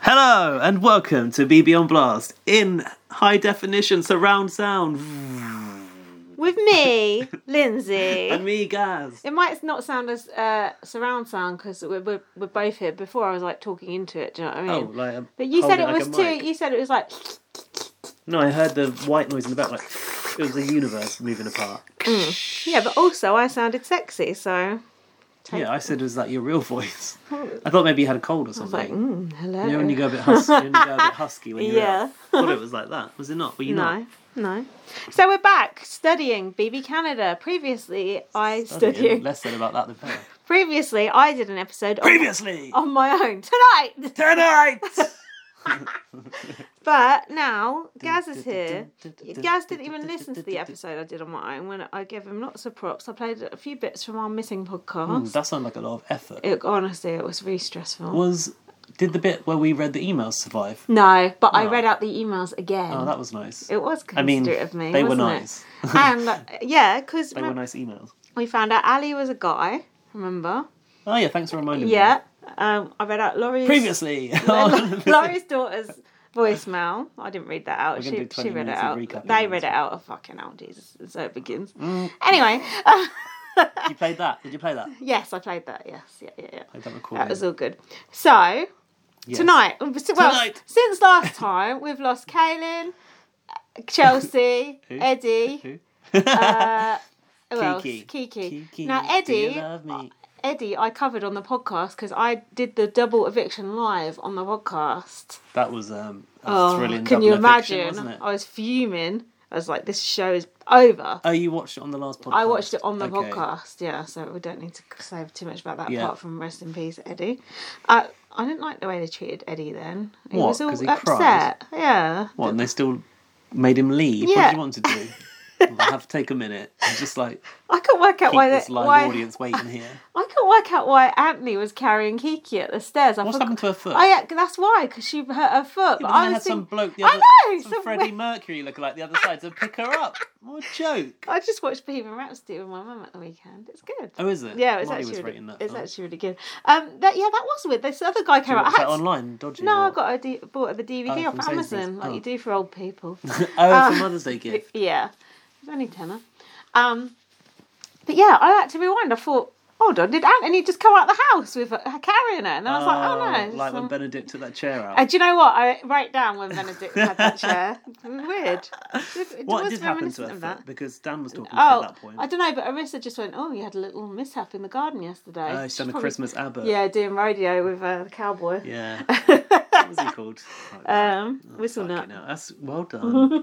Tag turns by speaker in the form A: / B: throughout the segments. A: Hello and welcome to BB on Blast in high definition surround sound.
B: With me, Lindsay.
A: And me, Gaz.
B: It might not sound as uh, surround sound because we're, we're, we're both here. Before I was like talking into it. Do you know what I mean?
A: Oh, like um,
B: but you
A: hold
B: said
A: it
B: it
A: like
B: was
A: a
B: too. e-
A: mic.
B: You said it was like.
A: no, I heard the white noise in the back. Like it was the universe moving apart.
B: Yeah, but also I sounded sexy, so
A: Yeah, I said it was like your real voice. I thought maybe you had a cold or
B: I was like,
A: something.
B: mm, hello.
A: You know when you go a bit husky, when you go a bit husky when you're
B: Yeah.
A: out. thought it was like that. Was it not? Were you not?
B: no, no. So we're back studying BB Canada. Previously, I
A: Bloody hell,
B: studying.
A: Less said about that than better.
B: Previously, I did an episode on,
A: Previously
B: on my own tonight,
A: tonight.
B: but now Gaz is here. Gaz didn't even listen to the episode I did on my own when I gave him lots of props. I played a few bits from our missing podcast.
A: Mm, That sounded like a lot of effort.
B: It, honestly, it was really stressful.
A: Was did the bit where we read the emails survive?
B: No, but I
A: No.
B: read out the emails again.
A: Oh, that was nice.
B: it was
A: I mean,
B: considerate of me.
A: they were
B: wasn't
A: nice.
B: it? and uh, yeah, because
A: They were nice emails.
B: we found out Ali was a guy. Remember?
A: Oh yeah, thanks for reminding me.
B: Yeah. Um, I read out Laurie's
A: Previously. Oh,
B: Laurie's daughter's voicemail. I didn't read that out.
A: We're
B: She,
A: gonna do
B: she
A: 20
B: read it
A: minutes of
B: out.
A: recapping
B: They
A: on
B: read
A: this
B: it out. Oh, fucking hell, Jesus. So it begins.
A: Mm.
B: Anyway, uh,
A: you played that. Did you play that?
B: yes, I played that. Yes, yeah, yeah, yeah.
A: I don't recall.
B: That was all good. So tonight, well,
A: Tonight.
B: since last time, we've lost Kaylin, Chelsea,
A: Who?
B: Eddie.
A: Who?
B: Uh, who else?
A: Kiki.
B: Kiki.
A: Kiki,
B: Now
A: do you
B: Eddie,
A: love me?
B: Eddie, I covered on the podcast because I did the double eviction live on the podcast.
A: That was um, a
B: Oh,
A: thrilling.
B: can you
A: double eviction,
B: imagine?
A: wasn't it?
B: I was fuming. I was like, this show is over.
A: Oh, you watched it on the last podcast.
B: I watched it on the
A: Okay.
B: podcast, yeah, so we don't need to say too much about that
A: Yeah.
B: apart from rest in peace, Eddie. Uh, I didn't like the way they treated Eddie then. He
A: What,
B: was all
A: 'cause he
B: upset.
A: cried?
B: Yeah.
A: What? And they still made him leave. What
B: Yeah.
A: did you want to do? Well, I have to take a minute and just like
B: I can't work out
A: keep
B: why
A: this
B: that
A: live
B: why
A: audience waiting here.
B: I can't work out why Anthony was carrying Kiki at the stairs. I
A: What's
B: forgot-
A: happened to her foot?
B: I yeah, that's why because she hurt her foot.
A: Yeah,
B: but
A: but
B: I
A: then I
B: was
A: had some
B: thinking,
A: bloke the
B: I
A: other
B: know,
A: some
B: some
A: Freddie
B: wet-
A: Mercury looking like the other side to pick her up. What a joke.
B: I just watched Bohemian Rhapsody with my mum at the weekend. It's good.
A: Oh is it?
B: Yeah, it's
A: Molly was
B: actually really,
A: rating that.
B: it's
A: film.
B: actually really good. Um, that yeah, that was weird. This other guy
A: Do
B: came
A: you
B: out. I
A: watch
B: had
A: that
B: to-
A: online, dodgy.
B: No,
A: or-
B: I got a D- bought the DVD
A: Oh,
B: off
A: from Sainsbury's.
B: Amazon, like
A: Oh.
B: you do for old people.
A: oh,
B: uh,
A: for Mother's Day gift.
B: yeah, it's only tenner. Um, but yeah, I had to rewind. I thought, hold on, did Anthony just come out of the house with her, carrying her? And then I was like, oh no.
A: Like
B: it's, um,
A: when Benedict took that chair out.
B: Uh, do you know what? I write down when Benedict had that chair. Weird. It, it
A: what
B: was
A: did happen to
B: reminiscent
A: her foot?
B: of that.
A: Because Dan was talking to her
B: Oh,
A: at that point.
B: I don't know, but Arissa just went, oh, you had a little mishap in the garden yesterday.
A: Oh, she's done a
B: probably-
A: Christmas advert.
B: Yeah, doing rodeo with uh, the cowboy.
A: Yeah. what was he called? Like that.
B: um, whistle
A: Oh, Fucking
B: nut.
A: hell, That's well done.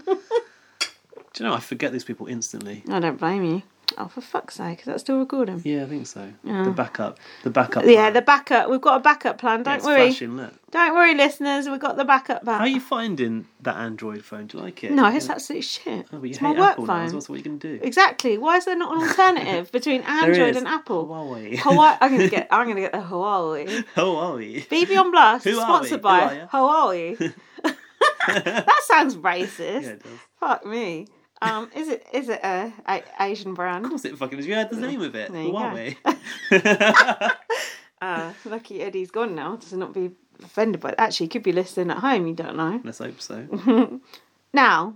A: Do you know I forget these people instantly?
B: I don't blame you. Oh, for fuck's sake, is that still recording?
A: Yeah, I think so. The backup. The backup.
B: Yeah,
A: plan.
B: the backup. We've got a backup plan.
A: Yeah,
B: Don't
A: it's
B: worry.
A: flashing, look.
B: Don't worry, listeners. We've got the backup
A: How are
B: plan.
A: you finding that Android phone? Do you like it?
B: No,
A: You
B: it's
A: know-
B: absolute shit.
A: Oh, but you
B: it's my
A: hate
B: work
A: Apple now
B: phone.
A: as well, so what are you going to do?
B: Exactly. Why is there not an alternative between
A: There
B: Android
A: is Oh,
B: and Apple?
A: Huawei.
B: Hawaii. I'm gonna get. I'm gonna get the Hawaii.
A: Huawei.
B: BB on Blast
A: Who
B: is
A: are
B: sponsored
A: we? Who are
B: by
A: ya?
B: Hawaii. that sounds racist.
A: yeah, it does. Of
B: Fuck me. Um, is it is it a, a Asian brand?
A: course it fucking is. You heard the name of it.
B: There you go.
A: Huawei.
B: Uh, lucky Eddie's gone now to not be offended by it. Actually, he could be listening at home, you don't know.
A: Let's hope so.
B: Now,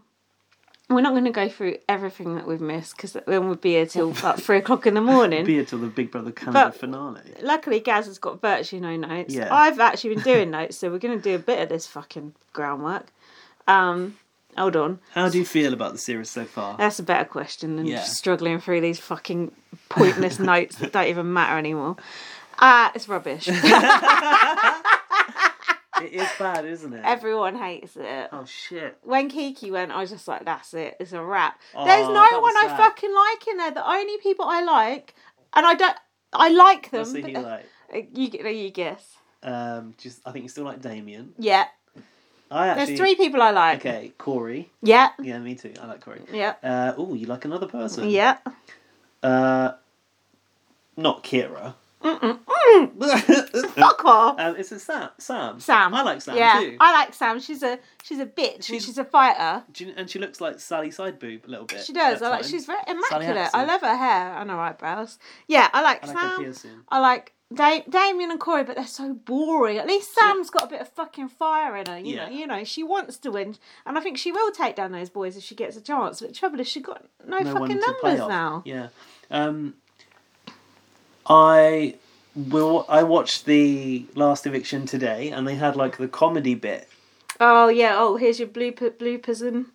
B: we're not going to go through everything that we've missed because then we'll be here till about three o'clock in the morning.
A: Be it till the Big Brother Canada
B: But-
A: finale.
B: Luckily, Gaz has got virtually no notes.
A: Yeah.
B: I've actually been doing notes, so we're going to do a bit of this fucking groundwork. Um, hold on.
A: How do you feel about the series so far?
B: That's a better question than
A: Yeah.
B: just struggling through these fucking pointless notes that don't even matter anymore. Uh, it's rubbish.
A: it is bad, isn't it?
B: Everyone hates it.
A: oh shit.
B: when Kiki went, I was just like, that's it, it's a wrap.
A: Aw,
B: There's
A: that
B: no
A: was
B: one I
A: sad.
B: fucking like in there. The only people I like, and I don't, I like them.
A: What's the
B: but- uh,
A: he like?
B: You, g- you guess.
A: Um, just I think you still like Damien.
B: Yeah.
A: I actually.
B: There's three people I like.
A: Okay, Corey.
B: Yeah.
A: Yeah, me too. I like Corey.
B: Yeah.
A: Uh, oh, you like another person?
B: Yeah.
A: Uh, not Kira.
B: Fuck off.
A: um, is it Sam? Sam.
B: Sam.
A: I like Sam
B: yeah.
A: too.
B: I like Sam. She's a she's a bitch and
A: She's-
B: she's a fighter.
A: Do you- and she looks like Sally Sideboob a little bit.
B: She does.
A: at
B: I like
A: times.
B: she's very
A: Sally
B: immaculate. I
A: Hansen.
B: love her hair and her eyebrows. Yeah, I like
A: I like her
B: Sam.
A: piercing.
B: I like Da- Damien and Corey, but they're so boring. At least Sam's got a bit of fucking fire in her. You
A: Yeah.
B: know, you know, she wants to win, and I think she will take down those boys if she gets a chance. But the trouble is, she got no,
A: no one
B: fucking
A: to play
B: numbers
A: off.
B: now.
A: Yeah. Um, I will. I watched the last eviction today, and they had like the comedy bit,
B: Oh yeah. Oh, here's your blooper, bloopers, and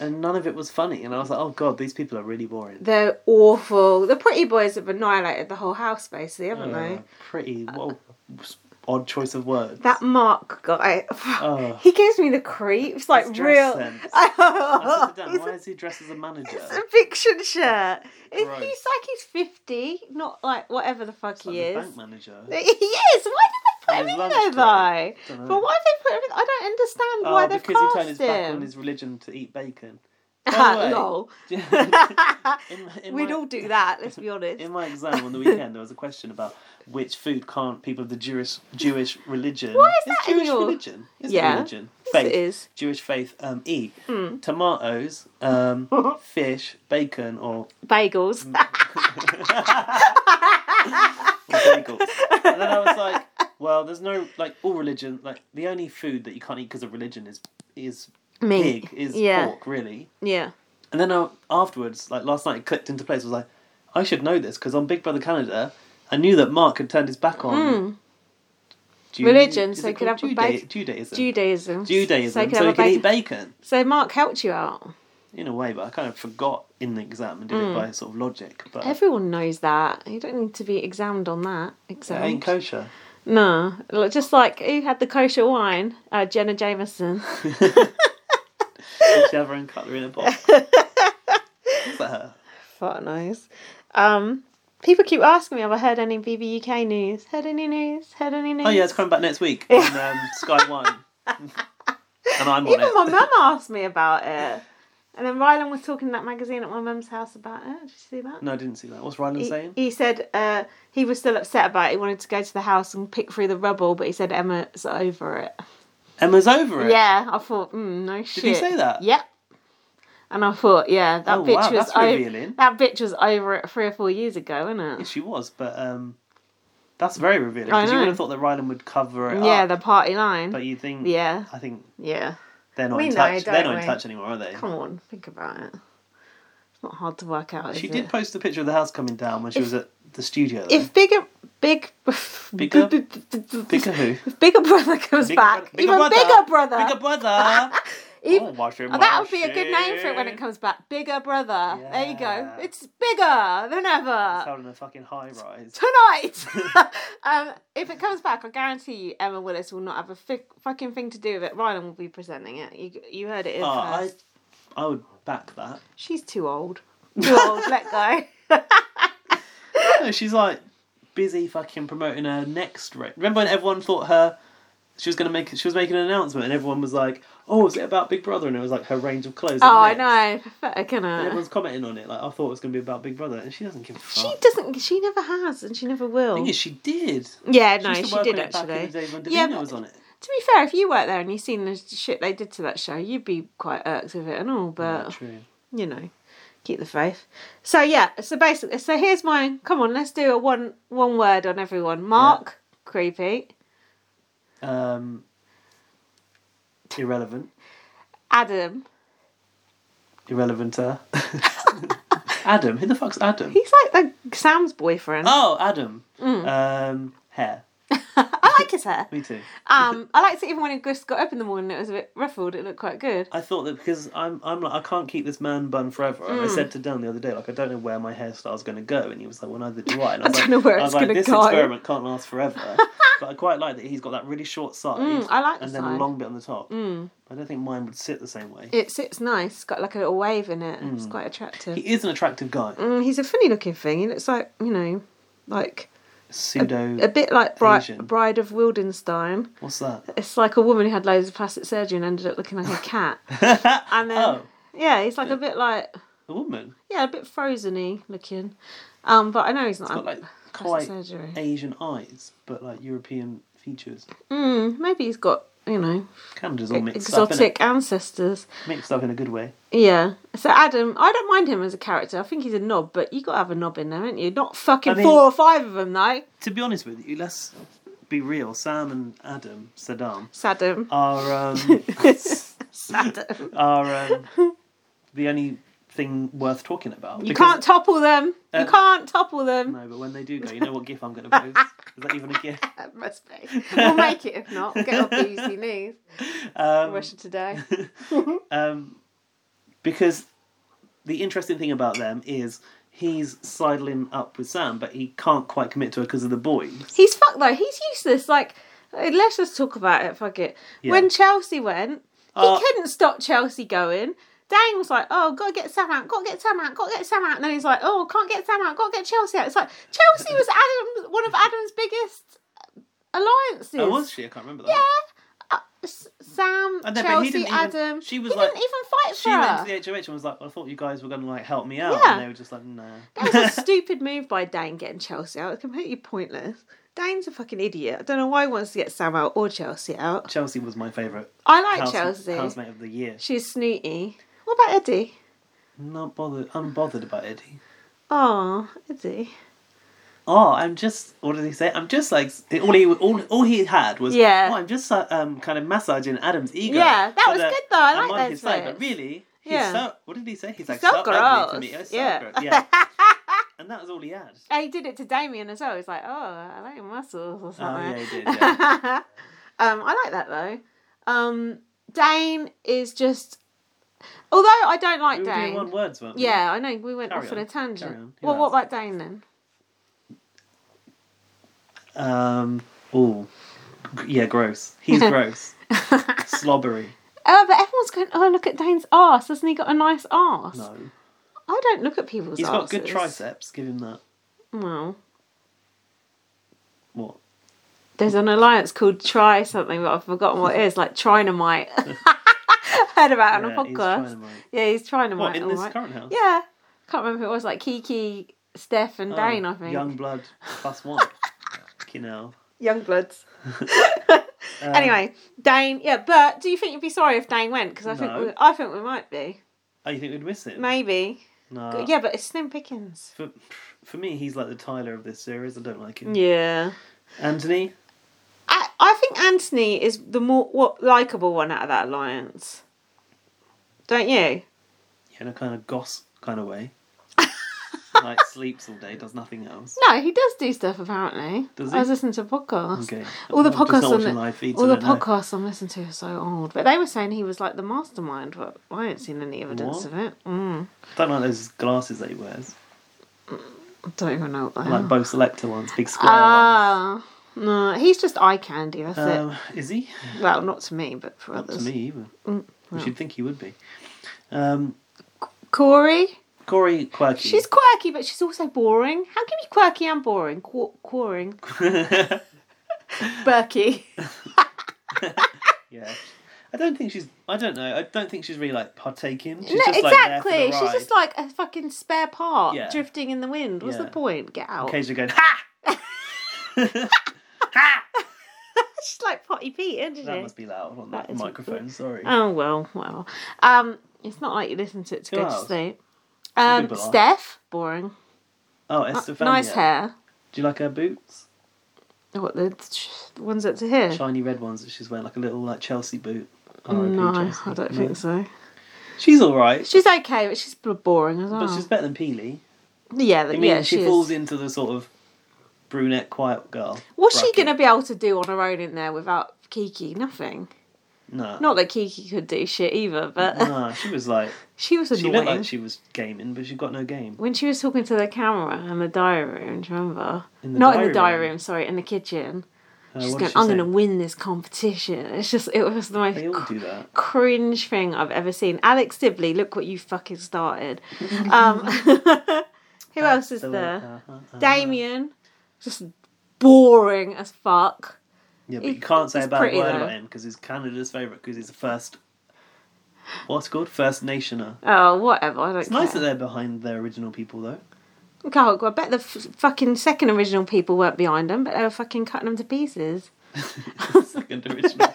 A: and none of it was funny. And I was like, oh god, these people are really boring.
B: they're awful. The pretty boys have annihilated the whole house, basically, haven't
A: Uh,
B: they?
A: pretty well, odd choice of words.
B: That Mark guy,
A: Oh.
B: he gives me the creeps. Like
A: His dress
B: real.
A: sense. I
B: I
A: said to Dan, why is he dressed as a manager?
B: It's a fiction shirt. If
A: Gross.
B: he's like he's fifty, not like whatever the fuck
A: Like
B: he
A: the
B: is.
A: bank manager.
B: He is. Why did they put
A: On
B: him
A: his
B: in
A: lunch
B: there
A: break.
B: though?
A: Dunno.
B: But why have they put him in? I don't understand
A: Oh,
B: why they've
A: because he
B: cast
A: turned his
B: him.
A: back on his religion to eat bacon.
B: Ah,
A: way.
B: lol.
A: In my- in
B: We'd
A: my-
B: all do that. Let's be honest.
A: In my exam on the weekend, there was a question about which food can't people of the Jewish Jewish religion.
B: Why is
A: It's
B: that in
A: Jewish
B: your-
A: religion? It's
B: Yeah.
A: religion.
B: Yes,
A: Faith.
B: it is. Hmm.
A: Jewish faith. Um, eat tomatoes, um, fish, bacon, or
B: Bagels.
A: Mm. bagels. and then I was like, well, there's no like all religion. Like the only food that you can't eat because of religion is is
B: Meat.
A: pig is
B: Yeah.
A: pork really.
B: yeah.
A: And then I, afterwards, like last night, it clicked into place. I was like, I should know this because on Big Brother Canada, I knew that Mark had turned his back on Ju-
B: Hmm. Religion,
A: is
B: so
A: it
B: he could
A: called
B: have a
A: Juda-
B: base-
A: Judaism.
B: Judaism.
A: Judaism, so
B: So,
A: he
B: you
A: could,
B: could have a
A: eat
B: bacon.
A: bacon
B: so Mark helped you out.
A: in a way, but I kind of forgot in the exam and did
B: Hmm.
A: it by sort of logic. But
B: Everyone knows that. You don't need to be examined on that.
A: it
B: Examined.
A: ain't kosher.
B: No, look, just like who had the kosher wine? Uh, Jenna Jameson.
A: Each have her own cutlery in a box. Is that her?
B: Fuck knows. Um, people keep asking me, have I heard any BBUK news? Heard any news? Heard any news?
A: Oh yeah, it's coming back next week on um, Sky One, and I'm on
B: Even
A: it.
B: my mum asked me about it. And then Rylan was talking in that magazine at my mum's house about it. Did you see that?
A: No, I didn't see that. What's Rylan
B: He,
A: saying?
B: he said uh, he was still upset about it. He wanted to go to the house and pick through the rubble, but he said Emma's over it.
A: Emma's over it.
B: Yeah, I thought, mm, no shit.
A: he say that?
B: Yep. And I thought, yeah, that
A: Oh,
B: bitch
A: wow,
B: was
A: that's
B: over.
A: revealing.
B: That bitch was over it three or four years ago, isn't it?
A: She was, but um, that's very revealing
B: I
A: because you would
B: know.
A: have thought that Rylan would cover it
B: yeah,
A: up.
B: the party line.
A: But you think,
B: Yeah.
A: I think
B: yeah.
A: they're not
B: We
A: in
B: know,
A: touch. They're
B: don't
A: not in
B: we?
A: touch anymore, are they?
B: Come on, think about it. It's not hard to work out.
A: She
B: is
A: did
B: it?
A: post a picture of the house coming down when she was at the studio. Though.
B: If bigger, big,
A: Bigger- bigger who?
B: If bigger brother comes
A: Big
B: back,
A: bro-
B: even bigger brother.
A: Bigger brother.
B: even,
A: oh, washing
B: Oh, that would be a good name for it when it
A: machine.
B: comes back. Bigger brother. There you
A: Yeah.
B: go. It's bigger than
A: It's
B: ever.
A: held in a fucking high rise.
B: Tonight, um, if it comes back, I guarantee you Emma Willis will not have a fi- fucking thing to do with it. Rylan will be presenting it. You, you heard it. here
A: Oh, I,
B: first.
A: I would back that.
B: She's too old. Too old. let go.
A: No, she's like busy fucking promoting her next race. Remember when everyone thought her she was gonna make she was making an announcement and everyone was like, "Oh, is it about Big Brother?" And it was like her range of clothes.
B: Oh, I
A: and next.
B: know. Pathetic,
A: And
B: innit?
A: everyone's commenting on it. Like I thought it was gonna be about Big Brother, and she doesn't give a fuck.
B: She doesn't. She never has, and she never will.
A: Thing is, she did.
B: yeah, no,
A: used to
B: she
A: work
B: did
A: on it Back in
B: actually.
A: the days when Davina
B: Yeah, but-
A: was on it.
B: To be fair, if you weren't there and you seen the shit they did to that show, you'd be quite irked with it and all. But
A: True.
B: you know, keep the faith. So yeah. So basically, so here's mine. Come on, let's do a one one word on everyone. Mark, creepy.
A: Um, irrelevant.
B: Adam,
A: Irrelevanter. uh, Adam. Who the fuck's Adam?
B: he's like the Sam's boyfriend.
A: Oh, Adam.
B: Mm.
A: Um, hair.
B: I like his hair.
A: Me too.
B: Um, I liked it even when it just got up in the morning. It was a bit ruffled. It looked quite good.
A: I thought that because I'm I'm like I can't keep this man bun forever, and I
B: Mm.
A: said to Dan the other day like I don't know where my hairstyle's going to go, and he was like, well neither do I. And I, was
B: don't
A: like,
B: know where
A: I was
B: it's
A: like,
B: gonna
A: this
B: go."
A: experiment can't last forever, but I quite like that he's got that really short side,
B: Mm, I like the
A: and then a
B: side. Mm.
A: long bit on the top. I don't think mine would sit the same way.
B: It sits nice. It's got like a little wave in it. It's quite attractive.
A: Mm. He is an attractive guy,
B: Mm, he's a funny looking thing. He looks like you know, like
A: pseudo.
B: a bit like Bri-
A: Asian.
B: Bride of Wildenstein.
A: What's that?
B: It's like a woman who had loads of plastic surgery and ended up looking like a cat. And then
A: oh,
B: yeah, he's like a bit like
A: a woman.
B: yeah, a bit frozeny looking. Um, but I know he's not.
A: Got like
B: plastic
A: quite
B: surgery.
A: Asian eyes, but like European features.
B: Mm, maybe he's got you know,
A: Canada's all mixed up.
B: E- exotic ancestors.
A: innit? Mixed up in a good way.
B: Yeah. So Adam, I don't mind him as a character. I think he's a knob, but you got to have a knob in there, haven't you? Not fucking
A: I mean-
B: four or five of them, though.
A: To be honest with you, let's be real. Sam and Adam, Saddam,
B: Saddam.
A: are um,
B: Saddam.
A: are um, the only thing worth talking about.
B: You
A: Because-
B: can't topple them.
A: Uh,
B: you can't topple them.
A: No, but when they do go, you know what gif I'm going to post? Is that even a gif?
B: That must be. We'll make it if not. We'll get off BBC News.
A: Um,
B: Russia Today.
A: um, because the interesting thing about them is he's sidling up with Sam, but he can't quite commit to her because of the boys.
B: He's fucked though. He's useless. Like, uh, let's just talk about it. Fuck it.
A: Yeah.
B: When Chelsea went, he
A: Uh,
B: couldn't stop Chelsea going. Dang was like, oh, gotta get Sam out, gotta get Sam out, gotta get Sam out. And then he's like, oh, can't get Sam out, gotta get Chelsea out. It's like Chelsea was Adam's one of Adam's biggest alliances.
A: Oh, was she? I can't remember that.
B: Yeah. Uh, S- Sam,
A: I know, but he
B: Chelsea,
A: didn't even-
B: Adam.
A: she was
B: he
A: like-
B: didn't even fight for
A: She
B: her.
A: went to the HOH and was like, I thought you guys were going to like help me out.
B: Yeah.
A: And they were just like, nah.
B: That was a stupid move by Dane getting Chelsea out. It's completely pointless. Dane's a fucking idiot. I don't know why he wants to get Sam out or Chelsea out.
A: Chelsea was my favourite
B: I like
A: house-
B: Chelsea.
A: housemate of the year.
B: She's snooty. What about Eddie?
A: Not bothered, unbothered about Eddie.
B: Oh, Eddie.
A: Oh, I'm just. What did he say? I'm just like all he all, all he had was.
B: Yeah.
A: Oh, I'm just uh, um kind of massaging Adam's ego.
B: Yeah, that
A: So
B: was good though. I
A: I'm
B: like
A: on
B: those
A: his side, but
B: bits.
A: really, he's
B: Yeah.
A: so. What did he say? He's like
B: so
A: so ugly to me.
B: gross.
A: Oh, so
B: Yeah.
A: gross." yeah. and that was all he had.
B: And Oh, he did it to Damien as well. He's like, oh, I like your muscles or something.
A: Oh, yeah, he did, yeah.
B: um, I like that though. Um, Dane is just. Although I don't like
A: We were doing
B: Dane.
A: one words, weren't we?
B: Yeah, I know. We went
A: Carry
B: off on,
A: on,
B: a tangent.
A: carry on. Who
B: Well, what about Dane then?
A: Um. Oh. G- Yeah, gross. He's gross. Slobbery.
B: Oh, but everyone's going, oh, look at Dane's arse. Hasn't he got a nice arse?
A: No.
B: I don't look at people's
A: He's got good
B: arses.
A: triceps. Give him that.
B: Well,
A: What?
B: there's an alliance called Try Something, but I've forgotten what it is, like Trinomite. Heard about it on
A: Yeah,
B: a
A: he's
B: podcast.
A: trying to make-
B: yeah, he's Trinomite.
A: What in
B: all
A: this
B: right.
A: current house?
B: Yeah. Can't remember who it was, like Kiki, Steph, and
A: Oh,
B: Dane, I think.
A: Young blood plus one. you know.
B: Young Bloods.
A: Um,
B: anyway, Dane, yeah, but do you think you'd be sorry if Dane went? Because I, think
A: No.
B: we- I think we might be.
A: Oh, you think we'd miss it?
B: Maybe.
A: No.
B: yeah, but it's slim pickings.
A: For, for me, he's like the Tyler of this series. I don't like him.
B: Yeah.
A: Anthony?
B: I, I think Anthony is the more what likable one out of that alliance. Don't you?
A: Yeah, in a kind of goss kind of way. like, sleeps all day, does nothing else.
B: No, he does do stuff apparently.
A: Does
B: I
A: he?
B: was listening to a podcast.
A: Okay.
B: All the
A: I'm just not
B: podcasts on
A: watching
B: the-
A: live feeds,
B: All
A: I
B: the
A: don't know.
B: podcasts I'm listening to are so old. But they were saying he was like the mastermind, but I ain't seen any evidence
A: What?
B: of it. Mm,
A: don't like those glasses that he wears.
B: I don't even know what they
A: Like,
B: are.
A: both selector ones, big square
B: Oh. Ah, no, he's just eye candy, that's
A: ones. Um, is he?
B: it. Well, not to me, but for
A: Not to
B: others.
A: me, even.
B: Mm,
A: Which
B: no.
A: you'd think he would be. Um,
B: Corey?
A: Corey Quirky.
B: She's quirky, but she's also boring. How can you be quirky and boring? Qu- quarring. Berkey.
A: yeah. I don't think she's. I don't know. I don't think she's really like partaking. She's
B: no,
A: just
B: exactly.
A: like there for the
B: She's
A: ride.
B: just like a fucking spare part
A: Yeah.
B: drifting in the wind. What's
A: Yeah.
B: the point? Get out.
A: Occasionally going ha. ha!
B: she's like Potty Pete, isn't she?
A: That must be loud on
B: That
A: that,
B: is-
A: microphone. Sorry.
B: Oh well, well. Um, it's not like you listen to it to
A: Who
B: go to
A: else?
B: sleep.
A: Some
B: Um,
A: people are.
B: Steph, boring.
A: oh, Estefania.
B: uh, Nice hair.
A: Do you like her boots?
B: What the, the ones that's here?
A: Shiny red ones that she's wearing, like a little like Chelsea boot. R.I.P.
B: No,
A: Chelsea.
B: I don't
A: No.
B: think so.
A: She's all right,
B: She's okay, but she's bl- boring as well.
A: but she's better than Peely. I
B: yeah, th-
A: mean,
B: yeah,
A: she,
B: she,
A: falls
B: is.
A: into the sort of brunette quiet girl.
B: What's she
A: bracket.
B: gonna be able to do on her own in there without Kiki? Nothing.
A: No,
B: Not that Kiki could do shit either, but
A: no. She was like
B: she was
A: she
B: annoying.
A: looked like she was gaming, but she got no game.
B: when she was talking to the camera in the diary room, do you remember?
A: In the
B: Not in
A: diary
B: the diary
A: room.
B: room. sorry, in the kitchen.
A: Uh,
B: She's
A: what
B: going,
A: did she
B: I'm
A: say?
B: going to win this competition. It's just, it was the most
A: They all
B: cr-
A: do that.
B: cringe thing I've ever seen. Alex Sibley, look what you fucking started. um, who else is
A: So,
B: there?
A: uh, uh, uh,
B: Damien, just boring as fuck.
A: Yeah, but
B: He-
A: you can't say
B: he's
A: a bad
B: pretty,
A: word
B: though.
A: about him because he's Canada's favourite because he's the first. What's it called First Nationer?
B: Oh, whatever. I don't
A: It's
B: care.
A: nice that they're behind their original people though.
B: God, I bet the f- fucking second original people weren't behind them, but they were fucking cutting them to pieces.
A: Second original.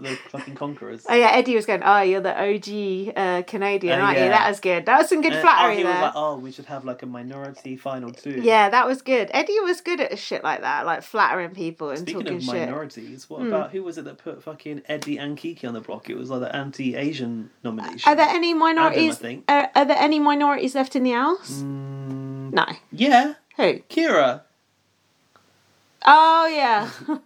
A: the fucking conquerors.
B: Oh yeah, Eddie was going. Oh, you're the OG uh, Canadian,
A: Oh,
B: aren't
A: yeah.
B: you? That was good. That was some good
A: And- oh,
B: flattery
A: he was
B: there.
A: like, oh, we should have like a minority final too.
B: yeah, that was good. Eddie was good at shit like that, like flattering people and
A: Speaking
B: talking
A: of
B: shit. Hmm.
A: minorities, what about who was it that put fucking Eddie and Kiki on the block? It was like the anti-Asian nomination.
B: Are there any minorities?
A: think.
B: Are, are there any minorities left in the house?
A: Mm,
B: No.
A: yeah,
B: Who?
A: Kira.
B: Oh yeah.
A: They are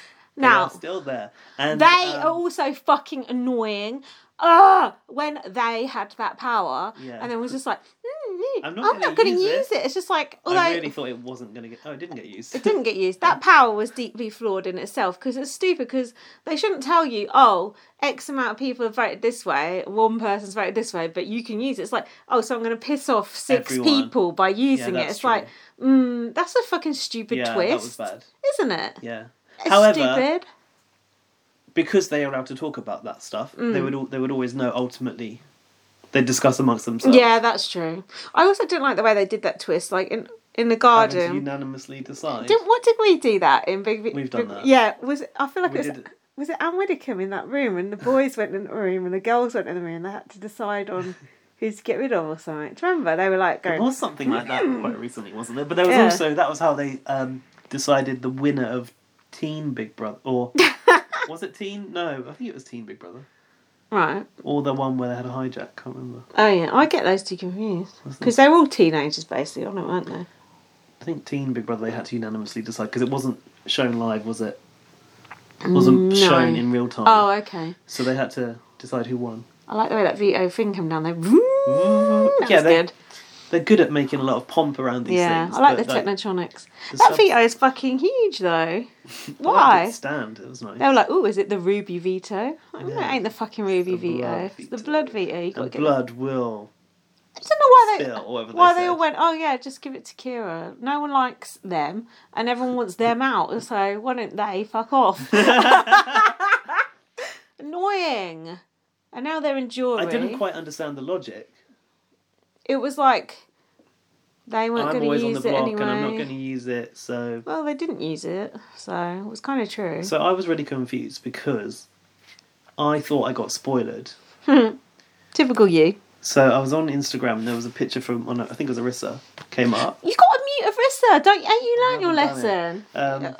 B: now
A: still there, and
B: they
A: um,
B: are also fucking annoying. Ugh, when they had that power,
A: Yeah.
B: and then was just like, mm, mm,
A: I'm
B: I'm
A: not
B: not,
A: gonna
B: going to
A: use
B: use it. It's just like, although
A: I really thought it wasn't going to get. Oh, it didn't get used.
B: it didn't get used. That power was deeply flawed in itself because it's stupid because they shouldn't tell you, oh, X amount of people have voted this way, one person's voted this way, but you can use it. It's like, oh, so I'm going to piss off six
A: Everyone.
B: people by using it.
A: that's
B: It's like, mm, that's a fucking stupid
A: yeah, that was
B: twist,
A: bad.
B: isn't it?
A: Yeah.
B: It's
A: However,
B: stupid.
A: because they are allowed to talk about that stuff,
B: Mm.
A: they would al- they would always know ultimately. They discuss amongst themselves.
B: Yeah, that's true. I also didn't like the way they did that twist, like in in
A: having to
B: the garden.
A: unanimously decide.
B: Didn't what did we do that in Big? Big-
A: We've done
B: Big-
A: that.
B: Yeah, was it- I feel like
A: We
B: it was,
A: did it.
B: was it Anne Widdicombe in that room, and the boys went in the room, and the girls went in the room, and they had to decide on who to get rid of or something. Do you remember they were like
A: There
B: going,
A: was something like that quite recently, wasn't there? But there was
B: Yeah.
A: also that was how they um, decided the winner of Teen Big Brother, or was it Teen? No, I think it was Teen Big Brother,
B: right?
A: or the one where they had a hijack. Can't remember.
B: Oh yeah, I get those two confused because they were all teenagers basically, on it, weren't they?
A: I think Teen Big Brother they had to unanimously decide because it wasn't shown live, was it? It wasn't
B: Mm, no.
A: shown in real time,
B: Oh okay.
A: so they had to decide who won. Mm,
B: I like the way that veto thing come down there. That
A: Yeah,
B: was
A: they-
B: good.
A: They're good at making a lot of pomp around these
B: Yeah,
A: things.
B: I like
A: but,
B: the Technotronics.
A: the
B: that
A: sub-
B: veto is fucking huge though.
A: I liked
B: Why?
A: its stand? It was nice.
B: They were like, "Oh, is it the Ruby Veto?" Like, no,
A: Yeah.
B: it ain't the fucking
A: the
B: Ruby Veto.
A: blood
B: It's the
A: veto.
B: blood Veto. You got to
A: and
B: get. Blood.
A: blood will
B: I don't know why they
A: spill, or whatever
B: why
A: they
B: they all
A: said.
B: went. Oh yeah, just give it to Kira. No one likes them, and everyone wants them out. So why don't they fuck off? Annoying. And now they're enduring.
A: I didn't quite understand the logic.
B: It was like they weren't
A: I'm
B: going
A: always
B: to
A: on the
B: use it
A: block
B: anyway.
A: and I'm not going to use it. So,
B: Well, they didn't use it, so it was kind of true.
A: so I was really confused because I thought I got spoiled.
B: Typical you.
A: So I was on Instagram and there was a picture from on I think it was Arissa came up,
B: You got to mute Arissa. Don't ain't you learnt your
A: haven't done it.
B: lesson?
A: um,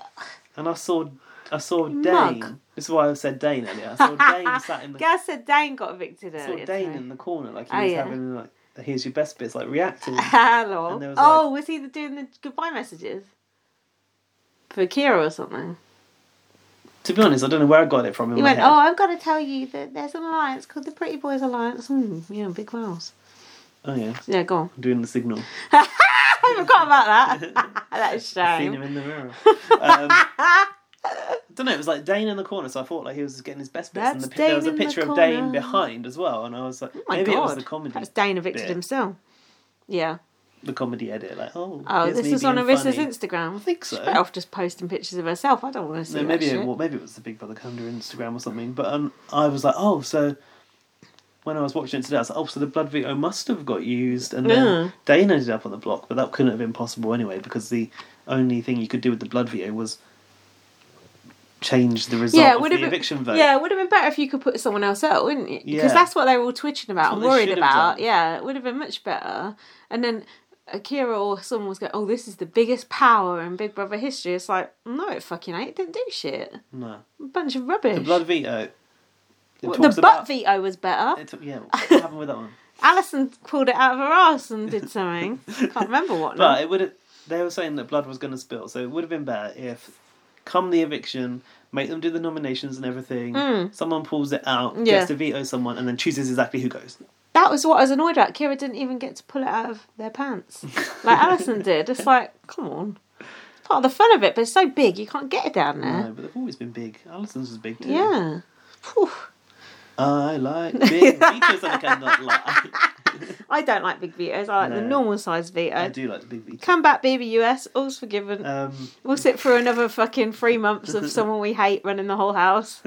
A: and I saw I saw Dane.
B: mug.
A: This is why I said Dane earlier. I saw Dane sat in the
B: Gaz said Dane got evicted
A: I saw
B: earlier.
A: Dane
B: today.
A: in the corner like he
B: Oh,
A: was
B: yeah.
A: having like here's your best bits like reacting.
B: Hello.
A: And there was
B: oh, was he the- doing the goodbye messages for Kira or something?
A: to be honest, I don't know where I got it from. In
B: He
A: my
B: went,
A: head.
B: "Oh, I've got to tell you that there's an alliance called the Pretty Boys Alliance." Hmm, yeah, big mouse.
A: oh yeah,
B: Yeah, go on.
A: I'm doing the signal.
B: I forgot about that. that is
A: Seen him
B: shame.
A: in the mirror. Um, don't know. It was like Dane in the corner, so I thought like he was getting his best bits. and the,
B: That's
A: pi- there was a
B: Dane in the
A: picture of
B: corner. Oh
A: Dane behind as well, and I was like,
B: My
A: maybe
B: God,
A: it was the comedy,
B: That's Dane evicted
A: bit.
B: himself. Yeah.
A: the comedy edit. Like, oh,
B: Oh,
A: here's
B: this
A: me
B: was on
A: being
B: Arissa's
A: funny.
B: Instagram.
A: I think so.
B: Better off just posting pictures of herself. I don't want to see
A: No,
B: that
A: maybe
B: shit.
A: it, well, maybe it was the Big Brother Calendar Instagram or something. But um, I was like, oh, so when I was watching it today, I was like, oh, so the blood veto must have got used, and then
B: Yeah.
A: Dane ended up on the block, but that couldn't have been possible anyway because the only thing you could do with the blood veto was change the result
B: yeah, it
A: of
B: would
A: the
B: have been
A: eviction vote.
B: Yeah, it would have been better if you could put someone else out, wouldn't it? Because
A: Yeah.
B: that's what they were all twitching about and
A: That's what they
B: worried
A: should have
B: about.
A: done.
B: Yeah, it would have been much better. And then Akira or someone was going, "Oh, this is the biggest power in Big Brother history." It's like, no, it fucking ain't. It didn't do shit.
A: No.
B: A bunch of rubbish.
A: The blood veto. It
B: Well, the
A: talks
B: butt
A: about-
B: veto was better.
A: It took, yeah, what happened with that one?
B: Alison pulled it out of her ass and did something. Can't remember what. now.
A: But it would have. They were saying that blood was going to spill, so it would have been better if, come the eviction, make them do the nominations and everything. Someone pulls it out,
B: Hmm. Yeah.
A: gets to veto someone, and then chooses exactly who goes.
B: That was what I was annoyed at. Kira didn't even get to pull it out of their pants like Alison did. It's like, come on. It's part of the fun of it, but it's so big, you can't get it down there.
A: No, but they've always been big. Alison's was big too.
B: Yeah. Phew.
A: I like big vetoes, and I cannot lie.
B: I don't like big vetoes. I like the
A: No.
B: normal size
A: I
B: veto.
A: do like the big veto.
B: Come back, BBUS. All's forgiven.
A: Um,
B: we'll sit through another fucking three months of someone we hate running the whole house.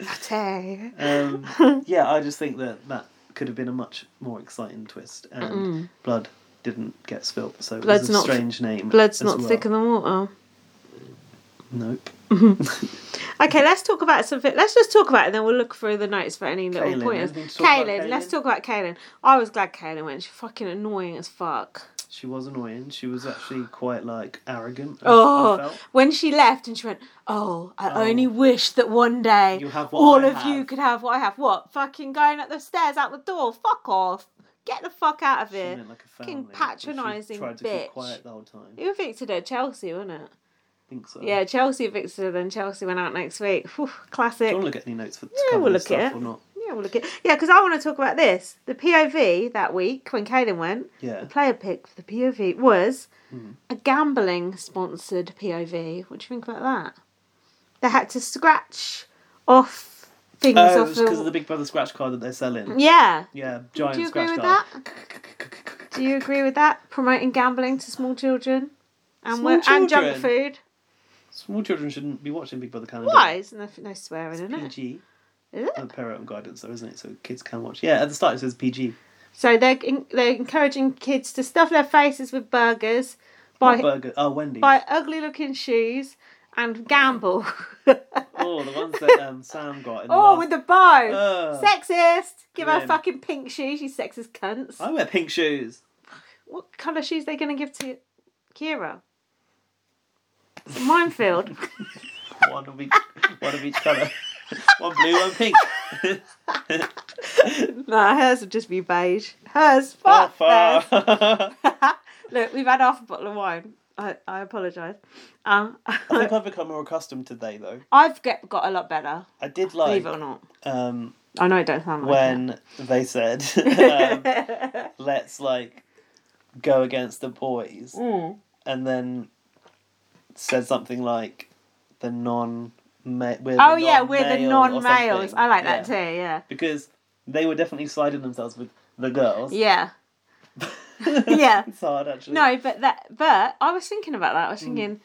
B: Fatty.
A: um, yeah, I just think that that could have been a much more exciting twist, and blood didn't get spilt, so it
B: Blood's
A: was a
B: not-
A: strange name.
B: Blood's
A: as
B: not
A: well.
B: thicker than water.
A: Nope.
B: Okay, let's talk about something. Let's just talk about it, and then we'll look through the notes for any little
A: Kaylin,
B: pointers.
A: anything to talk about
B: Kaylin, let's
A: Kaylin?
B: talk about Kaylin. I was glad Kaylin went. She's fucking annoying as fuck.
A: She was annoying. She was actually quite like arrogant. I- I
B: Oh,
A: felt.
B: when she left and she went, oh, I
A: Oh.
B: only wish that one day
A: You have what
B: all
A: I
B: of you
A: have."
B: could have what I have. What? Fucking going up the stairs, out the door. Fuck off. Get the fuck out of
A: She
B: here.
A: meant like a
B: Fucking
A: family, but she
B: patronising
A: Tried to
B: bitch.
A: keep quiet the whole time. I
B: Who evicted her? Chelsea, wasn't it?
A: think so.
B: Yeah, Chelsea evicted her, then Chelsea went out next week. Whew,
A: Do
B: classic.
A: you want to look at any notes for to
B: Yeah,
A: cover
B: we'll
A: this
B: look at
A: stuff
B: it.
A: or not?
B: Yeah, we'll look at Yeah, because I want to talk about this. The POV that week when Kaylin went,
A: Yeah.
B: the player pick for the POV was
A: Hmm.
B: a gambling sponsored POV. What do you think about that? They had to scratch off things
A: Oh,
B: off
A: it's because of the
B: the.
A: Big Brother scratch card that they're selling.
B: Yeah.
A: Yeah, giant
B: Do you agree
A: scratch
B: with
A: card.
B: that? Do you agree with that? Promoting gambling to small children and
A: Small
B: we- and junk
A: children?
B: food.
A: Small children shouldn't be watching Big Brother Canada.
B: Why? There's no, no swearing in it.
A: PG.
B: Is it?
A: Oh, parent guidance, though, isn't it? So kids can watch. Yeah, at the start it says PG.
B: So they're en- they're encouraging kids to stuff their faces with burgers, buy
A: Burger. Oh, Wendy's.
B: buy ugly looking shoes, and gamble.
A: Oh, the ones that um, Sam got. In the
B: Oh,
A: last-
B: with the bow.
A: Ugh.
B: sexist. Give her
A: Grim.
B: fucking pink shoes, you sexist cunts.
A: I wear pink shoes.
B: What colour shoes they going to give to Kira? It's a minefield.
A: One of each. one of each colour. one blue, one pink.
B: nah, hers would just be beige. Hers,
A: Oh,
B: fuck theirs.
A: fuck.
B: Look, we've had half a bottle of wine. I, I apologise. Um,
A: I think I've become more accustomed today, though.
B: I've get, got a lot better,
A: I did like
B: believe it or not.
A: um,
B: I know it don't sound like
A: when they said, um,
B: it.
A: "Let's like go against the boys,"
B: Mm.
A: and then said something like, "The non." ma we're
B: Oh, yeah, we're the
A: non-male or
B: non males.
A: something.
B: I like that
A: Yeah.
B: too, yeah.
A: because they were definitely siding themselves with the girls.
B: Yeah. Yeah.
A: it's hard actually.
B: No, but that but I was thinking about that. I
A: Hmm.
B: was thinking,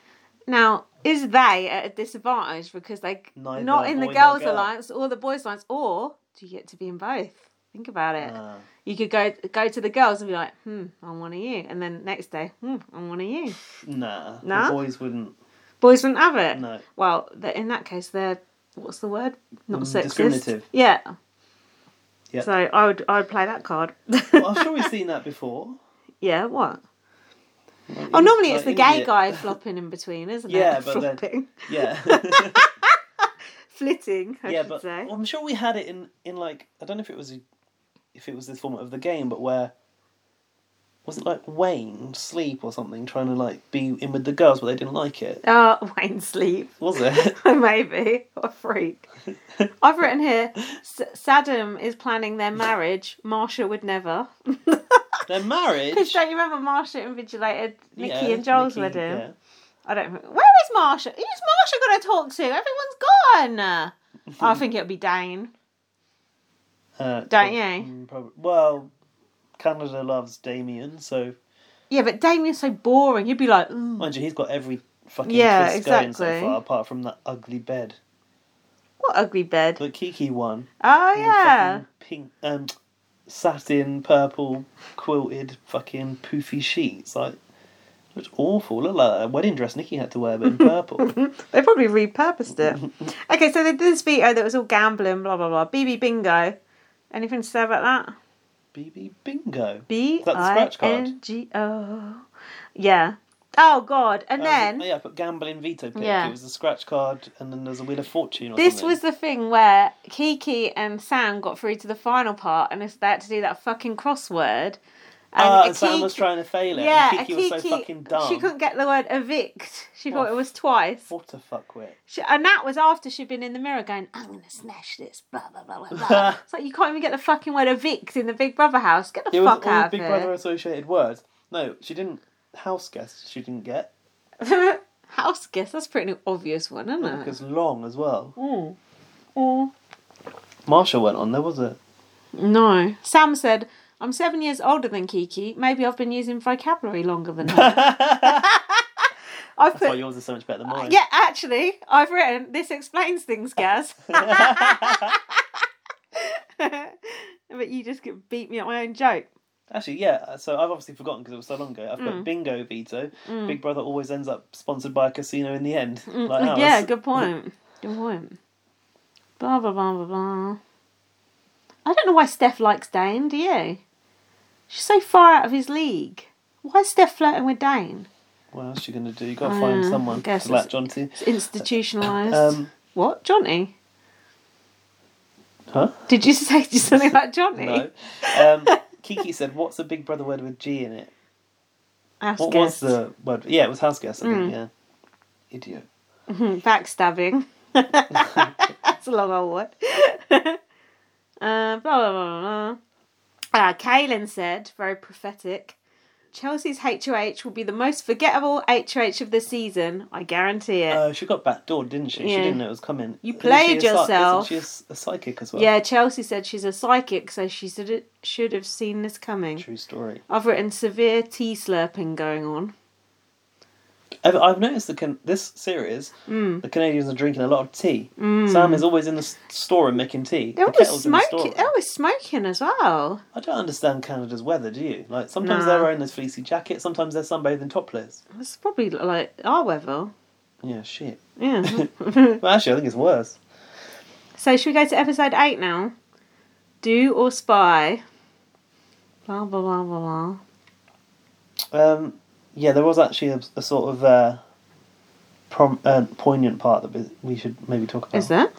B: now is they at a disadvantage because they
A: Neither
B: not in the
A: boy nor
B: girls'
A: girl.
B: alliance or the boys' alliance, or do you get to be in both? Think about it.
A: Ah.
B: you could go go to the girls and be like, hmm, I'm one of you, and then next day, hmm, I'm one of you.
A: nah,
B: Nah?
A: the boys wouldn't.
B: Boys wouldn't have it.
A: No.
B: Well, th- in that case, they're what's the word? Not
A: Mm,
B: sexist.
A: discriminative.
B: Yeah.
A: Yeah.
B: So I would I would play that card.
A: Well, I'm sure we've seen that before.
B: yeah. What?
A: Like,
B: Oh,
A: in-
B: normally it's
A: like
B: the
A: in
B: gay
A: India.
B: guy flopping in between, isn't it?
A: Yeah, but then-
B: flopping.
A: Yeah,
B: flitting, I
A: yeah,
B: should
A: but
B: say.
A: well, I'm sure we had it in in like I don't know if it was a, if it was this format of the game, but where was it like Wayne sleep or something trying to like be in with the girls, but they didn't like it.
B: Oh, Wayne sleep.
A: Was it?
B: Maybe. What a freak. I've written here S- Saddam is planning their marriage. Marsha would never.
A: Their marriage.
B: Because don't you remember Marsha invigilated Nikki
A: Yeah,
B: and Joel's
A: Nikki,
B: wedding?
A: yeah.
B: I don't remember. Where is Marsha? Who's Marsha going to talk to? Everyone's gone. I think it'll be Dane.
A: Uh,
B: Don't
A: prob-
B: you?
A: mm, prob- well, Canada loves Damien, so
B: Yeah, but Damien's so boring. You'd be like, "Mm, "Ooh."
A: mind you, he's got every fucking
B: Yeah,
A: kiss going so
B: exactly.
A: far, apart from that ugly bed.
B: what ugly bed.
A: But Kiki won.
B: Oh,
A: And the
B: yeah.
A: fucking Pink, um, satin, purple, quilted, fucking poofy sheets. Like, looked awful. Looked like a wedding dress Nikki had to wear, but in purple.
B: They probably repurposed it. okay, so they did this veto that was all gambling, blah blah blah. BB bingo. Anything to say about that?
A: BB bingo.
B: B
A: that the
B: I
A: scratch card?
B: N G O. Yeah. Oh God. And
A: Um,
B: then
A: oh yeah, I put gambling veto pick.
B: Yeah.
A: It was a scratch card, and then there's a wheel of fortune. Or
B: this
A: something.
B: was the thing where Kiki and Sam got through to the final part, and it's- they had to do that fucking crossword.
A: Ah,
B: a
A: and Sam was
B: Kiki-
A: trying to fail it.
B: Yeah,
A: and Kiki,
B: a
A: was so
B: Kiki-
A: fucking dumb.
B: She couldn't get the word evict. She thought
A: Oh,
B: it was twice.
A: What a fuckwit.
B: She, and that was after she'd been in the mirror going, I'm going to smash this, blah, blah, blah, blah, blah. it's like, you can't even get the fucking word evict in the Big Brother house. Get the
A: It was
B: fuck
A: all
B: out
A: Big
B: of
A: Brother
B: here.
A: associated words. No, she didn't. House guest, she didn't get.
B: house guest, that's a pretty obvious one, isn't it?
A: Because long as well.
B: Mm. Mm.
A: Marshall went on there, was it?
B: No. Sam said, I'm seven years older than Kiki. Maybe I've been using vocabulary longer than her. I
A: That's why
B: put,
A: yours is so much better than mine.
B: yeah, actually, I've written, this explains things, Gaz. but you just get- beat me at my own joke.
A: Actually, yeah. uh, So I've obviously forgotten because it was so long ago. I've
B: Mm.
A: got Bingo Vito. Big Brother always ends up sponsored by a casino in the end. Like ours.
B: Mm. yeah, good point. Good point. Blah blah blah blah blah. I don't know why Steph likes Dane. Do you? She's so far out of his league. Why is Steph flirting with Dane?
A: What else you gonna do? You gotta
B: I
A: find
B: know, Uh, I
A: someone
B: guess
A: to latch
B: it's-
A: onto.
B: It's institutionalized.
A: Um,
B: what Johnny?
A: huh?
B: Did you say something about Johnny?
A: No. Um, Kiki said, "What's a Big Brother word with G in it?
B: House
A: What
B: guest. Mm.
A: was the word? Yeah, it was house guest. I think. Yeah, idiot.
B: Hmm, Backstabbing. That's a long old one. uh, blah, blah, blah, blah, blah. Uh, Kaylin said, very prophetic, Chelsea's HOH will be the most forgettable HOH of the season. I guarantee it.
A: Uh, she got backdoored, didn't she? She
B: Yeah.
A: didn't know it was coming.
B: You
A: Isn't
B: played
A: she a psy-
B: yourself.
A: Isn't she a s- a psychic as well?
B: yeah, Chelsea said she's a psychic, so she should, should have seen this coming.
A: True story.
B: I've written severe tea slurping going on.
A: I've, I've noticed that can, this series,
B: Mm.
A: the Canadians are drinking a lot of tea. Sam is always in the s- store and making tea.
B: They're
A: the
B: Mm. always
A: kettle's in the
B: smoking.
A: storeroom.
B: They're always smoking as well.
A: I don't understand Canada's weather, do you? Like sometimes
B: Nah.
A: they're wearing those fleecy jackets, sometimes they're sunbathing topless.
B: It's probably like our weather.
A: Yeah, shit.
B: Yeah.
A: Well, actually, I think it's worse.
B: So should we go to episode eight now? Do or spy? Blah blah blah blah blah.
A: Um, yeah, there was actually a, a sort of uh, prom, uh, poignant part that we- we should maybe talk about.
B: Is there?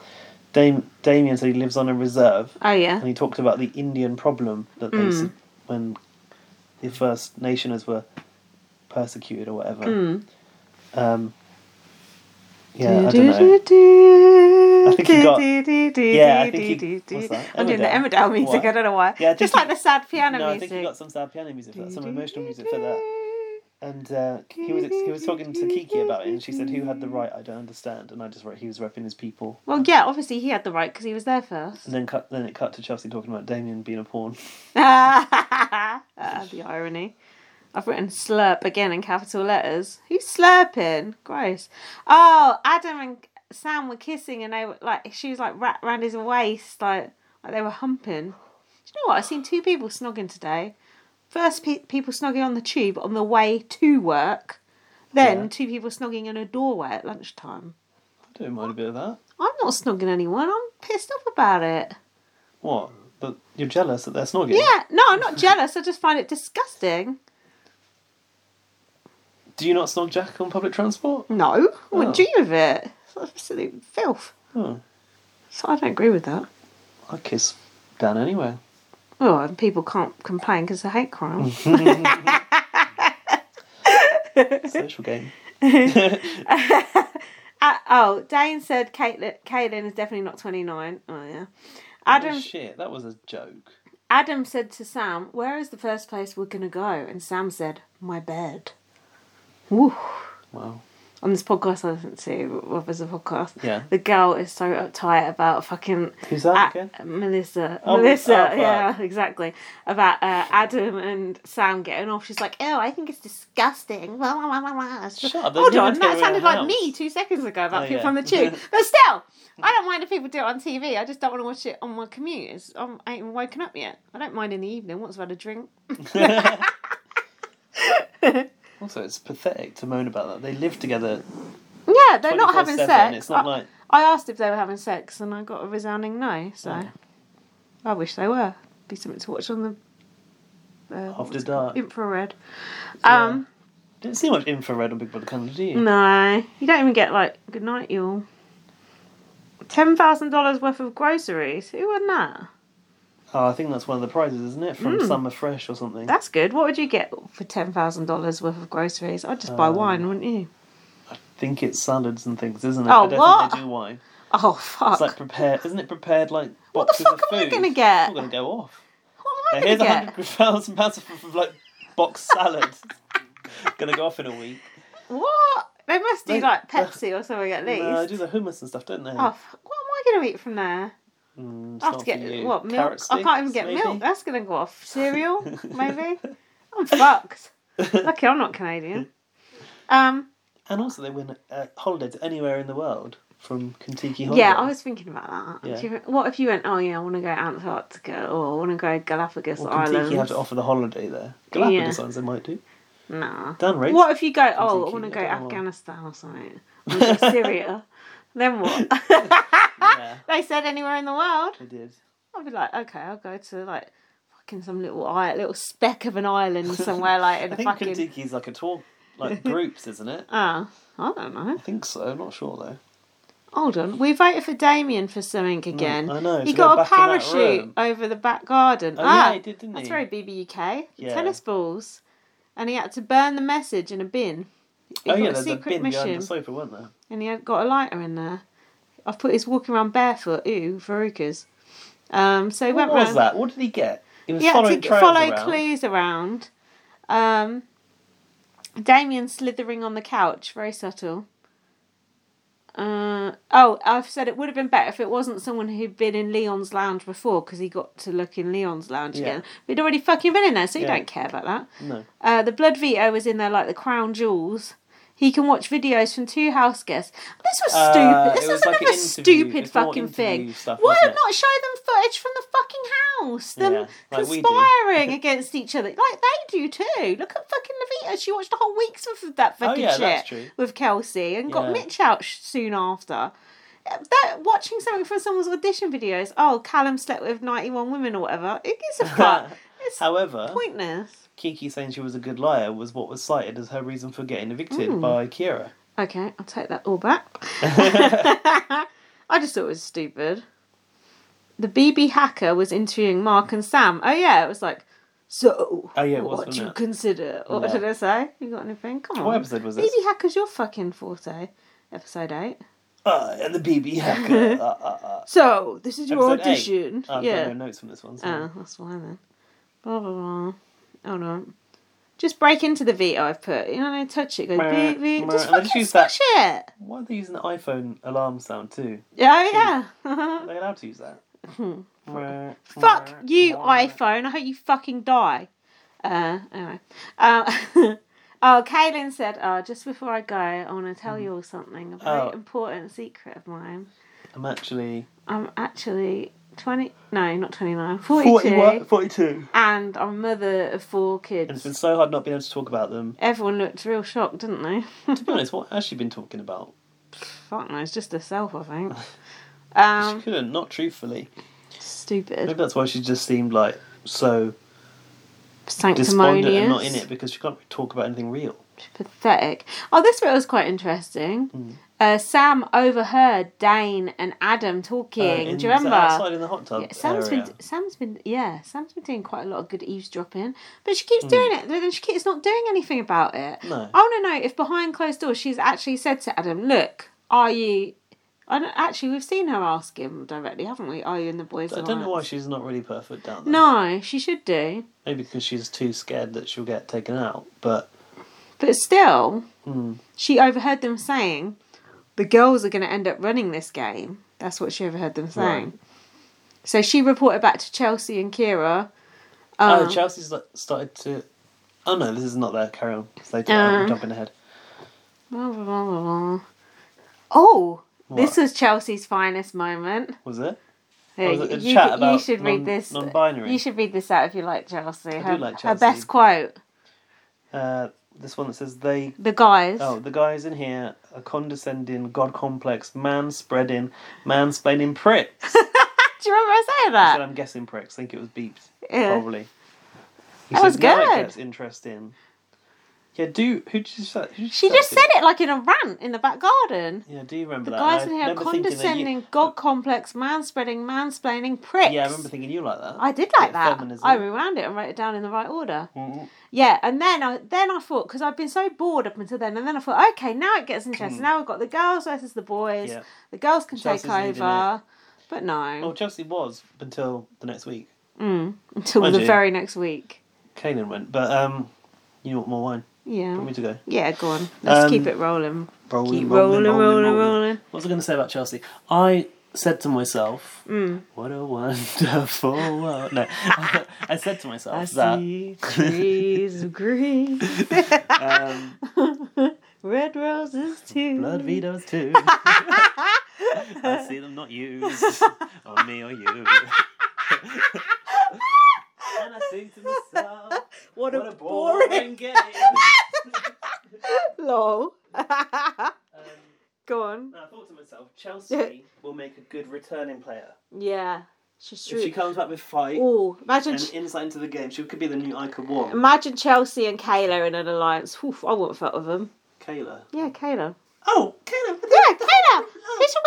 A: Dam- Damien said he lives on a reserve.
B: Oh
A: and
B: yeah.
A: he talked about the Indian problem that they
B: Mm.
A: s when the First Nationers were persecuted or whatever.
B: Mm. Hmm.
A: Um, yeah, I don't know. I think he got- Yeah, I think he- what's that?
B: I'm doing the
A: Emmerdale.
B: Emmerdale music.
A: What?
B: I don't know why.
A: Yeah, I think
B: just like
A: he-
B: the sad piano
A: No, I
B: music.
A: think he got some sad piano music for that, some emotional music for that. And uh, he was he was talking to Kiki about it, and she said, "Who had the right? I don't understand." And I just wrote, "He was repping his people."
B: Well, yeah, obviously he had the right because he was there first.
A: And then cut. Then it cut to Chelsea talking about Damien being a pawn.
B: Ah, the irony. I've written slurp again in capital letters. Who's slurping? Gross. Oh, Adam and Sam were kissing and they were like, she was like wrapped around his waist, like, like they were humping. Do you know what? I've seen two people snogging today. First, pe- people snogging on the tube on the way to work. Then,
A: Yeah.
B: two people snogging in a doorway at lunchtime.
A: I don't mind a bit of that.
B: I'm not snogging anyone. I'm pissed off about it.
A: What? But you're jealous that they're snogging.
B: Yeah, no, I'm not jealous. I just find it disgusting.
A: Do you not snog Jack on public transport?
B: No, I
A: Oh.
B: wouldn't do with it. It's absolute filth.
A: Oh,
B: So I don't agree with that.
A: I kiss Dan anyway.
B: Oh, and people can't complain because they hate crime.
A: Mm. Social game.
B: uh, oh, Dane said Caitlin, Caitlin is definitely not 29. Oh,
A: Oh,
B: yeah. Adam,
A: shit, that was a joke.
B: Adam said to Sam, Where is the first place we're going to go? And Sam said, My bed. Woo.
A: Wow.
B: On this podcast I listen to, what was the podcast?
A: Yeah.
B: The girl is so uptight about fucking
A: Who's that
B: Ah,
A: again?
B: Melissa.
A: Oh, oh,
B: Melissa,
A: fuck.
B: yeah, exactly. About uh, Adam and Sam getting off. She's like, oh, I think it's disgusting. Wah, wah, wah, wah, wah. It's just-
A: Shut up, they're
B: Hold
A: doing
B: on,
A: it
B: that
A: in
B: sounded
A: our
B: like me
A: house.
B: two seconds ago about
A: Oh,
B: people
A: yeah.
B: on the tube. but still, I don't mind if people do it on TV. I just don't want to watch it on my commute. It's, I'm, I ain't even woken up yet. I don't mind in the evening once I've had a drink.
A: also, it's pathetic to moan about that. They live together.
B: Yeah, they're not having
A: 24/7,
B: sex.
A: it's not
B: I,
A: like-
B: I asked if they were having sex, and I got a resounding no. So I wish they were. Be something to watch on the. Uh, what was it called?
A: dark.
B: infrared.
A: Yeah.
B: Um,
A: Didn't see much infrared on Big Brother Canada, do
B: Mm.
A: you?
B: no, you don't even get like good night, y'all. Ten thousand dollars worth of groceries. Who won that?
A: Oh, I think that's one of the prizes, isn't it? From
B: Mm.
A: Summer Fresh or something.
B: That's good. What would you get for ten thousand dollars worth of groceries? I'd just buy
A: Um,
B: wine, wouldn't you?
A: I think it's salads and things, isn't it?
B: Oh,
A: I don't
B: what?
A: think they do wine.
B: Oh fuck!
A: It's like prepared, isn't it prepared like
B: What the
A: boxes
B: fuck
A: of
B: am I
A: food?
B: gonna get?
A: I'm going to go off.
B: what am
A: Now,
B: I
A: here's a
B: gonna get?
A: hundred thousand pounds worth of like box salad. going to go off in a week.
B: What? They must do
A: They-
B: like Pepsi or something at least.
A: No, I do the hummus and stuff, don't they?
B: Oh, fuck, what am I going to eat from there?
A: Mm, it's
B: I
A: not
B: have to
A: for
B: get
A: you.
B: what milk?
A: Carrot
B: I can't even
A: sticks,
B: get milk.
A: maybe?
B: That's going to go off cereal, maybe. I'm fucked. Lucky I'm not Canadian. Um,
A: And also, they win a holiday to uh, anywhere in the world from Kentucky Honda.
B: Yeah, I was thinking about that.
A: Yeah.
B: Do you, what if you went? Oh yeah, I want to go Antarctica, or I want to go Galapagos
A: Well, Kentucky have
B: Islands.
A: to offer the holiday there. Galapagos Islands they might do.
B: Nah.
A: Done, right?
B: What if you go? Oh, I
A: Kentucky,
B: want to go
A: I don't know.
B: Afghanistan or something. I wanna go Syria. then what?
A: yeah,
B: they said anywhere in the world.
A: they did.
B: I'd be like, okay, I'll go to like fucking some little island, little speck of an island somewhere, like in
A: I
B: the
A: think
B: fucking.
A: Kentucky's like a tour, like groups, isn't it?
B: Ah, I don't know.
A: I think so. I'm not sure though.
B: Hold on, we voted for Damien for something again.
A: Mm, I know,
B: He
A: so
B: got
A: they're
B: a
A: back in that
B: parachute
A: room.
B: over the back garden.
A: Oh,
B: ah,
A: yeah, he did, didn't
B: that's
A: he?
B: very BBUK.
A: Yeah.
B: Tennis balls, and he had to burn the message in a bin. He
A: oh
B: got
A: yeah,
B: a
A: there's a
B: secret
A: bin behind
B: mission.
A: the sofa, weren't there?
B: and he had got a lighter in there. I've put his walking around barefoot. Ooh, Veruca's. Um, so he
A: What
B: went
A: was
B: round.
A: that? What did he get? He was
B: He had
A: following
B: to
A: trails
B: follow
A: around.
B: clues around. Um, Damien slithering on the couch, very subtle. Uh, oh, I've said it would have been better if it wasn't someone who'd been in Leon's lounge before because he got to look in Leon's lounge
A: Yeah.
B: again. We'd already fucking been in there, so you
A: Yeah.
B: don't care about that.
A: No.
B: Uh, the blood veto was in there like the crown jewels. He can watch videos from two house guests. This was stupid.
A: Uh,
B: this
A: it
B: is
A: was like an
B: another
A: interview-
B: stupid
A: it's more
B: fucking
A: interview
B: thing.
A: stuff,
B: Why
A: wasn't it?
B: not show them footage from the fucking house? Them
A: Yeah, like we do.
B: conspiring against each other, like they do too. Look at fucking Levita. She watched a whole week's worth of that fucking
A: Oh, yeah,
B: shit
A: that's true.
B: with Kelsey and got
A: Yeah.
B: Mitch out sh- soon after. Uh, That watching something from someone's audition videos. Oh, Callum slept with ninety-one women or whatever. It gives a fuck. it's
A: However,
B: pointless.
A: Kiki saying she was a good liar was what was cited as her reason for getting evicted
B: Hmm.
A: by Kira.
B: Okay, I'll take that all back. I just thought it was stupid. The BB hacker was interviewing Mark and Sam. Oh yeah, it was like, so
A: Oh, yeah, it was,
B: what do
A: wasn't
B: you
A: it?
B: consider? What
A: Yeah.
B: did I say? You got anything? Come on.
A: What episode was this?
B: BB hacker's your fucking forte. Episode eight.
A: Uh, and the BB hacker. uh, uh, uh.
B: So this is
A: Episode
B: your
A: eight. Oh,
B: audition.
A: I've
B: yeah.
A: got no notes from this one. sorry.
B: Oh, that's why then. Blah blah blah. Oh no. Just break into the veto I've put. You know, they touch it, go
A: Meh,
B: beep beep.
A: meh.
B: Just
A: And they just
B: fucking
A: use that-
B: smash it.
A: Why are they using the iPhone alarm sound too?
B: Yeah, yeah.
A: Are they allowed to use that?
B: Hmm. Fuck you, iPhone. I hope you fucking die. Uh, anyway. Uh, oh, Kaylin said, oh, just before I go, I want to tell you all something, a very
A: Mm. Oh.
B: important secret of mine.
A: I'm actually
B: I'm actually 20, no, not 29, 42,
A: 41, 42. And
B: and I'm a mother of four
A: it's
B: kids.
A: been so hard not being able to talk about them.
B: Everyone looked real shocked, didn't they?
A: To be honest, what has she been talking about?
B: Fuck no, it's just herself, I think.
A: She
B: Um,
A: couldn't, not truthfully. Maybe
B: stupid.
A: that's why she just seemed like so
B: Sanctimonious.
A: despondent and not in it because she can't talk about anything real.
B: pathetic. Oh, this bit was quite interesting.
A: Hmm.
B: Uh, Sam overheard Dane and Adam talking.
A: Uh, in-
B: Do you
A: was that
B: remember?
A: Outside in the hot tub.
B: Yeah, Sam's
A: area.
B: been, Sam's been, yeah, Sam's been doing quite a lot of good eavesdropping, but she keeps doing it, but then she keeps not doing anything about it.
A: Hmm. No.
B: I want to know if behind closed doors she's actually said to Adam, "Look, are you?" I don't, actually, we've seen her ask him directly, haven't we? Are you in the boys?
A: I don't know why
B: alliance?"
A: she's not really perfect down there.
B: No, she should do,
A: Maybe because she's too scared that she'll get taken out. But
B: but still,
A: hmm,
B: she overheard them saying, "The girls are going to end up running this game." That's what she overheard them saying. So she reported back to Chelsea and Kira.
A: oh,
B: uh,
A: Chelsea's like, started to. Oh no, this is not there. Carry on. It's later. I'm
B: Uh.
A: jumping ahead.
B: blah, blah, blah, blah, blah. Oh, this
A: What?
B: was Chelsea's finest moment.
A: Was it?
B: Here,
A: was it
B: you,
A: the
B: you
A: chat
B: could- you
A: about
B: should
A: non-
B: read this.
A: non-binary?
B: You should read this out if you like Chelsea. her,
A: like
B: her
A: Chelsea.
B: best quote:
A: Uh, this one that says they
B: "The guys."
A: Oh, the guys in here are condescending, god complex, man spreading, mansplaining pricks.
B: Do you remember her saying
A: But
B: that?
A: I'm guessing pricks. I think it was beeped.
B: Yeah.
A: Probably. He
B: That was
A: Now
B: good."
A: it gets interesting. Yeah, do who did you say? Who did
B: She
A: you say
B: just
A: that
B: said
A: to?
B: it like in a rant in the back garden.
A: Yeah, do you remember
B: The
A: that?
B: guys
A: And
B: in
A: I
B: here are
A: remember thinking that you-
B: condescending, god complex, man spreading, mansplaining pricks.
A: Yeah, I remember thinking you like that.
B: I did like
A: Bit
B: that.
A: feminism.
B: I rewound it and wrote it down in the right order.
A: Mhm.
B: Yeah, and then I then I thought because I've been so bored up until then, and then I thought, okay, now it gets interesting. Now we've got the girls versus the boys.
A: Hmm. Yeah.
B: The girls can
A: Chelsea's
B: take
A: leading
B: over, but
A: Well,
B: no,
A: Chelsea was until the next week.
B: mm,
A: Oh.
B: until
A: mind
B: the
A: you.
B: very next week.
A: Kanan went, but um, you want more wine?
B: Yeah,
A: Want me to go?
B: yeah, go on. Let's
A: Um,
B: keep it rolling.
A: Rolling,
B: Keep rolling, rolling, rolling.
A: What was I going to say about Chelsea? I said to myself,
B: Mm.
A: "What a wonderful world." No, I said to myself
B: I
A: that
B: see trees of green,
A: um,
B: red roses too.
A: blood vetoes too. I see them not used on me or you. and I think to myself,
B: What,
A: what,
B: a,
A: a boring,
B: boring.
A: game.
B: Lol.
A: um,
B: Go on.
A: and I thought to myself, Chelsea will make a good returning player.
B: Yeah, she's true.
A: If she comes back with fight
B: Oh, imagine.
A: and insight into the game, she could be the new Ica Wong.
B: Imagine Chelsea and Kayla in an alliance. Oof, I wouldn't fuck with them.
A: Kayla.
B: Yeah, Kayla.
A: Oh, Kayla. what the-
B: Yeah, Kayla. It's your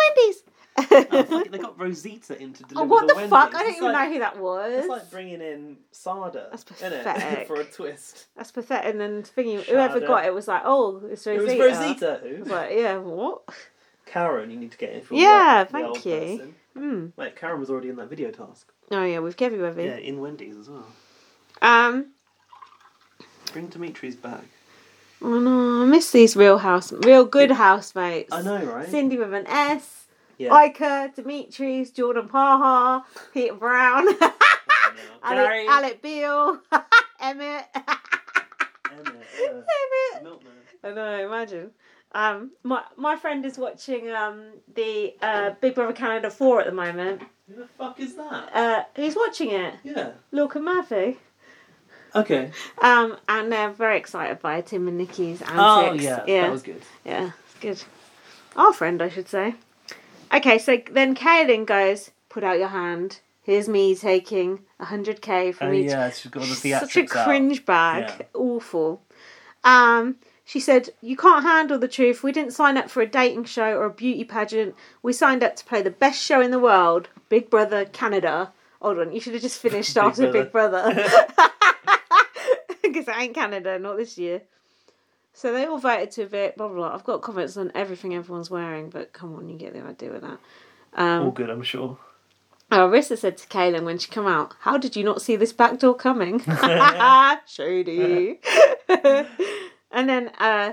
A: Oh,
B: Wendy's.
A: fuck it, they got Rosita in to deliver
B: oh, what the,
A: Wendy's.
B: fuck? I don't
A: It's
B: even
A: like-
B: know who that was.
A: It's like bringing in Sada,
B: That's
A: innit?
B: pathetic.
A: For a twist.
B: That's pathetic. And then thinking, whoever
A: Shada.
B: got it was like, oh, it's
A: It
B: Rosita.
A: was Rosita who?
B: I was like, yeah, what?
A: Karen, you need to get in for
B: Yeah,
A: the, the old
B: thank you.
A: person.
B: Hmm.
A: Wait, Karen was already in that video task.
B: Oh yeah, with Kevin with
A: Yeah,
B: him.
A: in Wendy's as well.
B: Um,
A: Bring Dimitri's back.
B: oh no, I miss these real house, real good housemates.
A: I know, right?
B: Cindy with an S.
A: yeah.
B: Iker, Demetrius, Jordan Paha, Peter Brown,
A: I know.
B: Alec, Alec Beale, Emmett.
A: Emma, yeah.
B: Emmett.
A: uh, Milkman.
B: I know, imagine. Um, my my friend is watching um the uh, Big Brother Canada four at the moment.
A: Who the fuck is that?
B: Uh, who's watching it?
A: Yeah.
B: Lorcan Murphy.
A: Okay.
B: Um, and they're very excited by Tim and Nikki's antics.
A: Oh yeah,
B: yeah,
A: that was good.
B: yeah, it's good. Our friend, I should say. Okay, so then Kaylin goes, "Put out your hand. Here's me taking hundred k from each
A: Oh, she's got
B: such a cringe bag.
A: Yeah.
B: Awful. Um, she said, You can't handle the truth. We didn't sign up for a dating show or a beauty pageant. We signed up to play the best show in the world, Big Brother Canada. Hold on, you should have just finished
A: Big
B: after Big Brother. Because it ain't Canada, not this year. So they all voted to evict, blah, blah, blah. I've got comments on everything everyone's wearing, but come on, you get the idea with that. Um,
A: All good, I'm sure.
B: Oh, Arissa said to Kaylin when she come out, "How did you not see this back door coming?" Shady. and then uh,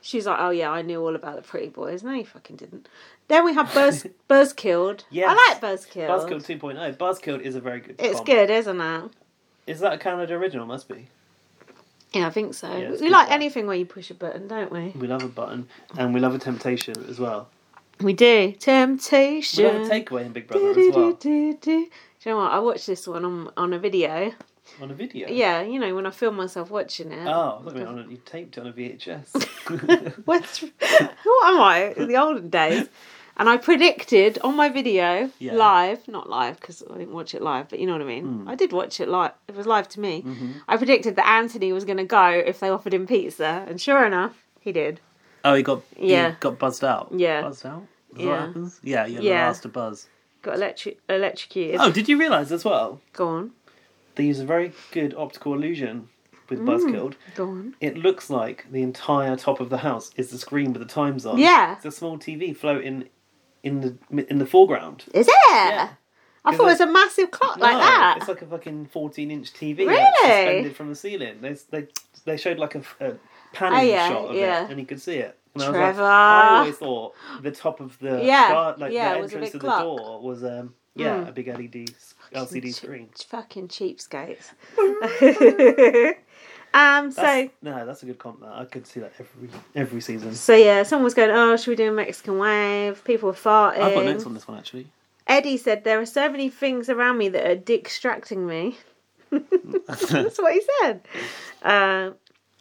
B: she's like, "Oh yeah, I knew all about the pretty boys." No, you fucking didn't. Then we have Buzz Buzzkilled.
A: Yes.
B: I like Buzzkilled.
A: Buzzkilled 2.0. Buzzkilled oh. is a very good.
B: It's
A: comp.
B: good, isn't it?
A: Is that a Canada original? Must be.
B: Yeah, I think so.
A: Yeah, it's
B: we
A: good
B: like
A: that.
B: anything where you push a button, don't we?
A: We love a button, and we love a temptation as well.
B: We do.
A: We
B: Temptation.
A: love a takeaway in Big Brother
B: Do,
A: as
B: do,
A: well
B: do, do. Do you know what? I watched this one on on a video.
A: on a video.
B: Yeah, you know when I film myself watching it.
A: Oh, I thought you meant on a, you taped it on a VHS.
B: What's who am I in the olden days? And I predicted on my video
A: Yeah. Hmm.
B: live, not live because I didn't watch it live, but you know what I mean. I did watch it live; it was live to me.
A: Mm-hmm.
B: I predicted that Anthony was going to go if they offered him pizza, and sure enough, he did.
A: oh, he got he
B: Yeah.
A: got buzzed out.
B: Yeah.
A: buzzed out. Is that
B: Yeah.
A: what happens? Yeah, you're
B: Yeah.
A: the last to buzz.
B: Got electric electrocuted.
A: Oh, did you realise as well?
B: Go on,
A: They use a very good optical illusion with
B: Mm.
A: Buzzkilled.
B: go on.
A: It looks like the entire top of the house is the screen with the times on.
B: Yeah.
A: it's a small TV floating in the in the foreground.
B: Is it? I thought it was a massive clock like
A: No,
B: that.
A: It's like a fucking fourteen-inch TV,
B: Really?
A: like, suspended from the ceiling. They they they showed like a, a panning
B: Oh, yeah,
A: shot of
B: yeah.
A: it, and you could see it. And I was
B: Trevor.
A: like, I always thought the top of the
B: Yeah,
A: gar- like
B: yeah,
A: the
B: it was a
A: entrance
B: big
A: to the
B: clock.
A: door was um yeah
B: Mm.
A: a big LED s- LCD screen.
B: Ch- fucking cheapskates. um. So.
A: That's, no, that's a good comp. That I could see that every every season.
B: So yeah, someone was going, "Oh, should we do a Mexican wave?" People were farting.
A: I've got notes on this one actually.
B: Eddie said, "There are so many things around me that are distracting me." That's what he said. Uh,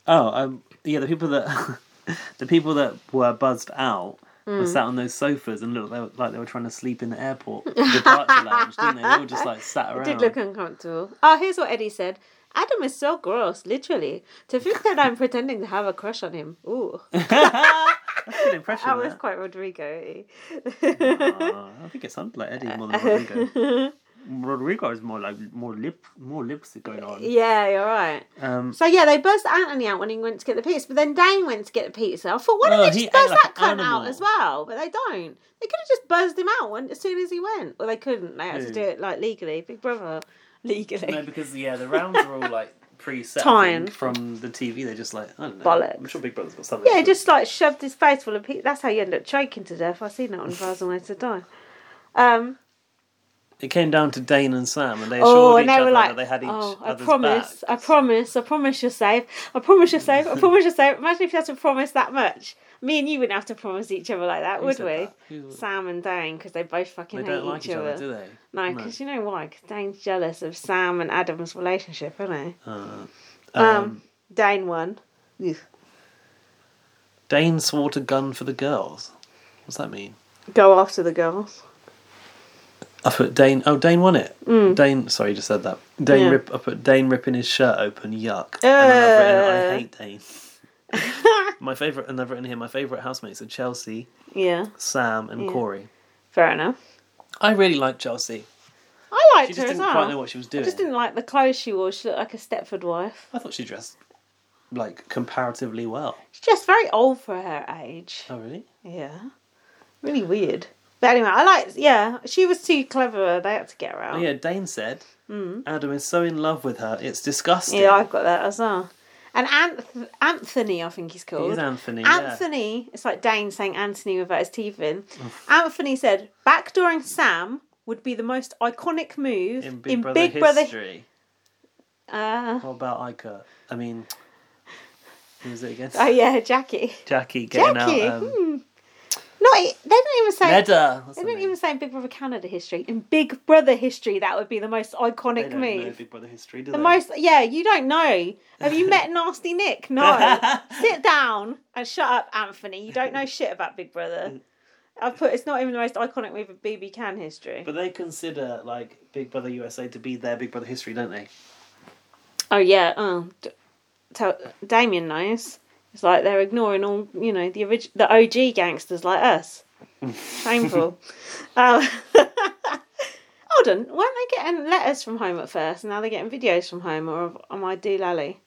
A: Oh, um, yeah, the people that the people that were buzzed out
B: Hmm.
A: were sat on those sofas and looked they were, like they were trying to sleep in the airport departure lounge, didn't they? They all just like sat
B: it
A: around.
B: did look uncomfortable. Oh, here's what Eddie said. Adam is so gross, literally. To think that I'm pretending to have a crush on him. Ooh,
A: That's a good impression.
B: that was
A: that.
B: quite Rodrigo.
A: Aw, I think it sounded like Eddie more than Rodrigo. Rodrigo is more like more lip more lipstick going on.
B: yeah, you're right.
A: Um,
B: So yeah, they buzzed Anthony out when he went to get the pizza, but then Dane went to get the pizza. I thought, why
A: Well,
B: don't they
A: Oh, he
B: just
A: ate
B: buzz
A: like
B: that cunt
A: an
B: out
A: animal.
B: as well? But they don't. They could have just buzzed him out when, as soon as he went. Well, they couldn't. They had to
A: Who?
B: do it like legally, Big Brother, legally.
A: no, because yeah, the rounds are all like pre-set I
B: Time.
A: think, from the TV. They're just like I don't know. I'm
B: Bollocks.
A: sure Big Brother's got something.
B: yeah, he
A: to-
B: just like shoved his face full of pizza. That's how you end up choking to death. I've seen that on Fars and Ways to Die. Um,
A: It came down to Dane and Sam, and they assured
B: oh,
A: each
B: and they
A: other
B: were like,
A: that they had each
B: "Oh, I
A: other's
B: promise,
A: back.
B: I promise, I promise you're safe. I promise you're safe. I promise you're safe." Imagine if you had to promise that much. Me and you wouldn't have to promise each other like that,
A: Who
B: would
A: said
B: we?
A: that? Who-
B: Sam and Dane, because they both fucking
A: They
B: hate
A: don't like
B: each, other.
A: do they?
B: No,
A: No.
B: because you know why? Because Dane's jealous of Sam and Adam's relationship, isn't
A: Uh, um,
B: he? Um, Dane won.
A: Dane swore to gun for the girls. What's that mean?
B: Go after the girls.
A: I put Dane. Oh, Dane won it. Dane. Sorry, you just said that. Dane
B: Hmm. Yeah.
A: rip. I put Dane ripping his shirt open. Yuck. And then I've written, I
B: Uh.
A: hate Dane. my favorite, and I've written here. My favorite housemates are Chelsea,
B: Yeah,
A: Sam, and
B: Yeah.
A: Corey.
B: fair enough.
A: I really like Chelsea.
B: I liked
A: She
B: her
A: just didn't
B: as well.
A: quite know what she was doing.
B: I just didn't like the clothes she wore. She looked like a Stepford wife.
A: I thought she dressed like comparatively well.
B: She's just very old for her age.
A: Oh, really?
B: Yeah, really weird. But anyway, I liked. Yeah, she was too clever. They had to get her out.
A: Oh, yeah, Dane said Adam is so in love with her, it's disgusting.
B: Hmm. Yeah, I've got that as well. And Anth- Anthony, I think he's
A: It
B: called.
A: is Anthony.
B: Anthony, it's like Dane saying Anthony without his teeth in. Anthony said, backdooring Sam would be the most iconic move
A: yeah. in Big Brother history.
B: Uh,
A: What about Iker? I mean, who was it against?
B: oh, yeah, Jackie.
A: Jackie getting
B: Jackie,
A: out. Um,
B: hmm. No, it- they didn't even say.
A: Leda. That's
B: They
A: the
B: didn't
A: name.
B: even say in Big Brother Canada history. In Big Brother history, that would be the most
A: They
B: iconic
A: don't know
B: move.
A: Big Brother history, do
B: The
A: they?
B: most, yeah, you don't know. Have you met Nasty Nick? No. Sit down and shut up, Anthony. You don't know shit about Big Brother.
A: Mm.
B: I put it's not even the most iconic move of BB Can history.
A: But they consider like Big Brother USA to be their Big Brother history, don't they?
B: Oh yeah, oh, d- tell Damien knows. It's like they're ignoring all you know the orig- the OG gangsters like us. Shameful. um, hold on, weren't they getting letters from home at first, and now they're getting videos from home? Or oh, am I doolally?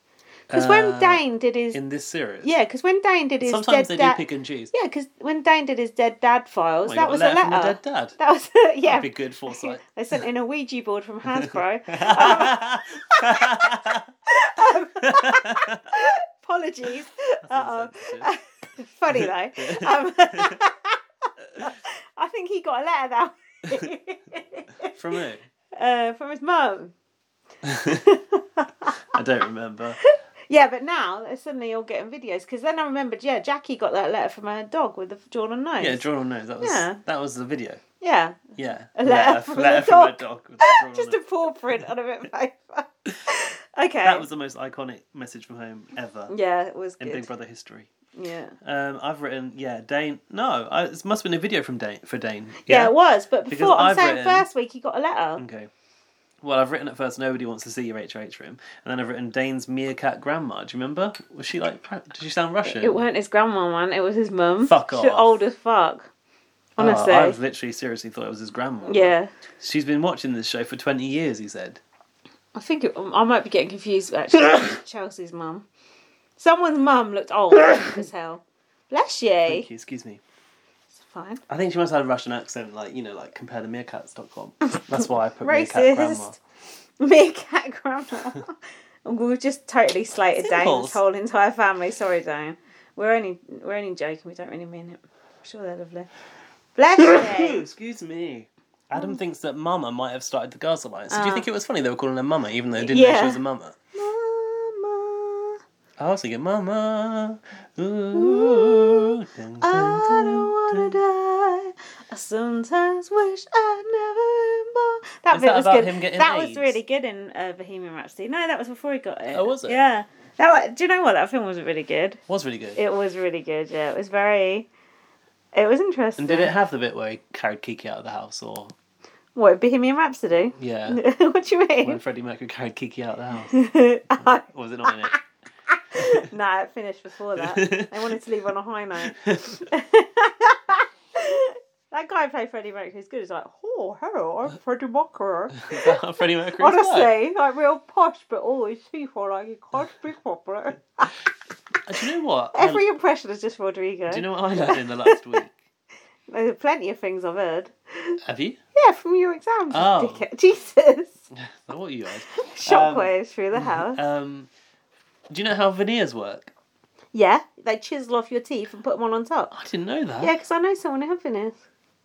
B: Because
A: Uh,
B: when Dane did his
A: In this series,
B: yeah, because when Dane did his
A: Sometimes
B: dead
A: they do
B: dad,
A: pick and choose.
B: yeah, because when Dane did his dead dad files,
A: Oh, you
B: that
A: got
B: was a letter.
A: from the dead dad.
B: That was yeah.
A: That'd be good foresight.
B: They sent in a Ouija board from Hasbro. Uh, Apologies. Uh oh. Funny though. Um, I think he got a letter that way.
A: From who?
B: uh, from his mum.
A: I don't remember.
B: Yeah, but now they're suddenly all getting videos because then I remembered. Yeah, Jackie got that letter from her dog with the drawn on nose.
A: Yeah, drawn on nose. That was
B: Yeah.
A: that was the video.
B: yeah.
A: Yeah,
B: A letter from the
A: from a
B: dog.
A: dog with a drawn on
B: just
A: it.
B: a paw print on a bit of paper. okay.
A: That was the most iconic message from home ever
B: yeah, it was
A: in
B: good.
A: Big Brother history.
B: yeah.
A: Um, I've written yeah, Dane. No, I, it must have been a video from Dane for Dane.
B: yeah, it was. But
A: Because
B: before, I'm
A: I've
B: saying
A: written- Mm,
B: first week he got a letter.
A: Okay. Well, I've written at first. Nobody wants to see your HH room, and then I've written Dane's meerkat grandma. Do you remember? Was she like? pra- Did she sound Russian?
B: It weren't his grandma, man. It was his mum.
A: Fuck
B: She's
A: off.
B: old as fuck.
A: Oh,
B: Honestly.
A: I was literally seriously thought it was his grandma.
B: Yeah.
A: She's been watching this show for twenty years. He said.
B: I think it, I might be getting confused with actually Chelsea's mum. Someone's mum looked old as hell. Bless you.
A: Thank you. Excuse me.
B: It's fine.
A: I think she must have had a Russian accent, like you know, like compare the meerkats.com. That's why I put meerkat grandma.
B: Racist. Meerkat grandma. We've just totally slated Dane's
A: Simples.
B: whole entire family. Sorry, Dane. We're only we're only joking. We don't really mean it. I'm sure they're lovely. Bless
A: Ooh,
B: you.
A: excuse me.
B: Um,
A: Adam thinks that Mama might have started the Girls Alliance. Did you think it was funny they were calling her Mama, even though they didn't know
B: uh, Yeah.
A: she was a Mama?
B: Mama,
A: I was thinking Mama. Ooh. Dun, dun,
B: I
A: dun.
B: don't wanna die. I sometimes wish I'd never been born. That
A: Is
B: bit
A: that
B: was
A: about
B: good.
A: him getting
B: that
A: AIDS?
B: was really good in uh, Bohemian Rhapsody. No, that was before he got it.
A: Oh, was it?
B: Yeah. That wa- do you know what? That film was really good.
A: Was really good.
B: It was really good. Yeah, it was very. It was interesting.
A: and did it have the bit where he carried Kiki out of the house, or
B: What Bohemian Rhapsody?
A: yeah,
B: what do you
A: when
B: mean?
A: Freddie Mercury carried Kiki out of the house?
B: no,
A: Or was it not in it?
B: nah, it finished before that. They wanted to leave on a high note. that guy who played Freddie Mercury is good. He's like, oh, hello,
A: Uh,
B: I'm Freddie Mercury.
A: Freddie Mercury.
B: Honestly, like real posh, but all these people like you can't speak
A: Um,
B: properly.
A: Do you know what? I-
B: Every impression is just Rodrigo.
A: do you know what I learned in the last week?
B: There's plenty of things I've heard.
A: Have you?
B: Yeah, from your exams, you
A: Oh.
B: dickhead. Jesus.
A: Oh, What are you guys?
B: Shockwaves through the house.
A: Um, do you know how veneers work?
B: yeah, they chisel off your teeth and put them on on top.
A: I didn't know that.
B: Yeah, because I know someone who have veneers.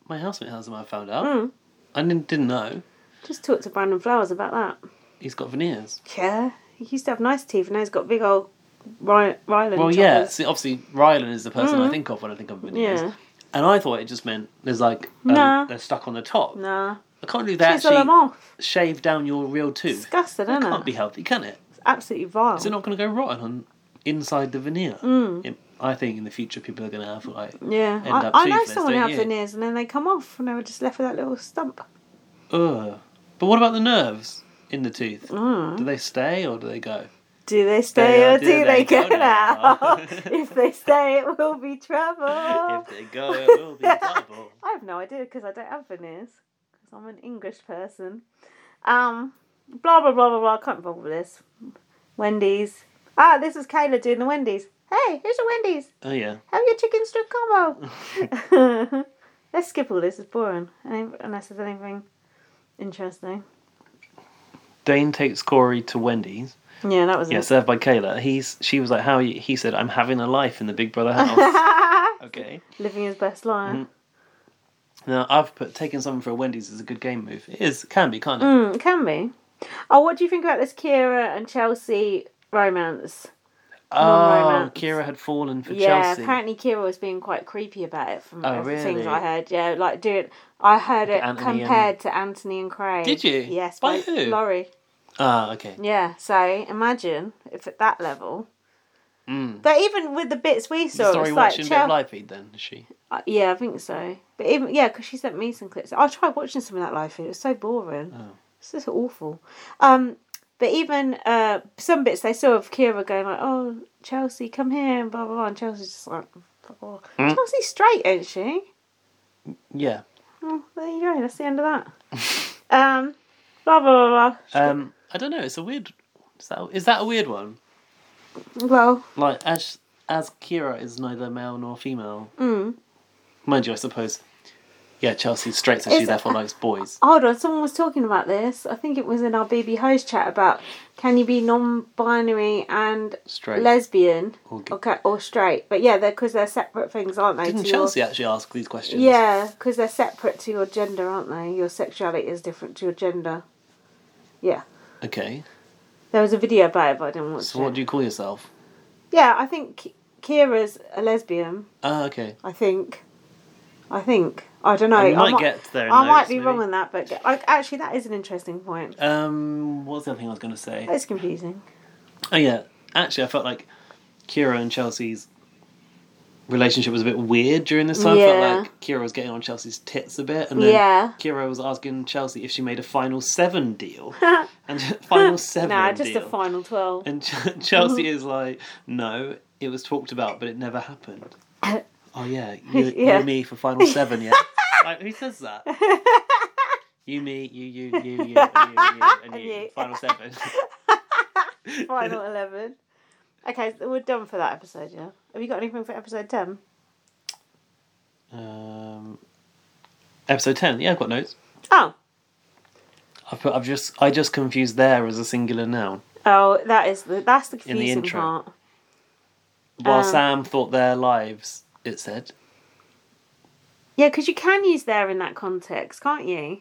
A: My housemate has them. I found out.
B: Mm.
A: I didn't, didn't know.
B: Just talk to Brandon Flowers about that.
A: He's got veneers.
B: Yeah, he used to have nice teeth and now he's got big old Ry- Ryland.
A: Well, yeah.
B: choppers.
A: See, obviously, Rylan is the person I
B: Mhm.
A: think of when I think of videos.
B: Yeah.
A: And I thought it just meant there's like um,
B: Nah.
A: they're stuck on the top.
B: Nah.
A: I can't do that.
B: She's a
A: Actually,
B: Lamont.
A: shave down your real tooth.
B: Disgusting,
A: That
B: isn't
A: can't
B: it?
A: be healthy, can it?
B: It's absolutely vile.
A: Is it not going to go rotten on inside the veneer?
B: Mm.
A: It- I think in the future people are going to have like,
B: yeah.
A: end
B: I,
A: up
B: I know
A: toothless,
B: someone who
A: don't
B: had
A: you?
B: veneers and then they come off and they were just left with that little stump.
A: ugh. But what about the nerves in the tooth?
B: Mm.
A: Do they stay or do they go?
B: Do they stay
A: They-
B: or do they, go, now?
A: now?
B: if they stay, it will be trouble.
A: if they go, it will be double.
B: I have no idea because I don't have veneers because I'm an English person. Um, blah blah blah blah blah. I can't be bothered with this. Wendy's. Ah, this is Kayla doing the Wendy's. Hey, here's a Wendy's.
A: Oh yeah.
B: Have your chicken strip combo. Let's skip all this. It's boring. Any- Unless there's anything interesting.
A: Dane takes Corey to Wendy's.
B: Yeah, that was
A: Yeah,
B: it.
A: served by Kayla. He's she was like, "How?" Are you? He said, "I'm having a life in the Big Brother house." okay.
B: Living his best life.
A: Now I've put taking someone for a Wendy's is a good game move. It is can be can't it?
B: Mm, it can be. Oh, what do you think about this Kira and Chelsea romance?
A: oh,
B: romance.
A: Kira had fallen for
B: yeah,
A: Chelsea.
B: apparently Kira was being quite creepy about it from
A: Oh,
B: the things
A: really?
B: I heard. Yeah, like do it. I heard
A: Like
B: it
A: Anthony and-
B: compared to Anthony and Craig.
A: Did you?
B: Yes,
A: By who?
B: Laurie.
A: Ah, okay.
B: Yeah, so imagine if at that level.
A: Mm.
B: But even with the bits we
A: The
B: saw,
A: story
B: it's like
A: watching Chel-
B: Chel-
A: live feed then is she?
B: Uh, yeah, I think so. But even yeah, because she sent me some clips. I tried watching some of that live feed. It was so boring.
A: Oh.
B: It's just awful. Um, but even uh, some bits they saw of Kira going like, "Oh, Chelsea, come here," and blah blah blah. And Chelsea's just like, "Fuck off."
A: Mm.
B: Chelsea's straight, ain't she?
A: Yeah.
B: Well, there you go. That's the end of that. um, blah blah blah.
A: Um, I don't know. It's a weird. Is that is that a weird one?
B: blah. Well,
A: Like as as Kira is neither male nor female.
B: mm.
A: Mind you, I suppose. Yeah, Chelsea's straight, so
B: Is-
A: she therefore likes boys.
B: hold on. Someone was talking about this. I think it was in our BB host chat about can you be non-binary and
A: Straight.
B: lesbian
A: Or g-
B: or, ca- or straight. But yeah, they're because they're separate things, aren't they?
A: Didn't
B: to your-
A: Chelsea actually ask these questions?
B: Yeah, because they're separate to your gender, aren't they? Your sexuality is different to your gender. Yeah.
A: Okay.
B: There was a video about it, but I didn't watch
A: So
B: it.
A: what do you call yourself?
B: Yeah, I think K- Kira's a lesbian.
A: Ah, okay.
B: I think. I think. I don't know.
A: we might,
B: I might,
A: get there. In
B: I might
A: notes,
B: be
A: maybe.
B: wrong on that, but I, actually, that is an interesting point.
A: Um, what's the other thing I was going to say?
B: It's confusing.
A: Oh yeah, actually, I felt like Kira and Chelsea's relationship was a bit weird during this time. I
B: Yeah.
A: felt like Kira was getting on Chelsea's tits a bit, and then
B: Yeah.
A: Kira was asking Chelsea if she made a final seven deal, and final seven
B: nah, just
A: deal.
B: a final 12.
A: and Ch- Chelsea is like, no, it was talked about, but it never happened. oh yeah, you, you
B: Yeah.
A: and me for final seven, yeah. like who says that? You, me, you, you, you, you, and you, and you, and
B: And
A: you.
B: you.
A: Final seven.
B: Final 11. Okay, so we're done for that episode, yeah? Have you got anything for episode 10?
A: Um, episode ten. Yeah, I've got notes.
B: Oh.
A: I've, put, I've just I just confused there as a singular noun.
B: Oh, that is the, that's the
A: In
B: confusing
A: the intro.
B: part.
A: While
B: Ah.
A: Sam thought their lives, it said.
B: Yeah, because you can use there in that context, can't you?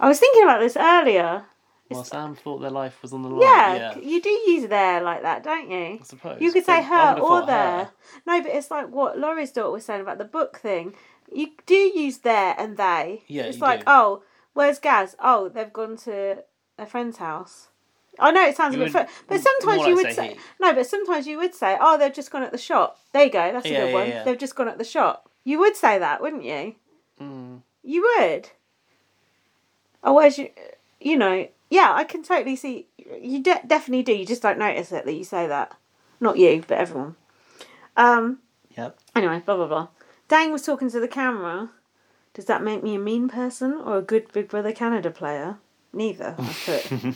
B: I was thinking about this earlier.
A: While Sam thought their life was on the line.
B: yeah,
A: Yeah.
B: c- you do use there like that, don't you?
A: I suppose.
B: You could say
A: But I
B: her
A: would've
B: or
A: thought
B: there.
A: her.
B: No, but it's like what Laurie's daughter was saying about the book thing. You do use there and they.
A: Yeah,
B: It's
A: you
B: like,
A: do.
B: oh, where's Gaz? Oh, they've gone to a friend's house. I know it sounds
A: You
B: a bit,
A: would-
B: fr- but
A: m-
B: sometimes
A: more
B: you
A: like
B: would
A: say
B: say
A: he.
B: no. But sometimes you would say, "Oh, they've just gone at the shop." There you go. That's a
A: Yeah,
B: good
A: yeah,
B: one.
A: yeah.
B: They've just gone at the shop. You would say that, wouldn't you?
A: Mm.
B: You would. Otherwise, you, you know, yeah, I can totally see. You de- definitely do. You just don't notice it that you say that. Not you, but everyone. Um.
A: Yep.
B: Anyway, blah blah blah. Dang was talking to the camera. Does that make me a mean person or a good Big Brother Canada player? Neither. I put.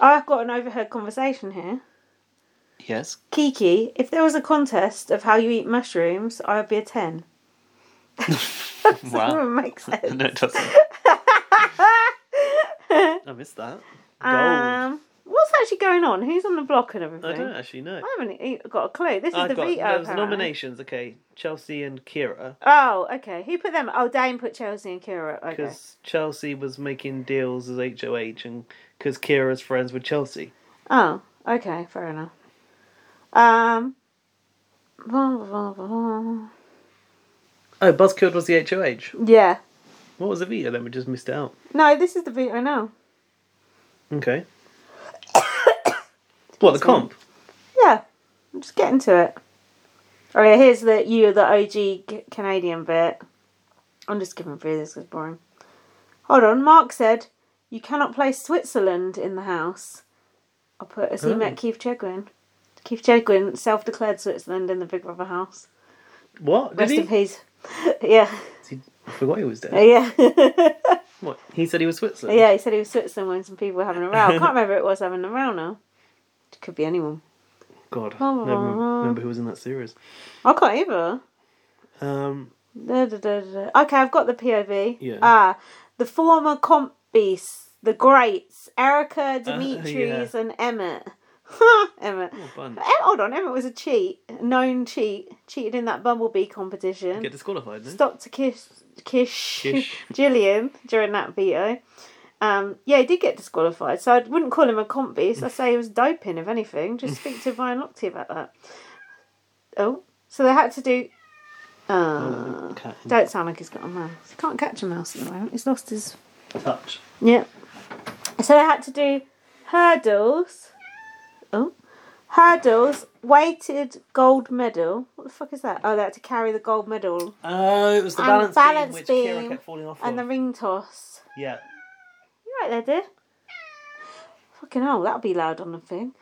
B: I've got an overheard conversation here.
A: Yes.
B: Kiki, if there was a contest of how you eat mushrooms, I would be a ten. that doesn't
A: Wow.
B: even make sense.
A: no, it doesn't. I missed that. Gold.
B: Um, what's actually going on? Who's on the block and everything?
A: I don't actually know.
B: I haven't e- got a clue. This is
A: I've
B: the
A: got
B: veto.
A: there was
B: apparently.
A: nominations. Okay, Chelsea and Kira
B: Oh, okay. Who put them? Oh, Dane put Chelsea and Kira. Okay.
A: because Chelsea was making deals as HOH and because Kira's friends with Chelsea.
B: Oh, okay. Fair enough. Um, blah, blah, blah.
A: Oh, Buzzkilled was the HOH.
B: Yeah.
A: What was the Vita then? We just missed it out.
B: No, this is the beat I know.
A: Okay. what, the comp?
B: Yeah. I'm just getting to it. Oh yeah, here's the you the OG c- Canadian bit. I'm just skipping through this. It's boring. Hold on. Mark said you cannot play Switzerland in the house. I put as he
A: Oh.
B: met Keith Chegwin. Keith Chegwin self-declared Switzerland in the Big Brother house.
A: What? Did
B: Rest
A: he?
B: in peace. yeah,
A: he? I forgot he was dead.
B: yeah,
A: What? He said he was Switzerland.
B: yeah. He said he was Switzerland when some people were having a row. I can't remember who it was having a row now. It could be anyone.
A: God, I
B: Oh.
A: don't remember- remember who was in that series.
B: I can't either.
A: Um,
B: Da, da, da, da, da. Okay, I've got the POV.
A: Yeah.
B: Ah, the former comp beasts, the greats,
A: Uh,
B: Erica, Demetrius, and Emmett. Emmett.
A: what a bunch.
B: Em- hold on, Emmett was a cheat, a known cheat, cheated in that bumblebee competition.
A: Get disqualified, no?
B: Stopped to kiss, kish,
A: Kish.
B: Gillian during that veto. Um, yeah, he did get disqualified, so I wouldn't call him a comp beast. I'd say he was doping, if anything. Just speak to Ryan Lochte about that. Oh, so they had to do. Uh,
A: Cat in
B: don't sound like he's got a mouse. He can't catch a mouse at the moment. He's lost his.
A: touch.
B: Yeah. So they had to do hurdles. Oh. Hurdles, weighted gold medal. What the fuck is that? Oh, they had to carry the gold medal
A: Oh, it was the
B: And
A: balance,
B: balance
A: beam, which
B: beam
A: Kira kept falling off
B: and the
A: of.
B: ring toss.
A: Yeah.
B: You right there, dear? Fucking hell, that'll be loud on the thing.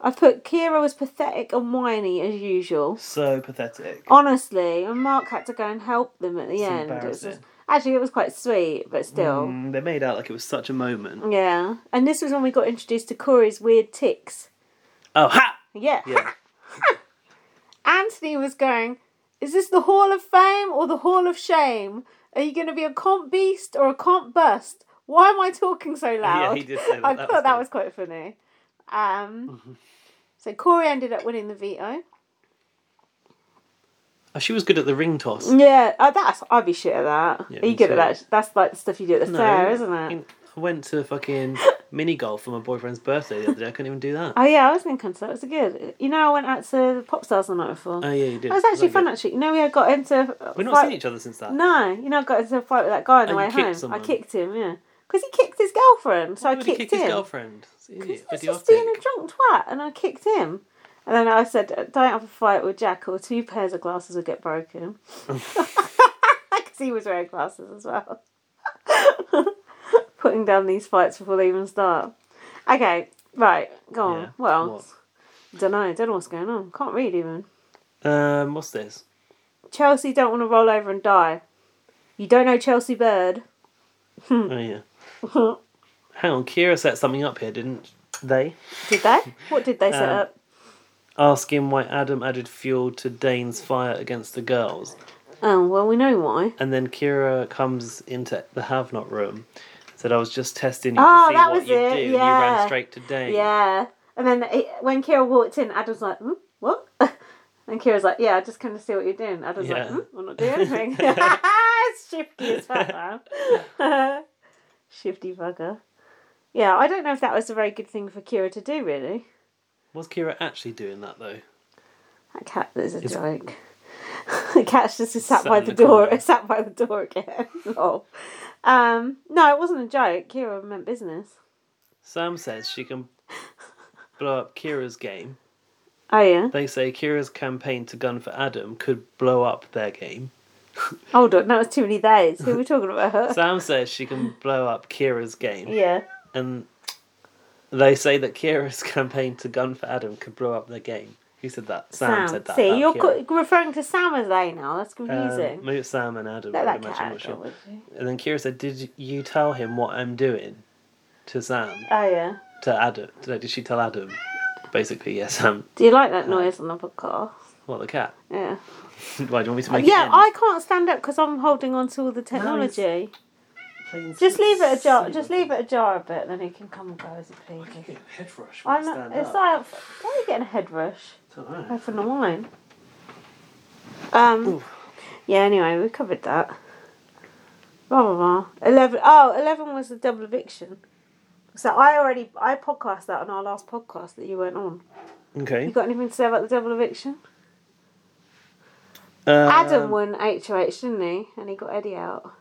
B: I put Kira was pathetic and whiny as usual.
A: So pathetic.
B: Honestly, and Mark had to go and help them at the
A: It's
B: end. It was just-
A: embarrassing.
B: actually, it was quite sweet, but still.
A: Mm, they made out like it was such a moment.
B: Yeah, and this was when we got introduced to Corey's weird ticks.
A: Oh, ha!
B: Yeah.
A: Yeah.
B: Anthony was going, Is this the Hall of Fame or the Hall of Shame? Are you going to be a comp beast or a comp bust? Why am I talking so loud?
A: he did say that.
B: I
A: That
B: thought
A: was
B: that
A: good.
B: was quite funny. Um, so Corey ended up winning the veto.
A: Oh, she was good at the ring toss.
B: Yeah, uh, that's I'd be shit at that.
A: Yeah,
B: Are you
A: me
B: good
A: too.
B: at that? That's like the stuff you do at the
A: No,
B: fair, isn't it?
A: fucking- I went to fucking mini golf for my boyfriend's birthday the other day. I couldn't even do that.
B: Oh yeah, I was going to come to that. It was good. You know, I went out to the pop stars the night before.
A: Oh yeah, you did.
B: That was actually
A: Very
B: fun,
A: good.
B: actually. You know, we had got into. a
A: We've not
B: fight-
A: seen each other since that.
B: No, you know, I got into a fight with that guy on the
A: Oh, you
B: way
A: kicked
B: home.
A: someone.
B: I kicked him, yeah, because he kicked his girlfriend, so
A: Why
B: I
A: would he kick
B: kicked
A: his
B: him.
A: girlfriend. It's an
B: Because
A: idiot.
B: he's
A: Idiotic.
B: just being a drunk twat, and I kicked him. And then I said, "Don't have a fight with Jack, or two pairs of glasses will get broken." Because he was wearing glasses as well. Putting down these fights before they even start. Okay, right, go on.
A: Yeah,
B: Well, don't know, don't know what's going on. Can't read even.
A: What? Um, what's this?
B: Chelsea don't want to roll over and die. You don't know Chelsea Bird.
A: Oh yeah.
B: Mm.
A: Hang on, Kira set something up here, didn't they?
B: Did they? What did they set
A: Um,
B: up?
A: Asking why Adam added fuel to Dane's fire against the girls.
B: Oh, well, we know why.
A: And then Kira comes into the have not room. Said I was just testing you to
B: Oh,
A: see
B: that
A: what
B: was
A: you
B: it,
A: do. You
B: yeah.
A: ran straight to Dane.
B: Yeah. And then it, when Kira walked in, Adam's like, hmm, what? And Kira's like, yeah, I just kind of see what you're doing. Adam's like,
A: Yeah.
B: hmm, I'm not doing anything. it's shifty as fuck, man. shifty bugger. Yeah, I don't know if that was a very good thing for Kira to do, really.
A: Was Kira actually doing that though?
B: That cat is a
A: Is-
B: joke. the cat's just sat
A: Sat
B: by
A: in
B: the
A: the
B: door.
A: corner.
B: Sat by the door again. Lol. um, no, it wasn't a joke. Kira meant business.
A: Sam says she can blow up Kira's game.
B: Oh yeah.
A: They say Kira's campaign to gun for Adam could blow up their game.
B: Hold on, that was too many days. Who are we talking about?
A: Sam says she can blow up Kira's game.
B: yeah.
A: And they say that Kira's campaign to gun for Adam could blow up their game. Who said that? Sam, said that.
B: See,
A: about
B: you're
A: Kira.
B: co- referring to Sam as they now. That's confusing.
A: Um, maybe it's Sam and Adam.
B: Let
A: I
B: that
A: would
B: cat
A: imagine, I'm
B: out.
A: not sure.
B: would you?
A: And then Kira said, "Did you tell him what I'm doing?" To Sam,
B: Oh yeah.
A: to Adam. No, did she tell Adam? Basically, yes. Sam.
B: Do you like that noise on the podcast?
A: What the cat?
B: Yeah.
A: Why do you want me to make it?
B: yeah,
A: end?
B: I can't stand up because I'm holding on to all the technology.
A: Plain
B: Just leave it ajar.
A: silly
B: Just
A: little
B: leave it ajar a bit, then he can come and go as he pleases.
A: fucking Head rush. when
B: I'm
A: I
B: not.
A: stand
B: It's
A: up.
B: like, why are you getting a head rush?
A: It's alright.
B: Go for the wine. Um.
A: Oof.
B: Yeah. Anyway, we covered that. Blah blah blah. Eleven. Oh, 11 was the double eviction. So I already I podcast that on our last podcast that you weren't on.
A: Okay.
B: You got anything to say about the double eviction?
A: Um,
B: Adam won HOH, didn't he? And he got Eddie out.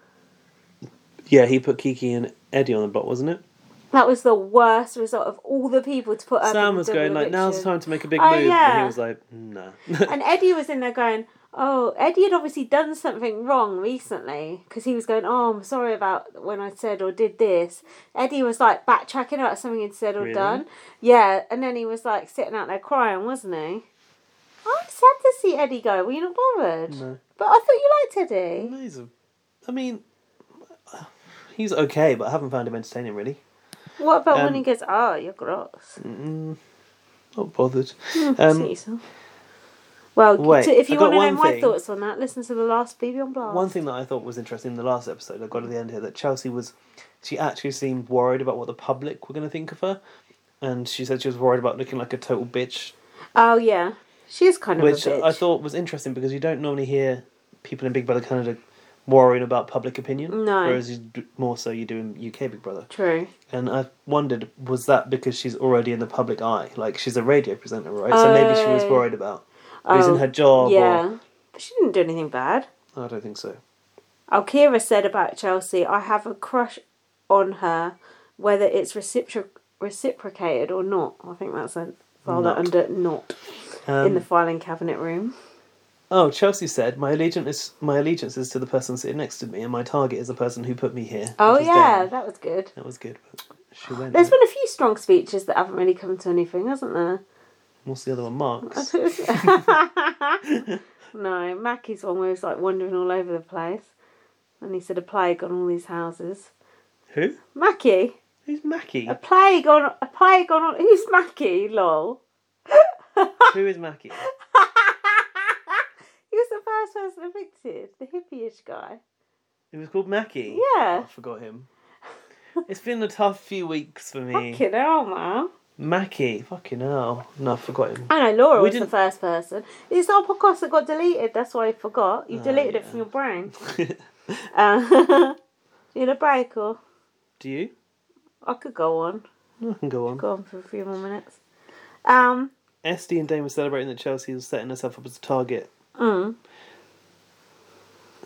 A: Yeah, he put Kiki and Eddie on the block, wasn't it?
B: That was the worst result of all the people to put up. in
A: Sam
B: the
A: was
B: double
A: going like, "Now's the
B: eviction."
A: time to make a big
B: Oh,
A: move," and
B: yeah.
A: he was like, "No."
B: And Eddie was in there going, "Oh, Eddie had obviously done something wrong recently because he was going, oh, I'm sorry about when I said or did this." Eddie was like backtracking about something he'd said or
A: Really?
B: done. Yeah, and then he was like sitting out there crying, wasn't he? I'm sad to see Eddie go. Were you not bothered?
A: No.
B: But I thought you liked Eddie.
A: he's a, I mean, he's okay, but I haven't found him entertaining really.
B: What about when
A: Um,
B: he goes, "Oh, you're gross."
A: Mm, not bothered.
B: See
A: Um,
B: some. well,
A: wait,
B: to, if you
A: I've got
B: want to know
A: one
B: my
A: thing.
B: thoughts on that, listen to the last BB on Blast.
A: one thing that I thought was interesting in the last episode, I got to the end here, that Chelsea was, she actually seemed worried about what the public were going to think of her, and she said she was worried about looking like a total bitch,
B: Oh yeah, she is kind of
A: which
B: a bitch.
A: I thought was interesting because you don't normally hear people in Big Brother Canada worrying about public opinion,
B: No.
A: whereas you, d- more so you do in UK Big Brother.
B: True.
A: And I wondered, was that because she's already in the public eye? Like, she's a radio presenter, right? so maybe she was
B: Oh.
A: worried about losing her job.
B: Yeah,
A: Or,
B: but she didn't do anything bad.
A: I don't think so.
B: Alkira said about Chelsea, "I have a crush on her, whether it's recipro- reciprocated or not." I think that's a file that
A: Not.
B: under not in
A: Um,
B: the filing cabinet room.
A: Oh, Chelsea said, "My allegiance is my allegiance is to the person sitting next to me, and my target is the person who put me here."
B: Oh
A: which is
B: yeah,
A: Dan.
B: that was good.
A: that was good. But she went.
B: There's been a few strong speeches that haven't really come to anything, hasn't there?
A: What's the other one? Marks.
B: no, Mackie's one where he was like wandering all over the place, and he said a plague on all these houses.
A: Who?
B: Mackie.
A: Who's Mackie?
B: A plague on a plague on who's Mackie? Lol.
A: Who is Mackie?
B: He was the first person evicted, the hippie-ish guy.
A: It was called Mackie.
B: Yeah.
A: Oh, I forgot him. It's been a tough few weeks for me.
B: Fucking hell, man.
A: Mackie, fucking hell. No, I forgot him.
B: I know Laura
A: We
B: was the
A: didn't-
B: first person. It's our podcast that got deleted. That's why I forgot. You
A: Oh,
B: deleted it
A: yeah.
B: from your brain. Uh, need a break or
A: Do you?
B: I could go on.
A: I can go on.
B: Go on for a few more minutes. Um.
A: Esty and Dame were celebrating that Chelsea was setting herself up as a target.
B: mm.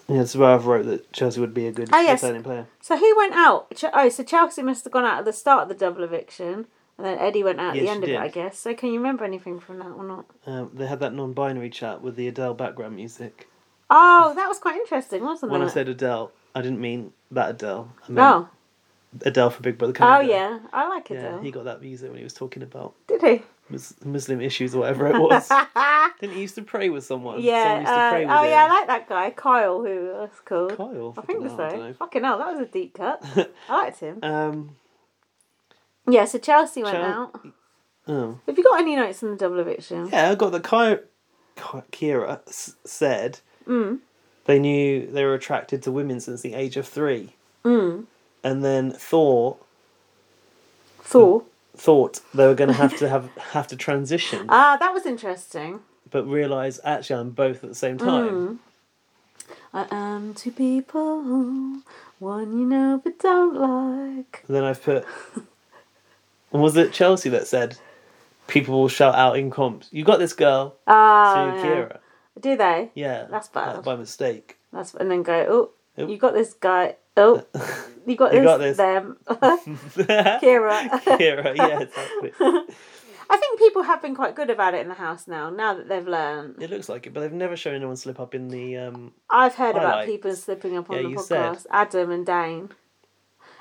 A: Yeah, Survivor wrote that Chelsea would be a good
B: Oh, yes.
A: returning player.
B: So who went out? Ch- oh, so Chelsea must have gone out at the start of the double eviction, and then Eddie went out at
A: Yeah,
B: the
A: she
B: end of it,
A: did.
B: I guess. So can you remember anything from that or not?
A: Um, they had that non-binary chat with the Adele background music.
B: Oh, that was quite interesting, wasn't
A: When
B: it?
A: I said Adele, I didn't mean that Adele. I meant
B: oh,
A: Adele for Big Brother
B: oh
A: Canada.
B: yeah, I like it
A: Yeah,
B: though.
A: he got that music when he was talking about
B: Did he?
A: mus- Muslim issues or whatever it was.
B: yeah.
A: Didn't he used to pray with someone? Someone used to
B: uh,
A: pray with
B: oh
A: him.
B: yeah, I like that guy, Kyle, who that's cool.
A: Kyle.
B: I
A: fucking
B: think
A: hell, I don't
B: so.
A: know.
B: Fucking hell, that was a deep cut. I liked him.
A: Um,
B: Yeah, so Chelsea went
A: Chel-
B: out.
A: oh.
B: Have you got any notes on the double eviction?
A: Yeah, I got that Ki- Ki- Kira s- said
B: Mm.
A: they knew they were attracted to women since the age of three.
B: Mm.
A: And then Thor
B: Thor.
A: thought they were going to have to have have to transition,
B: Ah, that was interesting.
A: but realised actually I'm both at the same
B: Mm.
A: time.
B: I am two people, one you know but don't like.
A: And then I've put. and was it Chelsea that said, "People will shout out in comps, you got this girl to
B: Ah, yeah.
A: Kira."
B: do they?
A: Yeah,
B: That's bad.
A: That's by mistake.
B: That's and then go. Oh,
A: Oop.
B: you got this guy. Oh, you got
A: You
B: this.
A: got this.
B: Them.
A: Kira. Kira, yeah, exactly.
B: I think people have been quite good about it in the house now. Now that they've learned,
A: It looks like it, but they've never shown anyone slip up in the. um
B: I've heard about
A: Highlights.
B: people slipping up on
A: Yeah,
B: the
A: you
B: podcast. Adam and Dane.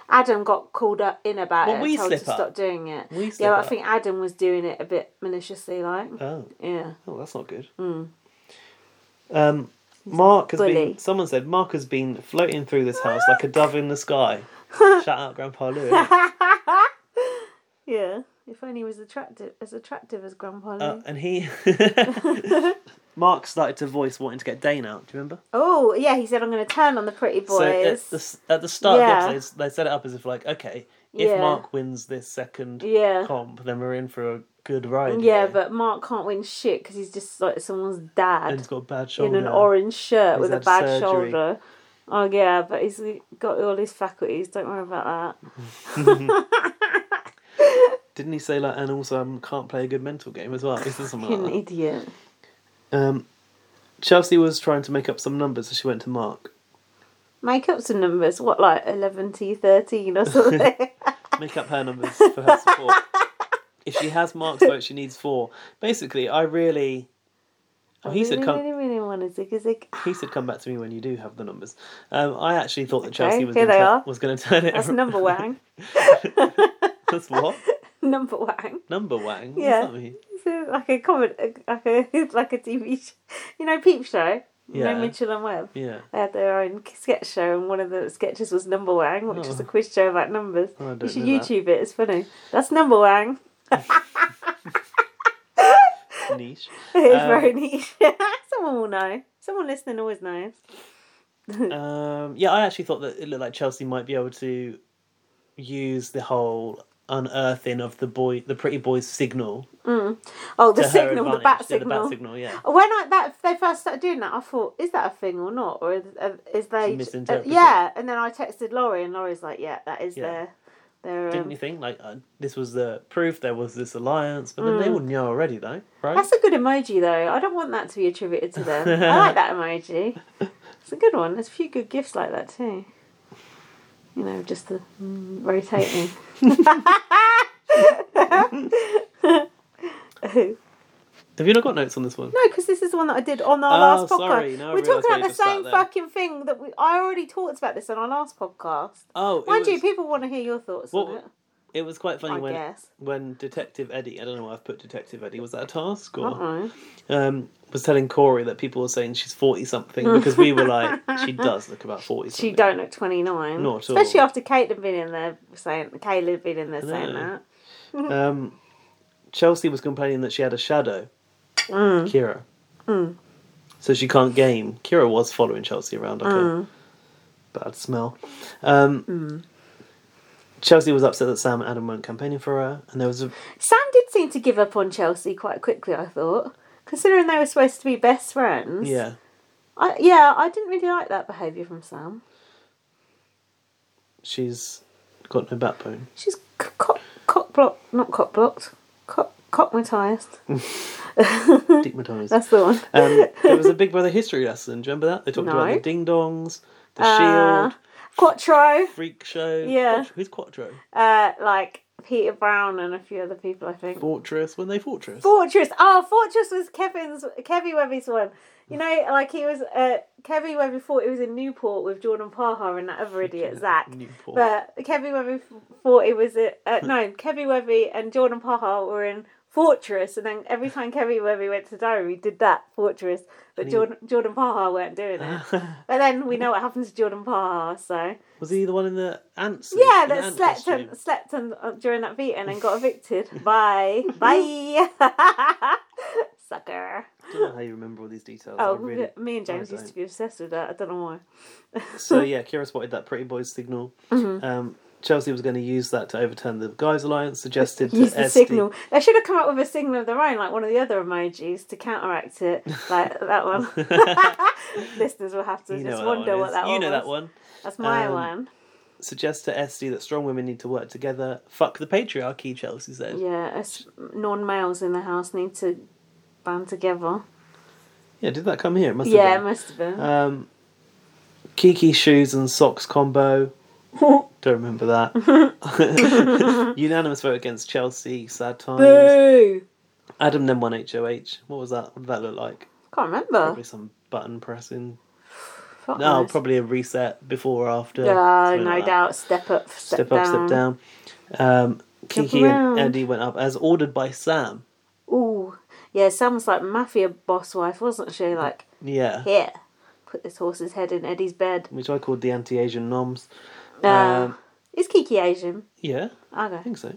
B: Adam got called up in about
A: Well,
B: it.
A: we
B: and told
A: slip
B: to
A: up.
B: stop doing it.
A: We slip
B: yeah, but
A: up.
B: I think Adam was doing it a bit maliciously, like
A: Oh,
B: yeah.
A: oh, that's not good. Um, Mark has
B: Mm. bully.
A: been. Someone said Mark has been floating through this house like a dove in the sky. Shout out, Grandpa Louis.
B: yeah. If only he was attractive as attractive as Grandpa
A: Uh,
B: Lou.
A: and he, Mark started to voice wanting to get Dane out. Do you remember?
B: oh yeah, he said I'm going to turn on the pretty boys.
A: So at the, s- at the start
B: Yeah.
A: of the episode, they set it up as if like, okay, if
B: Yeah.
A: Mark wins this second
B: yeah.
A: comp, then we're in for a good ride.
B: Yeah,
A: here.
B: but Mark can't win shit because he's just like someone's dad
A: and he's got a bad
B: in
A: shoulder.
B: an orange shirt
A: He's
B: with a
A: had
B: bad
A: surgery.
B: shoulder. Oh yeah, but he's got all his faculties. Don't worry about that.
A: Didn't he say like, and also um, can't play a good mental game as well? Is there something
B: Fucking
A: like that?
B: idiot.
A: Um, Chelsea was trying to make up some numbers, so she went to Mark.
B: Make up some numbers. What, like 11 to 13 or something?
A: Make up her numbers for her support. if she has Mark's vote, she needs four. Basically, I really. Oh, he said
B: really,
A: come.
B: really, really want a zig
A: He said come back to me when you do have the numbers. Um, I actually thought that
B: Okay,
A: Chelsea was
B: here
A: gonna
B: they
A: tu-
B: are.
A: was going to turn it.
B: That's
A: around.
B: number wang.
A: That's what
B: number wang.
A: number wang. What does
B: Yeah.
A: that mean?
B: So, like a comment, like a like a TV show. You know, Peep Show. You
A: Yeah.
B: know, Mitchell and Webb.
A: Yeah.
B: They had their own sketch show, and one of the sketches was Number Wang, which was
A: Oh.
B: a quiz show about numbers.
A: Oh, I don't
B: you should
A: know that.
B: YouTube it; it's funny. That's Number Wang.
A: Niche.
B: It's
A: Um,
B: very neat. Someone will know. Someone listening always knows.
A: Um, yeah, I actually thought that it looked like Chelsea might be able to use the whole unearthing of the boy, the pretty boy's signal
B: Oh, the
A: to her
B: signal, the
A: advantage.
B: bat
A: Yeah,
B: signal.
A: the bat signal, yeah.
B: When I that they first started doing that, I thought, is that a thing or not, or is, uh, is they
A: She misinterpreted.
B: yeah? And then I texted Laurie, and Laurie's like, yeah, that is
A: Yeah.
B: their their.
A: Didn't
B: Um...
A: you think like uh, this was the proof there was this alliance? But then they all knew already, though, right?
B: Hmm. That's a good emoji though. I don't want that to be attributed to them. I like that emoji. It's a good one. There's a few good gifts like that too. You know, just the mm, rotating. no,
A: Have you not got notes on this one?
B: because this is the one that I did on our
A: Oh,
B: last podcast.
A: sorry. Now I
B: We're
A: realise
B: talking
A: why
B: about
A: you
B: the
A: just sat
B: same
A: there.
B: fucking thing that we. I already talked about this on our last podcast.
A: Oh, it
B: Mind you,
A: was-
B: people want to hear your thoughts on
A: What-
B: it.
A: It was quite funny
B: I
A: when
B: guess.
A: when Detective Eddie, I don't know why I've put Detective Eddie, was that a task or
B: Uh-uh.
A: um was telling Corey that people were saying she's forty something because we were like, She does look about forty something.
B: She don't look twenty nine.
A: Not at all.
B: Especially after Kate had been in there saying Kayla had been in there saying
A: know.
B: that.
A: Um Chelsea was complaining that she had a shadow.
B: Mm.
A: Kira. So she can't game. Kira was following Chelsea around, okay.
B: Mm.
A: Bad smell. Um Chelsea was upset that Sam and Adam weren't campaigning for her, and there was a
B: Sam did seem to give up on Chelsea quite quickly, I thought. Considering they were supposed to be best friends.
A: yeah.
B: I, yeah, I didn't really like that behaviour from Sam.
A: She's got no backbone.
B: She's c- cock, cock blocked, not cock blocked, cock, cockmatised. Hmm.
A: Stigmatized.
B: That's the one.
A: Um, there was a Big Brother history lesson. Do you remember that? They talked about
B: No.
A: the ding dongs, the
B: Uh,
A: shield,
B: Quattro,
A: freak show.
B: yeah.
A: Quattro- who's Quattro?
B: uh, like Peter Brown and a few other people, I think.
A: Fortress. Were they Fortress?
B: Fortress. Oh, Fortress was Kevin's Kevin Webby's one. You know, like he was uh, Kevin Webby thought he was in Newport with Jordan Parha and that other idiot Zach.
A: Newport.
B: But Kevin Webby f- thought it was at uh, no Kevin Webby and Jordan Parha were in Fortress, and then every time Kevin Webby went to diary, we did that Fortress. But
A: he-
B: Jordan Jordan Parha weren't doing it. but then we know what happened to Jordan Parha, so
A: was he the one in the ants?
B: yeah,
A: in the
B: that
A: ant
B: slept
A: costume?
B: and, slept and, uh, during that beating and got evicted. Bye. Bye. Sucker.
A: I don't know how you remember all these details. I
B: Oh,
A: really-
B: me and
A: I
B: James used
A: don't.
B: to be obsessed with that. I don't know why.
A: so yeah, Kira spotted that pretty boy's signal.
B: Mm-hmm.
A: Um, Chelsea was going to use that to overturn the guys' alliance. Suggested to
B: Use the
A: Esty-
B: signal. They should have come up with a signal of their own, like one of the other emojis, to counteract it. Like that one. Listeners will have to
A: You know
B: just
A: what
B: wonder
A: that one
B: what
A: is.
B: that
A: you
B: one
A: know
B: was.
A: that one.
B: That's my
A: Um,
B: one.
A: Suggest to Esty that strong women need to work together. Fuck the patriarchy, Chelsea said.
B: Yeah, us non males in the house need to band together.
A: Yeah, did that come here? It must have
B: Yeah,
A: been.
B: it must have been.
A: Um, Kiki shoes and socks combo. Don't remember that. Unanimous vote against Chelsea. Sad times.
B: Boo!
A: Adam then won HOH. What was that? What did that look like?
B: Can't remember.
A: Probably some button pressing.
B: Fuck
A: No,
B: knows.
A: probably a reset before or after.
B: Yeah,
A: something
B: no
A: like that.
B: doubt. Step up, step,
A: Step
B: down.
A: up, step down. Um, Kiki
B: around.
A: and Eddie went up as ordered by Sam.
B: Ooh, yeah. Sam's like mafia boss wife, wasn't she? Like,
A: Yeah.
B: here, put this horse's head in Eddie's bed.
A: Which I called the anti Asian noms.
B: Uh,
A: Um,
B: is Kiki Asian?
A: yeah, I
B: Okay.
A: think so.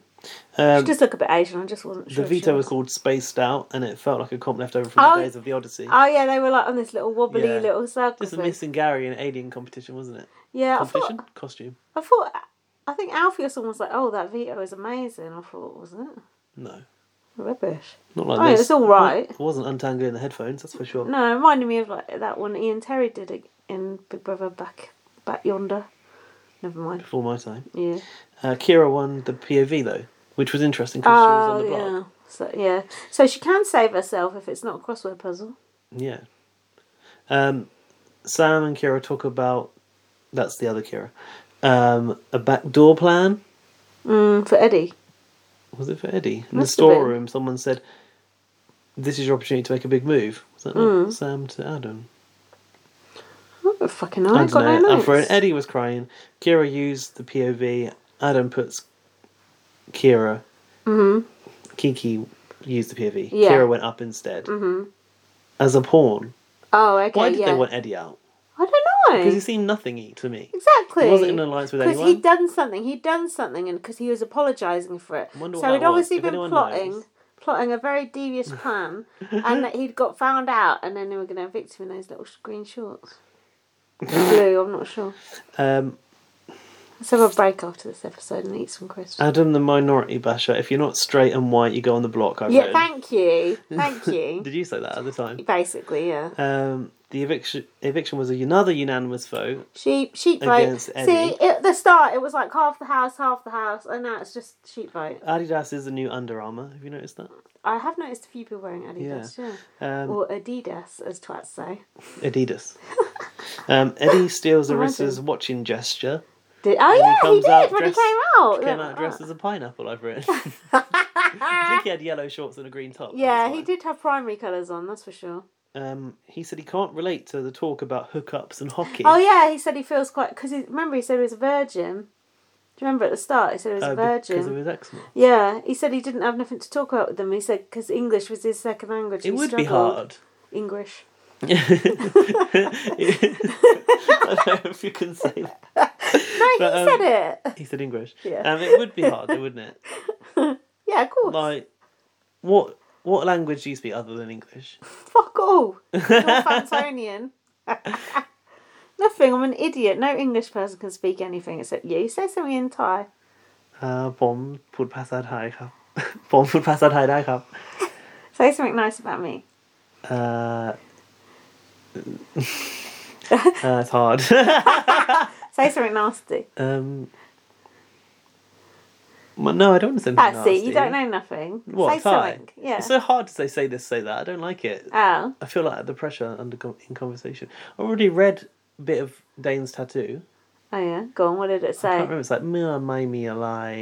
A: Um,
B: She just look a bit Asian. I just wasn't
A: The
B: sure.
A: Vita was
B: was.
A: called Spaced Out, and it felt like a comp left over from
B: Oh.
A: the days of the Odyssey.
B: Oh yeah, they were like on this little wobbly
A: Yeah.
B: little circle.
A: This is
B: thing.
A: missing Gary in Alien competition, wasn't it?
B: yeah, I
A: Competition
B: thought,
A: costume.
B: I thought, I think Alfie or someone was like, "Oh, that Vito is amazing." I thought, was it
A: No,
B: rubbish?
A: not like
B: Oh,
A: this.
B: it's all right.
A: It wasn't untangling the headphones, that's for sure.
B: No, it reminded me of like that one Ian Terry did it in Big Brother back back yonder. Never mind.
A: Before my time,
B: Yeah.
A: uh, Kira won the POV though. which was interesting because she was
B: Oh
A: on the block.
B: yeah. So yeah. So she can save herself if it's not a crossword puzzle.
A: Yeah. Um, Sam and Kira talk about that's the other Kira. Um, a backdoor plan
B: Mm, for Eddie.
A: was it for Eddie in the
B: Must have been.
A: storeroom? Someone said, "This is your opportunity to make a big move." Was that not
B: Mm.
A: Sam to Adam?
B: I don't Oh, fucking know.
A: I
B: I
A: don't
B: got
A: know.
B: no
A: And for
B: notes.
A: Eddie was crying. Kira used the POV. Adam puts Kira. Mm-hmm. Kiki used the POV.
B: Yeah.
A: Kira went up instead as a pawn.
B: Oh, okay.
A: Why did
B: yeah.
A: they want Eddie out?
B: I don't know.
A: Because he seemed nothingy to me.
B: Exactly.
A: He wasn't in alliance with
B: Because
A: anyone.
B: he'd done something. He'd done something, and because he was apologising for it.
A: I wonder what
B: So
A: that
B: he'd obviously
A: was. If
B: been
A: anyone
B: plotting,
A: knows.
B: plotting a very devious plan, and that he'd got found out, and then they were going to evict him in those little sh- green shorts. Blue, I'm not sure.
A: Um,
B: Let's have a break after this episode and eat some crisps.
A: Adam the minority basher. If you're not straight and white, you go on the block. I
B: yeah,
A: read.
B: thank you, thank you.
A: Did you say that at the time?
B: Basically, yeah.
A: Um, the eviction eviction was another unanimous vote.
B: Sheep, sheep vote.
A: Against
B: See,
A: Eddie.
B: at the start it was like half the house, half the house, and now it's just sheep vote.
A: Adidas is the new Under Armour. Have you noticed that?
B: I have noticed a few people wearing Adidas, yeah.
A: Um,
B: Or Adidas, as twats say.
A: Adidas. um, Eddie steals
B: Imagine.
A: Arissa's watching gesture.
B: Did, oh,
A: he
B: yeah, he
A: comes
B: did
A: out
B: when
A: dressed-
B: he came out.
A: Came out
B: Oh.
A: dressed as a pineapple. I've written. I think he had yellow shorts and a green top.
B: Yeah,
A: That was
B: he
A: fine.
B: did have primary colours on, that's for sure.
A: Um, he said he can't relate to the talk about hookups and hockey.
B: Oh, yeah, he said he feels quite. Because remember, he said he was a virgin. Do you remember at the start? He said he was
A: uh,
B: a
A: because
B: virgin.
A: of his eczema.
B: Yeah, he said he didn't have nothing to talk about with them. He said because English was his second language.
A: It
B: he
A: would be
B: struggled.
A: hard.
B: English.
A: I don't know if you can say that.
B: No, he
A: But, um,
B: said it.
A: He said English.
B: Yeah.
A: Um, it would be hard, though, wouldn't it?
B: Yeah, of course.
A: Like, what what language do you speak other than English?
B: Fuck all. Northamptonian. Nothing. I'm an idiot. No English person can speak anything except you. Say something in Thai.
A: ผมพูดภาษาไทยครับ ผมพูดภาษาไทยได้ครับ
B: Say something nice about me.
A: Uh, uh, it's hard.
B: Say something nasty.
A: um, well, no, I don't want to say
B: That's it.
A: nasty.
B: You don't know nothing.
A: What,
B: Say
A: Thai?
B: something. Yeah.
A: It's so hard to say, say this, say that. I don't like it.
B: Oh.
A: I feel like the pressure under con- in conversation. I already read a bit of Dane's tattoo.
B: Oh yeah. Go on. What did
A: I
B: it
A: can't
B: say?
A: remember. It's like "Mia, my me a lie,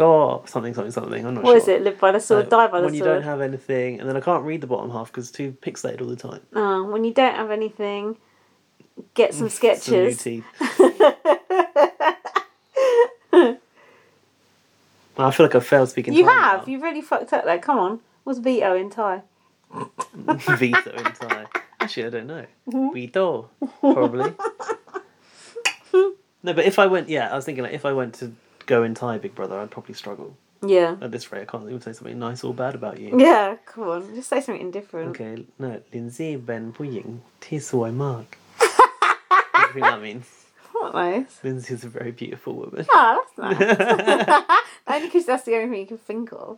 A: go something something something." I'm not
B: What
A: sure.
B: is it? Live by the sword,
A: Like,
B: die by the
A: when you
B: sword.
A: don't have anything, and then I can't read the bottom half because it's too pixelated all the time.
B: Oh, when you don't have anything, get some
A: Some new
B: sketches.
A: teeth. I feel like I failed speaking.
B: You
A: Thai
B: have.
A: now.
B: You really fucked up there. Come on. What's veto in Thai?
A: Vito in Thai. Actually, I don't know.
B: Mm-hmm.
A: Vito, probably. no, but if I went, yeah, I was thinking like if I went to go in Thai, Big Brother, I'd probably struggle.
B: Yeah.
A: At this rate, I can't even say something nice or bad about you.
B: Yeah. Come on. Just say something different.
A: Okay, no, Lindsay Ben Puying, Tisui Mark. I think that means
B: What nice.
A: Lindsay's a very beautiful woman.
B: Oh, that's nice. Only because that's the only thing you can think of.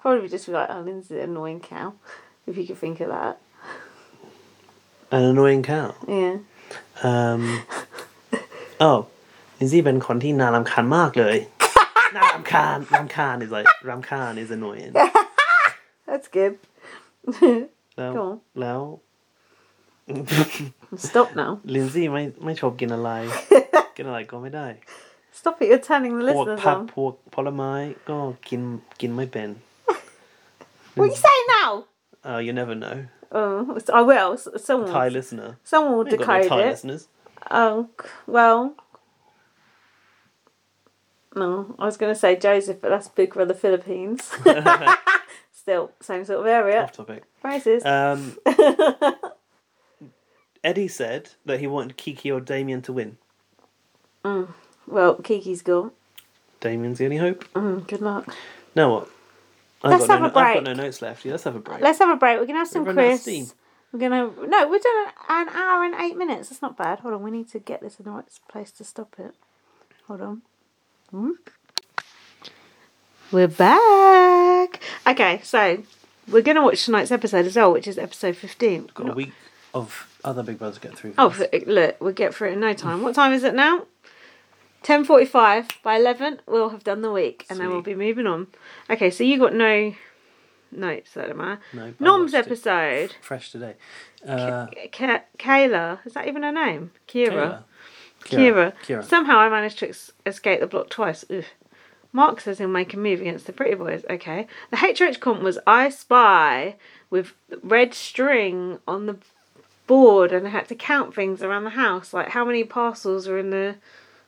B: Probably just be like, oh, Lindsay's an annoying cow, if you could think of that.
A: An annoying cow.
B: Yeah.
A: Um, oh, Lindsay Ben Conti Naram Khan Mark Lui. Naram Khan, Ram Khan is like, Ram Khan is annoying.
B: That's good.
A: Now,
B: Go on.
A: now
B: Stop now.
A: Lindsay, my, my job gonna lie. Gonna like, go my die.
B: Stop it. You're turning the
A: พวก
B: listeners
A: ผัก
B: on.
A: พวกผลไม้ก็กินกินไม่เป็น
B: What are you saying now?
A: Oh, you never know.
B: Oh, I will. S- Someone,
A: Thai listener.
B: someone will
A: We ain't got no
B: decode
A: Thai
B: Hmm. it.
A: listeners.
B: Oh, c- well. No, I was going to say Joseph, but that's Big Brother Philippines. Still, same sort of area.
A: Off topic.
B: Racist.
A: Um, Eddie said that he wanted Kiki or Damien to win.
B: well, Kiki's gone.
A: Damien's the only hope.
B: Mm, good luck.
A: Now what? I've,
B: Let's
A: got
B: have
A: no,
B: a
A: no- I've got
B: break.
A: no notes left. Yeah, let's have a break.
B: Let's have a break. We're gonna have some
A: We've run out of
B: crisps.
A: steam.
B: We're gonna no, we're doing an hour and eight minutes. That's not bad. Hold on, we need to get this in the right place to stop it. Hold on. Hmm. We're back. Okay, so we're gonna watch tonight's episode as well, which is episode fifteen.
A: got a week of other Big Brothers to get through.
B: Oh,
A: first.
B: f- look, we'll get through it in no time. What time is it now? Ten forty-five by eleven, we'll have done the week, and then we'll
A: Sweet.
B: be moving on. Okay, so you got no notes that don't matter.
A: No, but I
B: Nom's
A: watched it
B: episode.
A: Fresh today. Uh,
B: Ka- Kayla, is that even her name? Kira.
A: Kira.
B: Kira.
A: Kira.
B: Somehow I managed to ex- escape the block twice. Ugh. Mark says he'll make a move against the Pretty Boys. Okay. The HH comp was I Spy with red string on the board, and I had to count things around the house, like how many parcels were in the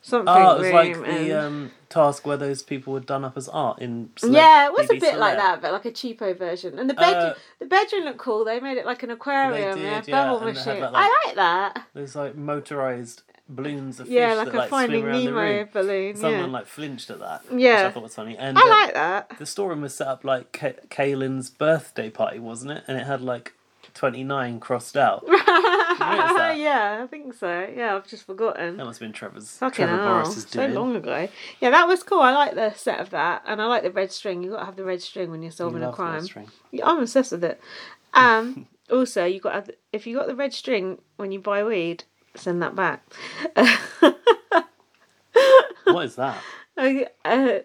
B: something
A: Oh, it was
B: room.
A: like
B: and...
A: the um, task where those people were done up as art in. Celeb-
B: yeah, it was a
A: BBC
B: bit like
A: Celeb.
B: that, but like a cheapo version. And the bed,
A: Uh,
B: the bedroom looked cool. They made it like an aquarium, and a
A: did, yeah,
B: bubble
A: and they had
B: machine.
A: that, like-
B: I like that.
A: Those like motorized balloons of
B: Yeah,
A: fish
B: like
A: that
B: a
A: like swim
B: Finding
A: around the
B: Nemo
A: room.
B: balloon.
A: Someone
B: yeah.
A: like flinched at that, which
B: Yeah.
A: I thought was funny. And
B: I
A: uh,
B: like that.
A: the storeroom was set up like Ka- Kaylin's birthday party, wasn't it? And it had like twenty nine crossed out. that?
B: yeah, I think so. Yeah, I've just forgotten.
A: That must have been Trevor's.
B: Fucking
A: Trevor
B: hell,
A: Boris's
B: so
A: doing.
B: long ago. Yeah, that was cool. I like the set of that, and I like the red string. You got to have the red string when you're
A: You
B: solving a
A: love that
B: crime.
A: string.
B: Yeah, I'm obsessed with it. Um, also, you got to- if you got the red string when you buy weed, send that back.
A: What is that?
B: I, uh,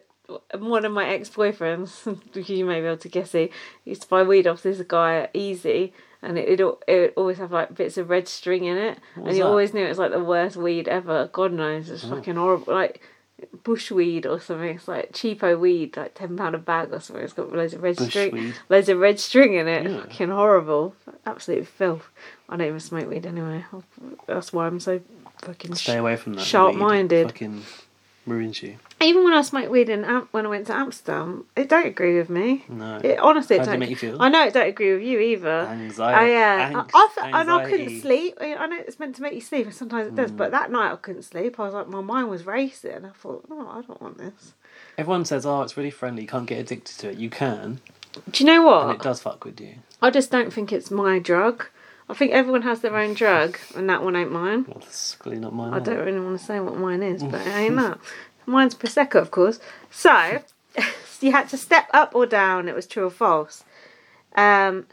B: one of my ex boyfriends, you may be able to guess he used to buy weed off this guy Easy, and it it, it would always have like bits of red string in it,
A: was
B: and you
A: that?
B: always knew it was like the worst weed ever. God knows, it's fucking horrible, like bush weed or something. It's like cheapo weed, like ten pound a bag or something. It's got loads of red
A: Bush
B: string,
A: weed.
B: loads of red string in it.
A: Yeah.
B: Fucking horrible, absolute filth. I don't even smoke weed anyway. That's why I'm so fucking.
A: Stay away from that.
B: Sharp-minded.
A: weed. Fucking ruins you.
B: Even when I smoked weed in Am- when I went to Amsterdam, it don't agree with me.
A: No.
B: It honestly it
A: How did it
B: don't
A: make you feel?
B: I know it don't agree with you either.
A: Anxiety.
B: I yeah,
A: Angst,
B: I, I, and
A: anxiety.
B: I
A: Hmm.
B: couldn't sleep. I I know it's meant to make you sleep, and sometimes it does. But that night I couldn't sleep. I was like, my mind was racing. I thought, no, I don't want this.
A: Everyone says, "Oh, it's really friendly. You can't get addicted to it. You can,
B: Do you know
A: and it
B: what?
A: does fuck with you."
B: I just don't think it's my drug. I think everyone has their own drug, and that one ain't mine.
A: Well, that's clearly not mine.
B: I
A: either.
B: don't really want to say what mine is, but it ain't that. Mine's Prosecco, of course. So, you had to step up or down. It was true or false. Um,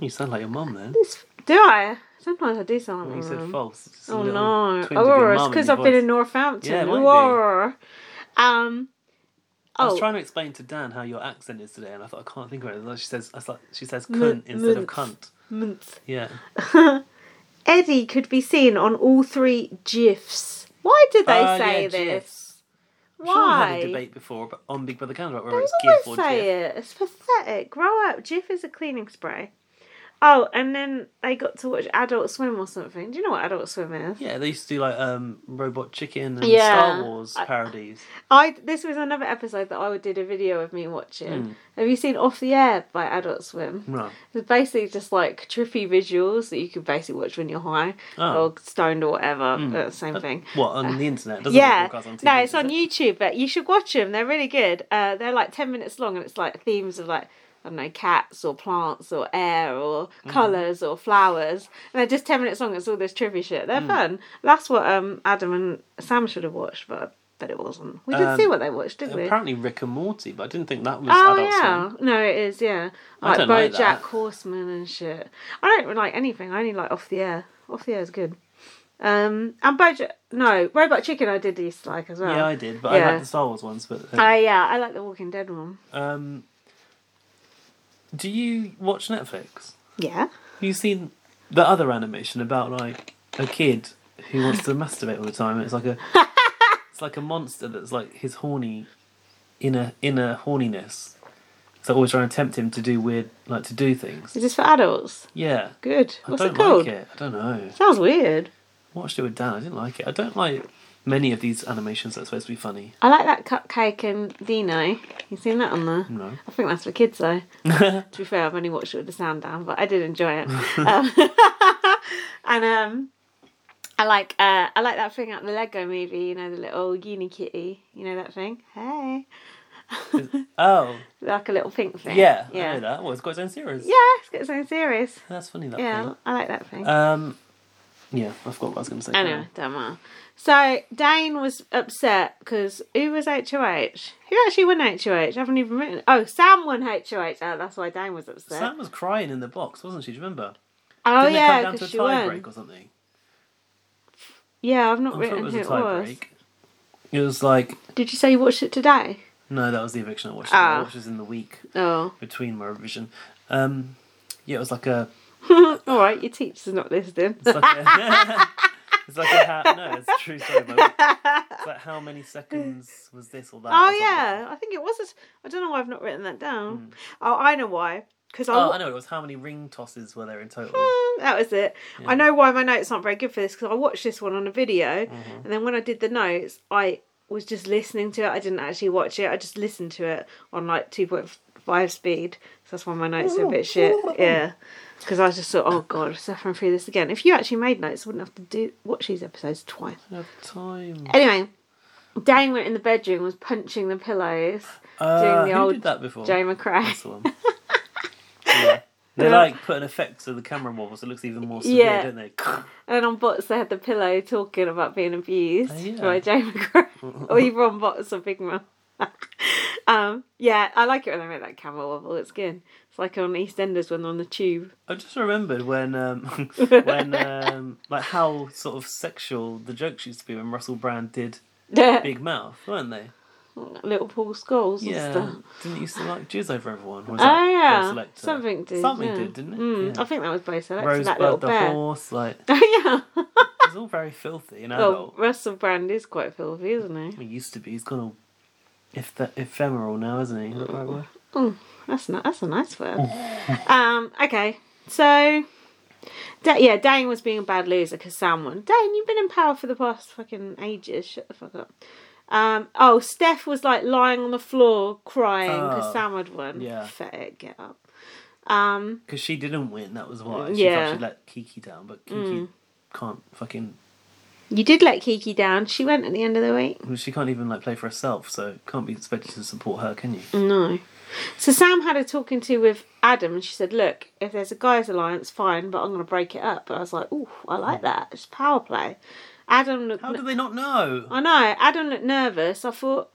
A: You sound like your mum then.
B: this, do I? Sometimes I do sound like
A: You
B: my
A: said
B: mum.
A: false. It's a
B: Oh
A: little
B: no!
A: twinge of your
B: Aurora, it's
A: mum in
B: because
A: your
B: I've been
A: voice.
B: in Northampton.
A: Yeah, it might be.
B: Aurora. Um.
A: I was
B: Oh,
A: trying to explain to Dan how your accent is today, and I thought I can't think of it. Like She says, I thought- she says cunt instead of
B: munth.
A: cunt.
B: month.
A: Yeah.
B: Eddie could be seen on all three GIFs. Why did they
A: Oh,
B: say
A: yeah,
B: this?
A: GIFs. I'm sure we've
B: Why?
A: had a debate before but on Big Brother Canada about
B: I
A: whether it's
B: always
A: GIF or
B: say
A: GIF.
B: it. It's pathetic. Grow up. GIF is a cleaning spray. Oh, and then they got to watch Adult Swim or something. Do you know what Adult Swim is?
A: Yeah, they used to do like um, Robot Chicken and
B: Yeah.
A: Star Wars
B: I-
A: parodies.
B: I this was another episode that I did a video of me watching.
A: Mm.
B: Have you seen Off the Air by Adult Swim?
A: No.
B: It's basically just like trippy visuals that you could basically watch when you're high
A: Oh. Mm. Uh,
B: or stoned or whatever. That's the same thing.
A: What, on the internet? It doesn't
B: Yeah,
A: broadcast on TV,
B: no, it's
A: does
B: on
A: it?
B: YouTube, but you should watch them. They're really good. Uh, they're like ten minutes long, and it's like themes of like I don't know, cats or plants or air or
A: Mm-hmm.
B: colours or flowers, and they're just ten minutes long. It's all this trivia shit. They're
A: Hmm.
B: fun. That's what um, Adam and Sam should have watched, but but it wasn't. We didn't
A: Um,
B: see what they watched, did we?
A: Apparently Rick and Morty, but I didn't think that was
B: Oh
A: Adult
B: yeah,
A: Swim.
B: no, it is. Yeah,
A: I
B: like
A: don't like
B: BoJack
A: that.
B: Horseman and shit. I don't really like anything. I only like Off the Air. Off the Air is good. Um, and BoJack. No, Robot Chicken. I did used to like as well.
A: Yeah, I did, but I
B: Oh. Yeah.
A: like the Star Wars ones. But uh,
B: Oh yeah, I like the Walking Dead one.
A: um, do you watch Netflix?
B: Yeah.
A: Have you seen the other animation about like a kid who wants to masturbate all the time? And it's like a it's like a monster that's like his horny inner inner horniness. It's like always trying to tempt him to do weird like to do things.
B: Is this for adults?
A: Yeah.
B: Good.
A: I
B: What's
A: don't
B: it called?
A: like it. I don't know.
B: Sounds weird.
A: watched it with Dan, I didn't like it. I don't like many of these animations that are supposed to be funny.
B: I like that cupcake and Dino. You seen that on there?
A: No.
B: I think that's for kids though.
A: yeah,
B: To be fair, I've only watched it with the sound down, but I did enjoy it. um, and um, I like uh, I like that thing out of the Lego Movie. You know the little Uni Kitty. You know that thing? Hey,
A: Oh,
B: like a little pink thing.
A: yeah, I know
B: yeah,
A: that. Well, it's got its own series.
B: yeah. It's got its own series.
A: That's funny, that
B: Yeah, I like that thing.
A: thing. Um, yeah, I forgot what I was going to say.
B: Anyway, don't matter. So Dane was upset because who was HOH? Who actually won HOH? I haven't even written. Oh, Sam won HOH. Oh, that's why Dane was upset.
A: Sam was crying in the box, wasn't she? Do you remember?
B: oh
A: Didn't it come down
B: yeah,
A: to a
B: because she
A: tie
B: won.
A: break or something?
B: Yeah, I've not
A: I'm sure
B: written
A: it was
B: who
A: a
B: it
A: tie
B: was.
A: break. It was like
B: Did you say you watched it today?
A: no, that was the eviction I watched.
B: Ah.
A: I watched this in the week
B: Oh,
A: between my revision. Um, yeah, it was like a
B: all right. Your teacher's not listening.
A: It's like a, it's like a ha- no, it's a true story. Like, it's like how many seconds was this or that? or
B: Oh
A: something.
B: yeah, I think it was. I I don't know why I've not written that down. Oh, I know why. Because I,
A: Hmm. Oh,
B: wa-
A: I know. It was how many ring tosses were there in total?
B: Mm, that was it. I know why my notes aren't very good for this because I watched this one on a video, and then when I did the notes, I was just listening to it. I didn't actually watch it. I just listened to it on like two point five speed. So that's why my notes are a bit shit. Yeah. Because I just thought, oh god, I'm suffering through this again. If you actually made notes, I wouldn't have to do watch these episodes twice.
A: No time.
B: Anyway, Dane went in the bedroom, was punching the pillows.
A: Uh,
B: the
A: who
B: old
A: did that before?
B: Jay McCrae.
A: This one. yeah. They
B: Yeah.
A: like put an effect to the camera wobble, so it looks even more severe,
B: Yeah.
A: don't they?
B: And on Bots, they had the pillow talking about being abused
A: Oh, yeah.
B: by Jay McGrath. or either on Bots or Big Mum. um, yeah, I like it when they make that camera wobble. It's good. It's like on EastEnders when they're on the tube.
A: I just remembered when, um, when um, like how sort of sexual the jokes used to be when Russell Brand did Big Mouth, weren't they?
B: Little Paul Scholes and
A: Yeah,
B: stuff.
A: didn't you used to like Jews over everyone. Or was that
B: Oh,
A: Bill
B: yeah.
A: Selector?
B: Something did.
A: Something
B: yeah.
A: did, didn't it?
B: Mm,
A: Yeah.
B: I think that was Bo Selector, that little
A: Rosebud the
B: bear.
A: horse, like it
B: Oh, yeah.
A: was all very filthy and
B: well,
A: adult.
B: Russell Brand is quite filthy, isn't he?
A: He used to be. He's gone all if the, ephemeral now, isn't he? Is that the right word?
B: That's, not, that's a nice word. um, okay, so Da- yeah, Dane was being a bad loser because Sam won. Dane, you've been in power for the past fucking ages. Shut the fuck up. Um, oh, Steph was like lying on the floor crying because
A: Oh,
B: Sam had won.
A: yeah.
B: Pathetic, get up. Um,
A: Because she didn't win. That was why. She
B: Yeah. Mm.
A: thought she let Kiki down, but Kiki can't fucking.
B: you did let Kiki down. She went at the end of the week.
A: well, She can't even like play for herself, so can't be expected to support her, can you?
B: No. So Sam had a talking to with Adam, and she said, "Look, if there's a guys' alliance, fine, but I'm going to break it up." And I was like, "Ooh, I like that. It's power play." Adam looked.
A: Hmm. How do they not know?
B: I know. Adam looked nervous. I thought,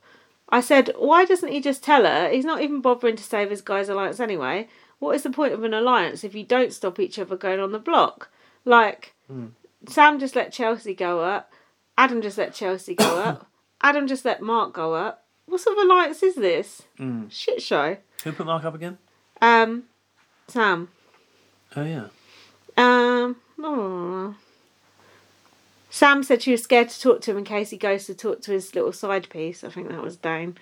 B: I said, why doesn't he just tell her? He's not even bothering to save his guys' alliance anyway. What is the point of an alliance if you don't stop each other going on the block? Like, Sam just let Chelsea go up. Adam just let Chelsea go up. Adam just let Mark go up. What sort of alliance is this?
A: Mm.
B: Shit show.
A: Who put Mark up again?
B: Um, Sam.
A: Oh yeah.
B: Um, oh. Sam said she was scared to talk to him in case he goes to talk to his little side piece. I think that was Dane.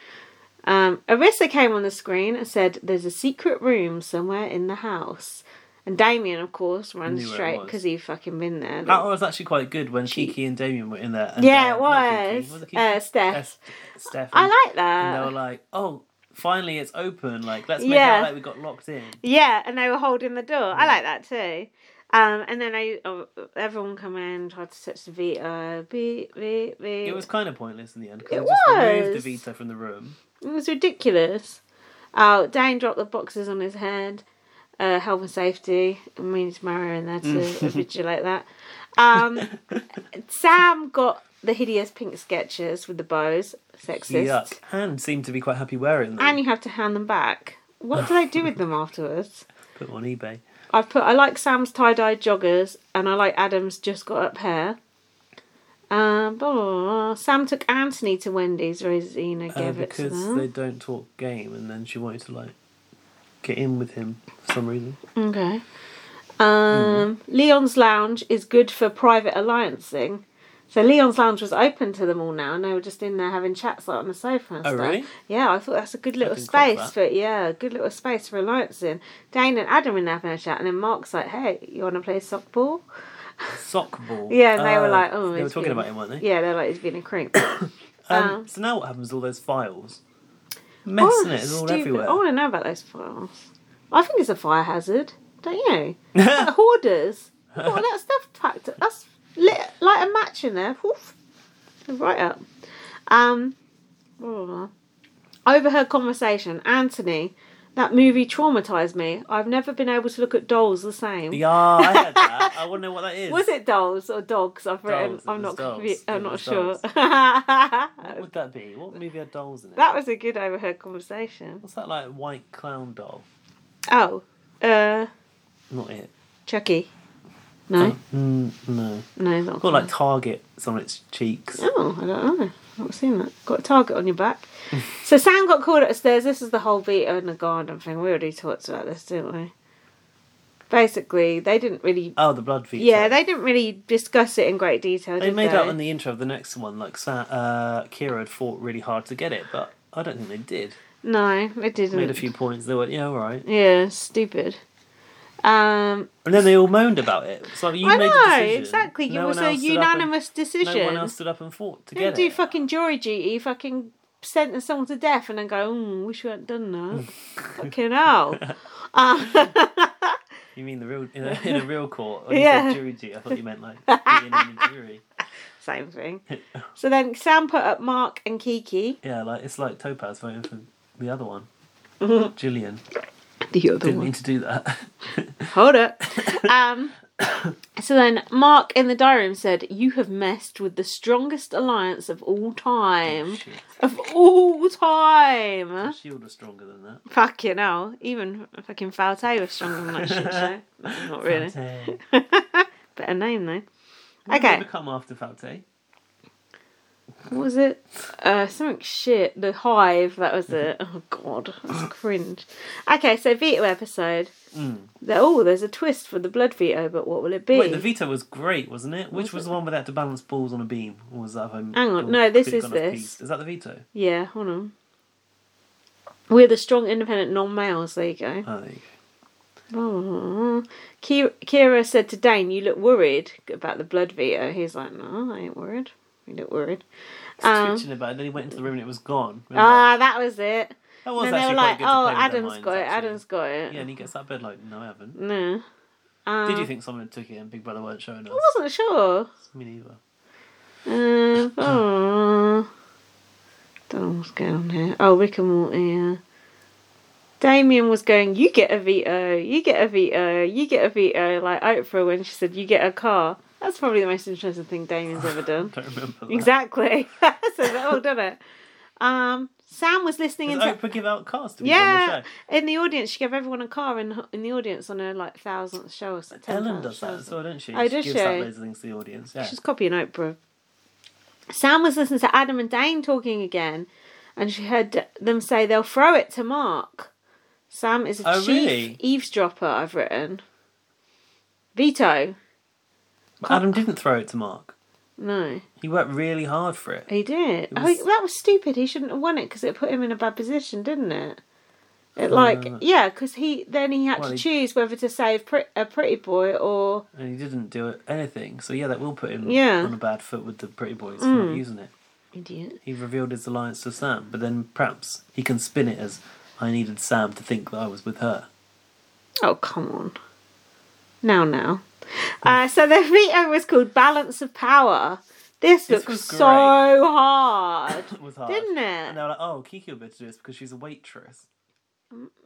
B: Um, Arissa came on the screen and said, "There's a secret room somewhere in the house." And Damien, of course, runs
A: Knew where it
B: straight
A: was.
B: because he fucking been there.
A: That was actually quite good when Kiki and Damien were in there. And, uh,
B: yeah, it
A: not Kiki,
B: was.
A: was it Kiki?
B: uh, Steph.
A: Yes, Steph.
B: I
A: and- and
B: like
A: they
B: that.
A: were like, "Oh, finally it's open! Like, let's make
B: Yeah.
A: it like we got locked in."
B: Yeah, and they were holding the door. I like that too. Um, and then they, oh, everyone come in, tried to touch the uh, veto. Beep, beep, beep.
A: It was kind of pointless in the end because
B: It
A: they just removed the
B: was.
A: Vita from the room.
B: It was ridiculous. Oh, Dane dropped the boxes on his head. Uh, health and safety. I mean, it's Mario in there to
A: Mm.
B: vigilate that. Um, Sam got the hideous pink sketches with the bows. Sexist.
A: Yuck. Han seemed to be quite happy wearing them.
B: And you have to hand them back. What do they do with them afterwards?
A: Put them on eBay.
B: I've put. I like Sam's tie dye joggers, and I like Adam's just got up hair. Um, blah, blah, blah, blah. Sam took Anthony to Wendy's. Rosina
A: Uh,
B: gave it to
A: because
B: them.
A: they don't talk game, and then she wanted to like get in with him for some reason.
B: Okay. Um, Leon's Lounge is good for private alliancing. So Leon's Lounge was open to them all now, and they were just in there having chats like on the sofa and
A: Oh,
B: stuff.
A: really?
B: Yeah, I thought that's a good little
A: didn't clock
B: space
A: that.
B: for yeah, a good little space for alliancing. Dane and Adam in there having a chat, and then Mark's like, "Hey, you want to play softball?"
A: Sock ball.
B: Yeah, and they were
A: Uh,
B: like,
A: they
B: "Oh,
A: were
B: he's
A: talking
B: being-
A: about him, weren't they?
B: Yeah, they're like, "He's being a creep."
A: Um, so now what happens? to All those files. Mess
B: Oh,
A: in it, it's all
B: stupid. Oh.
A: everywhere.
B: I want to know about those files. I think it's a fire hazard, don't you? Like hoarders. Oh, that stuff packed. That's lit like a match in there. Woof. Right up. Um, blah, blah, blah. Overheard conversation. Anthony, that movie traumatized me. I've never been able to look at dolls the same.
A: Yeah, I had that. I want to know what that is.
B: Was it dolls or dogs? I've written.
A: Dolls, it was
B: I'm not.
A: dolls,
B: Confu- I'm
A: it
B: not
A: was
B: sure.
A: dolls. What would that be? What movie had dolls in it?
B: that was a good overheard conversation.
A: What's that like? White clown doll?
B: Oh, uh,
A: Not it.
B: Chucky. No,
A: Mm, no.
B: no, not.
A: Got like targets on its cheeks.
B: Oh, I don't know. Not seen that. Got a target on your back. so Sam got called upstairs. This is the whole Vita in the garden thing. We already talked about this, didn't we? Basically, they didn't really.
A: Oh, the blood feature.
B: Yeah, they didn't really discuss it in great detail.
A: They
B: did
A: made
B: they?
A: out in the intro of the next one, like Sa- uh, Kira had fought really hard to get it, but I don't think they did.
B: No, they didn't.
A: Made a few points, they went, yeah, all right.
B: Yeah, stupid. Um,
A: And then they all moaned about it. It's like, you
B: I
A: made
B: know
A: the decision.
B: exactly. It
A: No
B: was
A: one
B: a
A: else stood up and-
B: unanimous decision.
A: No one else stood up and fought to
B: You don't
A: get
B: do
A: it.
B: fucking jury duty, fucking sentence someone to death and then go, mm, wish we hadn't done that. fucking hell. Uh,
A: You mean the real in a, in a real court? When
B: Yeah.
A: You said jury duty. I thought you meant like being in the jury.
B: same thing. So then Sam put up Mark and Kiki.
A: Yeah, like it's like Topaz voting for the other one. Julian
B: The other
A: didn't mean to do that.
B: Hold up. Um, so then Mark in the diary room said, You have messed with the strongest alliance of all time.
A: Shit.
B: Of all time.
A: Shield was stronger than that.
B: Fucking hell. Even fucking Falte was stronger than that shit show. Not really.
A: Falte.
B: Better name though.
A: What
B: Okay.
A: would Come after Falte.
B: What was it? Uh, something shit. The Hive. That was it. Oh god, that's cringe. Okay, so veto episode.
A: Mm.
B: There, oh, there's a twist for the blood veto, but what will it be?
A: Wait, the Vita was great, wasn't it? Which was the one where they had to balance balls on a beam? Or was that? Hang
B: on, no, this is this.
A: Is that the Vito?
B: yeah, hold on. We're the strong, independent, non-males. There you go.
A: Oh, there you go.
B: Oh. Ki- Kira said to Dane, "You look worried about the blood veto." He's like, "No, I ain't worried. You look worried."
A: It's
B: Um,
A: twitching about it. Then he went into the room and it was gone. Remember?
B: Ah, that was it.
A: that was
B: And they
A: actually
B: were
A: quite
B: like,
A: good to
B: "Oh,
A: play with their
B: Adam's
A: minds,
B: got it.
A: actually.
B: Adam's got it."
A: Yeah, and he gets that bed like, no, I haven't.
B: No. Um,
A: Did you think someone had took it and Big Brother weren't showing us?
B: I wasn't sure.
A: Me neither. Hmm.
B: Uh, oh. Don't know what's going on here. Oh, Rick and Morty. Yeah. Damien was going, You get a veto, you get a veto, you get a veto, like Oprah when she said, You get a car. That's probably the most interesting thing Damien's ever done.
A: Don't remember that.
B: exactly. Says it all, doesn't it? Um, Sam was listening
A: Does
B: into.
A: Oprah give out cars to people on
B: yeah,
A: the show?
B: in the audience, she gave everyone a car in in the audience on her like thousandth show or something.
A: Ellen does that as well, doesn't she?
B: Oh, does
A: gives
B: she?
A: out loads of things to the audience. Yeah.
B: She's copying Oprah. Sam was listening to Adam and Dane talking again, and she heard them say they'll throw it to Mark. Sam is a
A: Oh,
B: chief
A: really?
B: eavesdropper, I've written. Veto?
A: But Adam didn't throw it to Mark.
B: No.
A: He worked really hard for it.
B: He did.
A: It was-
B: Oh, that was stupid. He shouldn't have won it because it put him in a bad position, didn't it? It like
A: Uh,
B: yeah, because he then he had
A: well,
B: to
A: he-
B: choose whether to save pre- a pretty boy or
A: And he didn't do it, anything. So yeah, that will put him
B: Yeah. Hmm.
A: on a bad foot with the pretty boys for not using it.
B: idiot.
A: He revealed his alliance to Sam, but then perhaps he can spin it as I needed Sam to think that I was with her.
B: Oh, come on. Now, now. Uh, so the veto was called Balance of Power. This
A: This
B: looks
A: was
B: so
A: great.
B: hard,
A: It was hard.
B: didn't it?
A: And they were like, oh, Kiki will be able to do this because she's a waitress.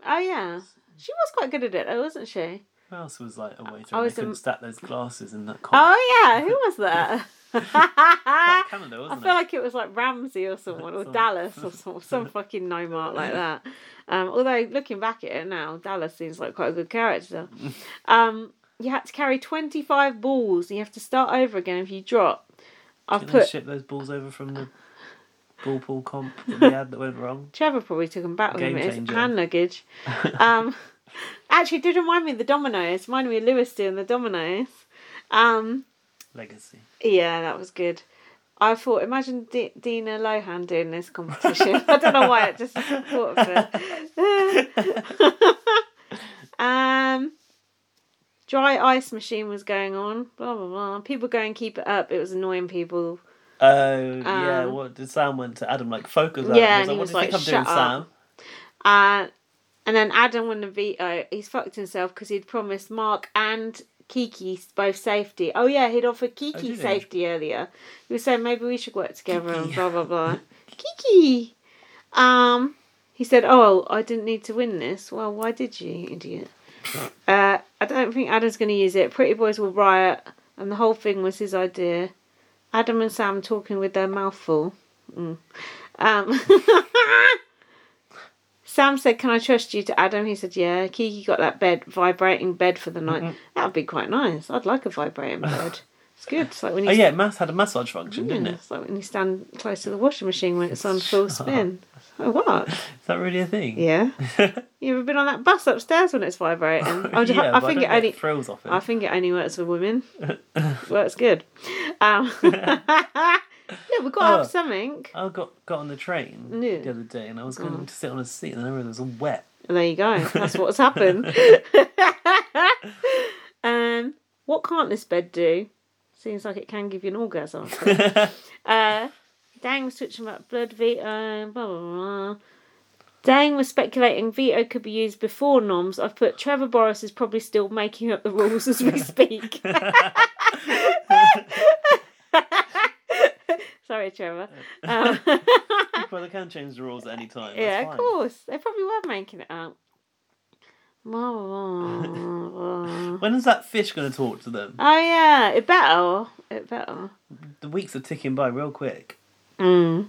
B: Oh, yeah. She was quite good at it, though, wasn't she?
A: Who else was like a waitress?
B: I
A: I
B: was
A: couldn't
B: a-
A: stack those glasses in that con.
B: Oh, yeah. Who was that?
A: Like
B: I
A: Canada, wasn't
B: feel
A: it?
B: like it was like Ramsey or someone, or
A: Some-
B: Dallas or some, some fucking no mark like that. Um, although, looking back at it now, Dallas seems like quite a good character. Um, you had to carry 25 balls, and you have to start over again if you drop. I've
A: Didn't
B: put
A: they ship those balls over from the ball pool comp that we had that went wrong?
B: Trevor probably took them back with him
A: Game
B: in his
A: changer.
B: hand luggage. Um, actually, it did remind me of the dominoes. It reminded me of Lewis doing the dominoes. Um,
A: Legacy.
B: yeah, that was good. I thought, imagine D- Dina Lohan doing this competition. I don't know why, I just thought of it. um, dry ice machine was going on. Blah blah blah. People going keep it up. It was annoying people.
A: Oh yeah,
B: Um,
A: what did Sam went to Adam like focus?
B: Yeah,
A: Yeah,
B: and he
A: Adam.
B: was
A: was like,
B: like,
A: what do you think I'm doing,
B: "Shut
A: Sam?
B: up." Uh, and then Adam won the veto. He's fucked himself because he'd promised Mark and Kiki both safety. Oh yeah, he'd offered
A: Oh,
B: Kiki
A: did he?
B: safety earlier. He was saying maybe we should work together and
A: Kiki.
B: blah blah blah. Kiki. Um, he said, "Oh, I didn't need to win this. Well, why did you, idiot?" Uh, I don't think Adam's going to use it. Pretty boys will riot, and the whole thing was his idea. Adam and Sam talking with their mouth full. Mm. Um, Sam said, "Can I trust you?" To Adam, he said, "Yeah."
A: Mm-hmm.
B: Kiki got that bed vibrating bed for the night. That'd be quite nice. I'd like a vibrating bed. It's good. It's like when you
A: Oh yeah, mass had a massage function,
B: Mm,
A: didn't it?
B: It's like when you stand close to the washing machine when it's on full spin. Oh what?
A: Is that really a thing?
B: Yeah. you ever been on that bus upstairs when it's vibrating? I, just-
A: Yeah,
B: I
A: but
B: think
A: don't
B: it
A: get
B: only
A: thrills off it.
B: I think it only works for women. works good. Um, yeah, we've got to
A: Oh.
B: have something.
A: I got got on the train
B: Yeah.
A: the other day, and I was
B: Mm.
A: going to sit on a seat, and I realised it was wet.
B: There you go. That's what's happened. um, what can't this bed do? Seems like it can give you an orgasm. after it. uh, Dang was switching about blood veto, blah blah blah. Dang was speculating veto could be used before noms. I've put Trevor Boris is probably still making up the rules as we speak. Sorry, Trevor. Um,
A: Well, they can change the rules at any time. that's
B: yeah, of
A: fine.
B: course. They probably were making it up. Blah, blah, blah, blah.
A: When is that fish going to talk to them?
B: oh yeah, it better. It better.
A: The weeks are ticking by real quick.
B: Mm.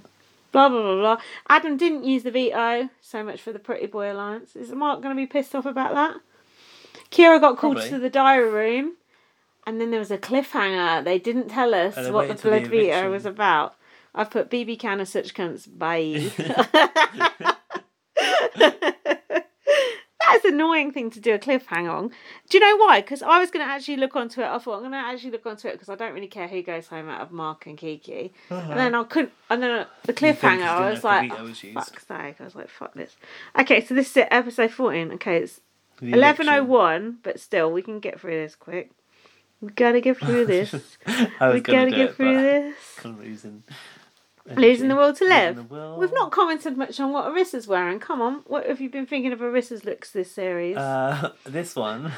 B: Blah blah blah blah. Adam didn't use the veto. So much for the Pretty Boy Alliance. Is Mark going to be pissed off about that? Kira got called
A: Probably.
B: to the diary room, and then there was a cliffhanger. They didn't tell us
A: And they
B: what the
A: waited till the
B: blood veto
A: eviction.
B: was about. I've put BB can of such cunts. Bye. That's an annoying thing to do a cliffhanger on. Do you know why? Because I was going to actually look onto it. I thought I'm going to actually look onto it because I don't really care who goes home out of Mark and Kiki. And then I couldn't. And then the
A: Uh-huh. think he's
B: cliffhanger, I
A: gonna
B: was
A: have to
B: like,
A: veto
B: oh,
A: his use."
B: fuck's sake. I was like, fuck this. Okay, so this is it, episode 14. Okay, it's
A: The
B: eleven oh
A: eviction.
B: one, but still, we can get through this quick. We gotta get through this.
A: I was
B: we
A: gonna
B: gotta
A: do
B: get
A: it,
B: through
A: but
B: this.
A: I'm losing.
B: Losing the
A: energy.
B: will to live.
A: the will.
B: We've not commented much on what Arissa's wearing. Come on, what have you been thinking of Arissa's looks this series?
A: Uh, this one,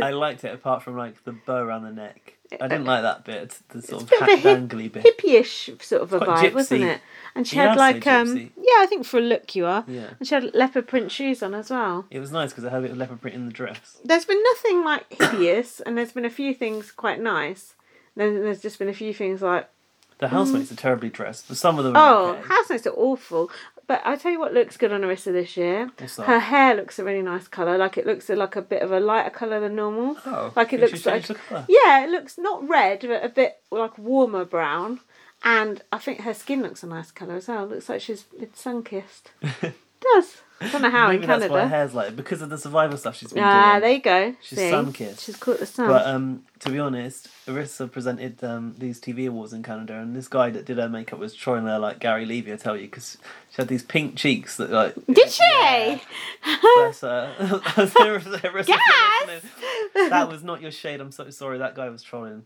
A: I liked it apart from like the bow around the neck. I didn't like that bit, the sort of
B: a bit of a hip-
A: dangly bit.
B: Hippie-ish sort of a
A: quite
B: vibe,
A: gypsy.
B: wasn't it? And she
A: You
B: had
A: are so
B: like um,
A: gypsy.
B: yeah, I think for a look you are.
A: Yeah.
B: And she had leopard print shoes on as well.
A: It was nice because it had a bit of leopard print in the dress.
B: There's been nothing like hideous, and there's been a few things quite nice. Then there's just been a few things like
A: The housemates are terribly dressed, but some of them are
B: Mm. Oh,
A: okay.
B: housemates are awful. But I tell you what looks good on Arissa this year.
A: What's that?
B: Her hair looks a really nice colour. Like it looks like a bit of a lighter colour than normal.
A: Oh,
B: like it
A: think
B: looks
A: she changed
B: like
A: the colour.
B: yeah, it looks not red but a bit like warmer brown. And I think her skin looks a nice colour as well. looks like she's been sun kissed. does. I don't know how
A: Maybe
B: in
A: that's why her
B: Canada.
A: hair's like because of the survivor stuff she's been
B: Ah,
A: doing.
B: there you go.
A: She's
B: See?
A: sun-kissed.
B: She's caught the sun.
A: But um, to be honest, Arissa presented um, these TV awards in Canada, and this guy that did her makeup was trying to like Gary Levy, I tell you, because she had these pink cheeks that like.
B: Did she?
A: bless her. Arissa, if you're
B: Gas!
A: listening, that was not your shade. I'm so sorry. That guy was trolling.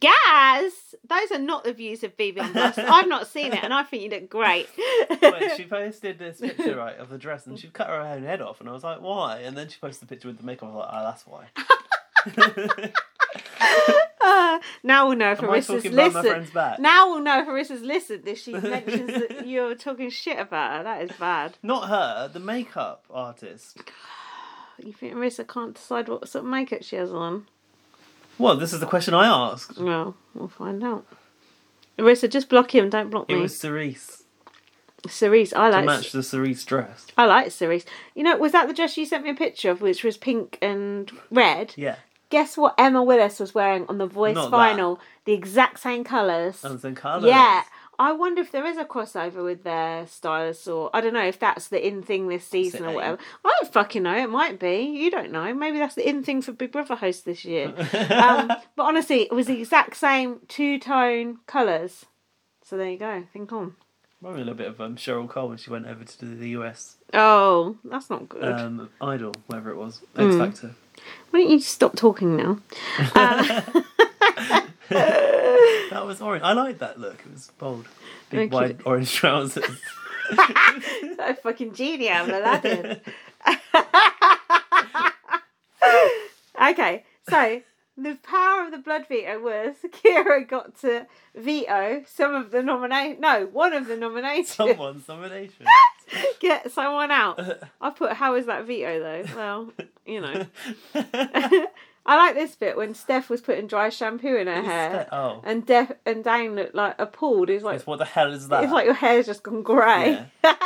B: Gaz, those are not the views of BB on Blast. I've not seen it, and I think you look great.
A: Wait, she posted this picture right of the dress, and she'd cut her own head off, and I was like, why? And then she posted the picture with the makeup. I was like, ah, that's why.
B: Uh, now we'll know
A: Am
B: if
A: I
B: Harissa's
A: talking about my
B: listened.
A: friend's back?
B: Now we'll know if Harissa's listened if she mentions that you're talking shit about her. That is bad.
A: Not her, the makeup artist.
B: You think Harissa can't decide what sort of makeup she has on?
A: Well, this is the question I asked.
B: Well, we'll find out. Harissa, just block him. Don't block
A: It
B: me.
A: was Cerise
B: Cerise, I
A: to
B: like.
A: match the Cerise dress.
B: I like Cerise. You know, was that the dress you sent me a picture of, which was pink and red?
A: Yeah,
B: Guess what Emma Willis was wearing on the Voice
A: Not that.
B: final? The exact same colours.
A: and some colours.
B: Yeah. I wonder if there is a crossover with their stylists, or I don't know if that's the in thing this season or
A: aim.
B: whatever. I don't fucking know. It might be. You don't know. Maybe that's the in thing for Big Brother host this year. um, but honestly, it was the exact same two tone colours. So there you go. Think on.
A: Reminded me a little bit of um, Cheryl Cole when she went over to the US
B: Oh, that's not good. Mm.
A: um, Idol, whatever it was, X Factor.
B: Why don't you stop talking now?
A: That was orange. I liked that look. It was bold, big
B: Thank you.
A: wide orange trousers.
B: That fucking genie out of Aladdin. okay, so the power of the blood veto was Kira got to veto some of the nominate. No, one of the nominations.
A: Someone's nomination.
B: Get someone out. I put how is that veto though? Well, you know. I like this bit when Steph was putting dry shampoo in her hair,
A: oh,
B: and Def and Dane looked like appalled. He's like,
A: it's what the hell is that?
B: It's like your hair's just gone grey.
A: Yeah.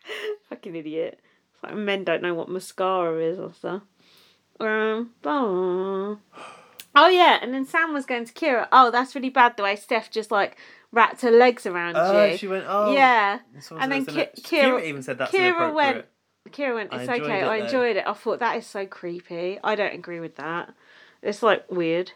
B: Fucking idiot. It's like men don't know what mascara is or stuff. Um, blah. Oh yeah, and then Sam was going to Kira. Oh, that's really bad the way Steph just like wrapped her legs around
A: Oh,
B: you.
A: she went. Oh,
B: yeah.
A: This
B: And then
A: one's innocent.
B: Ki- Kira-
A: Kira even said that's
B: Kira
A: inappropriate.
B: went- Kira went,
A: I
B: It's
A: enjoyed
B: okay,
A: it,
B: I
A: though."
B: enjoyed it. I thought that is so creepy. I don't agree with that. It's like weird.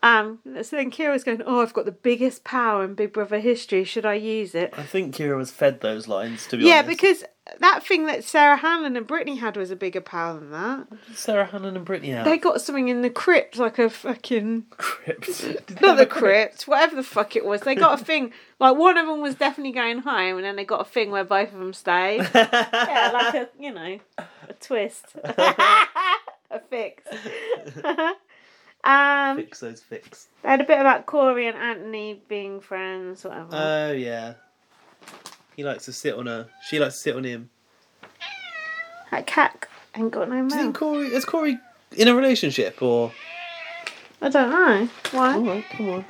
B: Um so then Kira's going, Oh, I've got the biggest power in Big Brother history, should I use it?
A: I think Kira was fed those lines. To be
B: Yeah,
A: honest.
B: because that thing that Sarah Hanlon and Brittany had was a bigger power than that.
A: Sarah Hannon and Brittany out.
B: They got something in the crypt, like a fucking
A: Crips.
B: not the crypt, whatever the fuck it was. They got a thing. Like one of them was definitely going home, and then they got a thing where both of them stayed. yeah, like a you know, a twist, a fix. um,
A: fix those fix.
B: they had a bit about Corey and Anthony being friends, whatever.
A: Oh yeah. He likes to sit on her. She likes to sit on him.
B: that cat ain't got no
A: Do you think
B: mouth.
A: Corey is Corey in a relationship or?
B: I don't know why.
A: All right, come on.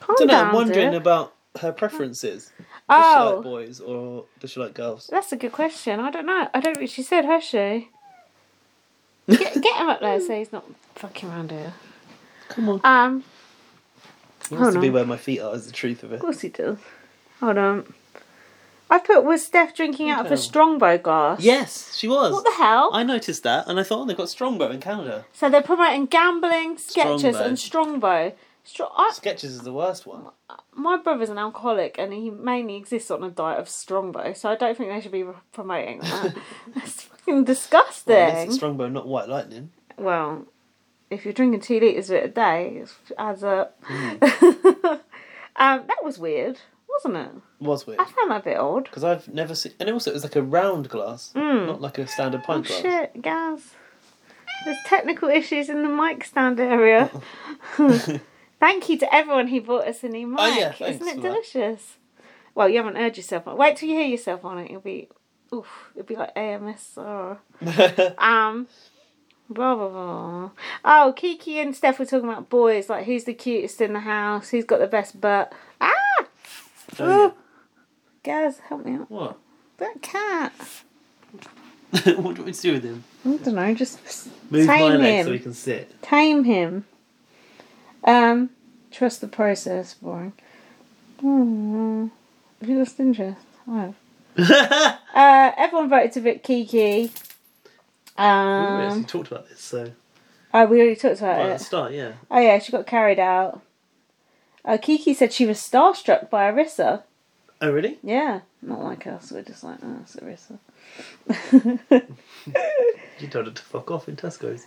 B: Calm
A: I don't know.
B: down,
A: I'm wondering
B: dude.
A: about her preferences. Does she like
B: Oh,
A: boys or does she like girls?
B: that's a good question. I don't know. I don't think she said, has she? Get, get him up there so he's not fucking around here.
A: Come on.
B: Um,
A: It wants
B: hold
A: to be
B: on.
A: where my feet are. Is the truth of it.
B: Of course he does. Hold on. I put was Steph drinking out of a
A: Okay.
B: strongbow glass.
A: Yes, she was.
B: What the hell?
A: I noticed that, and I thought, oh, they've got Strongbow in Canada.
B: So they're promoting gambling, sketches,
A: Strongbow.
B: and strongbow. Stro- I,
A: Sketches is the worst one.
B: my brother's an alcoholic, and he mainly exists on a diet of strongbow. So I don't think they should be re- promoting that. That's fucking disgusting.
A: Well, unless it's Strongbow, not White Lightning.
B: well, if you're drinking two litres of it a day, it adds up.
A: Hmm.
B: um, that was weird, wasn't it?
A: Was weird.
B: I found that a bit odd.
A: Because I've never seen. And also, it was like a round glass, not like a standard
B: Oh
A: pint glass.
B: shit, Gaz. There's technical issues in the mic stand area. Thank you to everyone who bought us a new mic.
A: Oh, yeah, thanks
B: Isn't it
A: for that.
B: delicious? Well, you haven't heard yourself on Wait till you hear yourself on it. You'll be, oof, it'll be like AMSR. Um, blah, blah, blah. Oh, Kiki and Steph were talking about boys. Like, who's the cutest in the house? Who's got the best butt? Ah!
A: Oh, yeah.
B: Gaz, help me out.
A: What?
B: That cat.
A: what do you want me to do with him?
B: I don't know, just
A: Move
B: tame
A: my leg
B: him.
A: so he can sit.
B: tame him. Um, trust the process. Boring. Mm, Have you lost interest? I have. Uh, everyone voted to Vic Kiki.
A: we
B: Um,
A: actually talked about this, so.
B: oh, we already talked about
A: Right at the
B: it.
A: start, yeah.
B: Oh yeah, she got carried out. Uh, Kiki said she was starstruck by Arissa.
A: Oh, really?
B: Yeah, not like us. We're just like, oh, it's Arissa.
A: You told her to fuck off in Tesco's.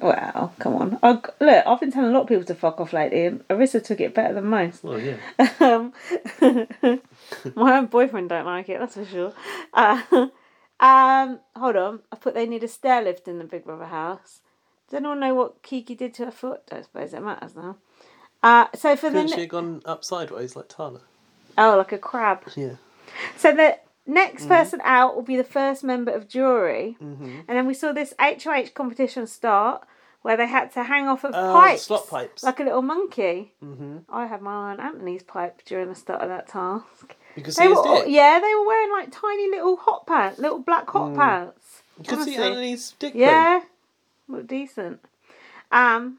B: Wow, come on. Oh, g- look, I've been telling a lot of people to fuck off lately, and Arissa took it better than most.
A: Oh, yeah.
B: Um, my own boyfriend don't like it, that's for sure. Uh, um, hold on, I put they need a stair lift in the Big Brother house. Does anyone know what Kiki did to her foot? Don't suppose it matters now. Uh, so for the
A: Couldn't
B: ne-
A: she have gone up sideways like Tana?
B: oh, like a crab.
A: Yeah. Mm-hmm.
B: So the next person out will be the first member of jury, and then we saw this HOH competition start where they had to hang off of
A: Oh,
B: pipes,
A: slot pipes.
B: like a little monkey.
A: Mm-hmm.
B: I had my eye on Anthony's pipe during the start of that task.
A: You could see
B: They
A: his
B: were all,
A: dick.
B: yeah, they were wearing like tiny little hot pants, little black hot pants.
A: Mm. You could see
B: Honestly.
A: Anthony's dick. print.
B: Yeah, look decent. Um,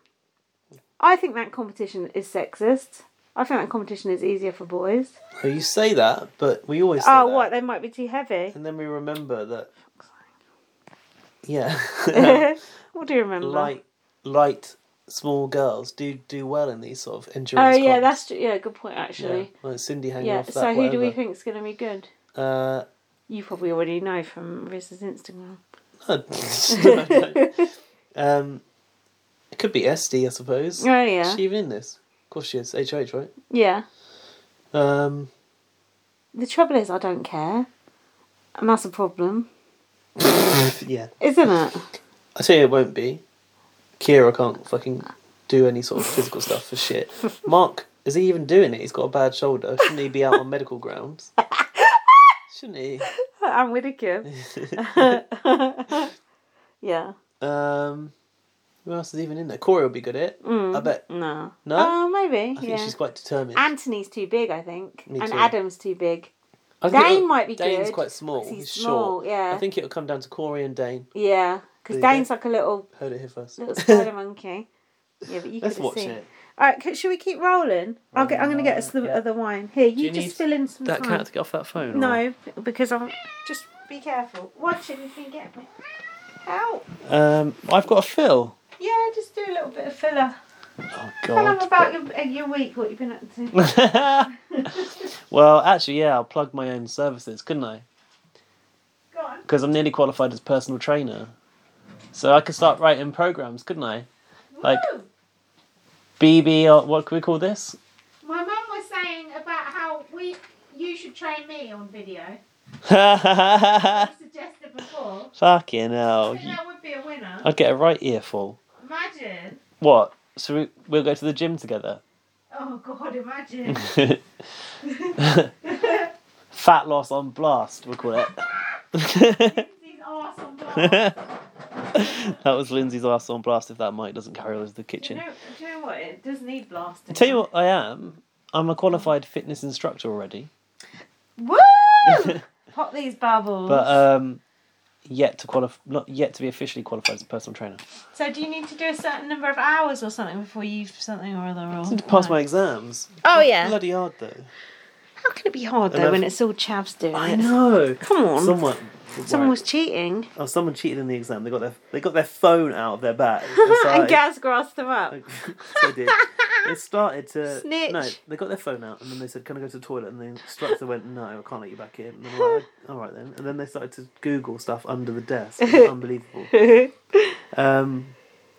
B: I think that competition is sexist. I think that competition is easier for boys.
A: Oh, you say that, but we always say
B: oh,
A: that.
B: what? They might be too heavy.
A: And then we remember that. Yeah.
B: what do you remember?
A: light, light, small girls do do well in these sort of
B: oh
A: endurance.
B: yeah,
A: comps.
B: that's tr- yeah, good point
A: yeah.
B: actually.
A: Like Cindy
B: Yeah.
A: hanging off that.
B: so who do we
A: whatever.
B: think's going to be good?
A: Uh,
B: You probably already know from Riz's Instagram.
A: um, it could be Esty, I suppose.
B: Oh yeah,
A: Is she even in this? Of course she is. HH, right?
B: yeah.
A: Um,
B: The trouble is, I don't care, and that's a problem,
A: yeah.
B: isn't it?
A: I tell you, it won't be. Kira can't fucking do any sort of physical stuff for shit. Mark, is he even doing it? He's got a bad shoulder. Shouldn't he be out on medical grounds? Shouldn't he?
B: I'm Whitaker. yeah.
A: Um, who else is even in there? Corey will be good at it. I bet.
B: No.
A: No?
B: Oh, maybe.
A: I think
B: Mm. yeah.
A: she's quite determined.
B: Anthony's too big, I think,
A: Me
B: and
A: too.
B: Adam's too big.
A: I think
B: Dane
A: it'll-
B: might be
A: Dane's
B: good,
A: quite small.
B: 'cause
A: He's, short.
B: he's small, yeah.
A: I think it'll come down to Corey and Dane.
B: Yeah,
A: There
B: because
A: you go.
B: Dane's like a little
A: Heard it here first.
B: little spider monkey. Yeah, but you
A: Let's
B: could've
A: watch
B: seen.
A: it.
B: All right, c- should we keep rolling? I'll get, I'm going to get us the
A: Yeah.
B: other wine. Here, you,
A: Um, you
B: just
A: need
B: fill in some
A: That
B: time.
A: cat to get off that phone. or-
B: No, because I'm. Just be careful. Watch it if you get me. Help!
A: Um, I've got a fill.
B: Yeah, just do a little bit of filler.
A: Oh
B: Tell them
A: God.
B: about your, uh, your week, what you've been up to.
A: well, actually, yeah, I'll plug my own services, couldn't I?
B: Go on.
A: Because I'm nearly qualified as personal trainer, so I could start writing programs, couldn't I? Like-
B: Woo!
A: BB, or what can we call this?
B: My mum was saying about how we you should train me on video.
A: Ah.
B: I suggested before.
A: Fucking
B: I
A: hell!
B: think that would be a winner.
A: I'd get a right earful.
B: Imagine.
A: What? So we, we'll go to the gym together.
B: Oh God, imagine.
A: Fat loss on blast, we'll call it.
B: Lindsay's arse on blast.
A: that was Lindsay's last on blast. If that mic doesn't carry over to the
B: Do
A: kitchen,
B: you, know, do you know what? It does need blasting.
A: tell you what I am. I'm a qualified fitness instructor already,
B: Woo! Pop these bubbles.
A: but um, yet to qualify, not yet to be officially qualified as a personal trainer.
B: so do you need to do a certain number of hours or something before you something or other? Or...
A: I need to pass my exams.
B: Oh yeah.
A: Bloody hard though.
B: How can it be hard
A: And
B: though when
A: I've-
B: it's all chavs doing
A: I
B: it?
A: know.
B: Come on.
A: Someone.
B: Someone was cheating.
A: Oh, someone cheated in the exam. They got their they got their phone out of their bag.
B: and
A: started-
B: Gaz grassed them up.
A: they did. They started to No,
B: Snitch.
A: they got their phone out and then they said, "Can I go to the toilet?" And the instructor went, "No, I can't let you back in." And they were like, "All right then." And then they started to Google stuff under the desk. It was unbelievable. Um,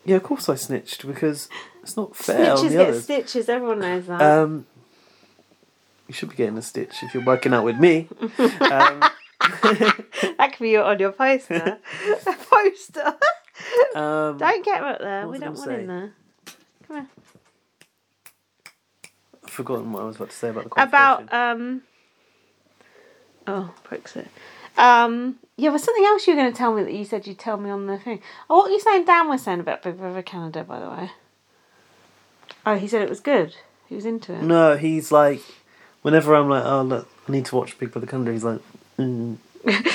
A: yeah, of course I snitched because it's not fair on
B: Snitches
A: the
B: get
A: others.
B: stitches, everyone knows that.
A: Um, you should be getting a stitch if you're working out with me. Um,
B: that could be your- on your poster. a poster.
A: um,
B: don't get right there.
A: What
B: We
A: was I
B: don't want
A: gonna
B: in there.
A: I've forgotten what I was about to say about the
B: About
A: qualification.
B: um Oh, Brexit. Um yeah, was something else you were gonna tell me that you said you'd tell me on the thing. Oh what were you saying Dan was saying about Big Brother Canada, by the way? Oh, he said it was good. He was into it.
A: No, he's like, whenever I'm like, oh look, I need to watch Big Brother Country, he's like, mm,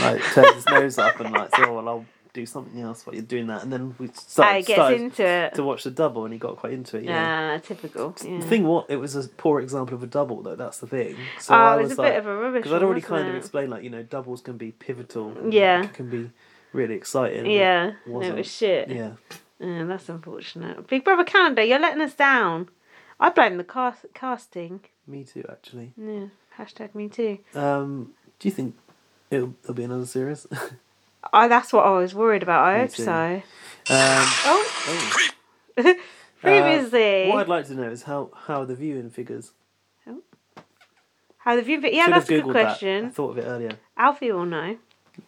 A: like turns his nose up and like, oh well, I'll do something else while you're doing that, and then we
B: I
A: started,
B: gets
A: started
B: into it.
A: to watch the double, and he got quite into it. Yeah.
B: Ah, typical. Yeah.
A: The thing what it was a poor example of a double though. That's the thing. So
B: oh,
A: I
B: it
A: was,
B: was, a
A: like,
B: bit of a rubbish.
A: because I'd already
B: one,
A: kind of
B: wasn't
A: explained like you know doubles can be pivotal. and,
B: Yeah.
A: like, can be really exciting. and
B: it. Yeah,
A: it
B: no, it
A: wasn't.
B: was shit.
A: Yeah.
B: Yeah, that's unfortunate. Big Brother Canada, you're letting us down. I blame the cast- casting.
A: Me too, actually.
B: Yeah, hashtag me too.
A: Um, do you think it'll, it'll be another series? um,
B: Oh, that's what I was worried about. I
A: Me
B: hope
A: too.
B: so.
A: oh.
B: Oh, Uh, previously.
A: What I'd like to know is how how are the viewing figures?
B: How have you been? Yeah,
A: Should have
B: that's a good
A: Googled that. I
B: question.
A: thought of it earlier.
B: Alfie will know.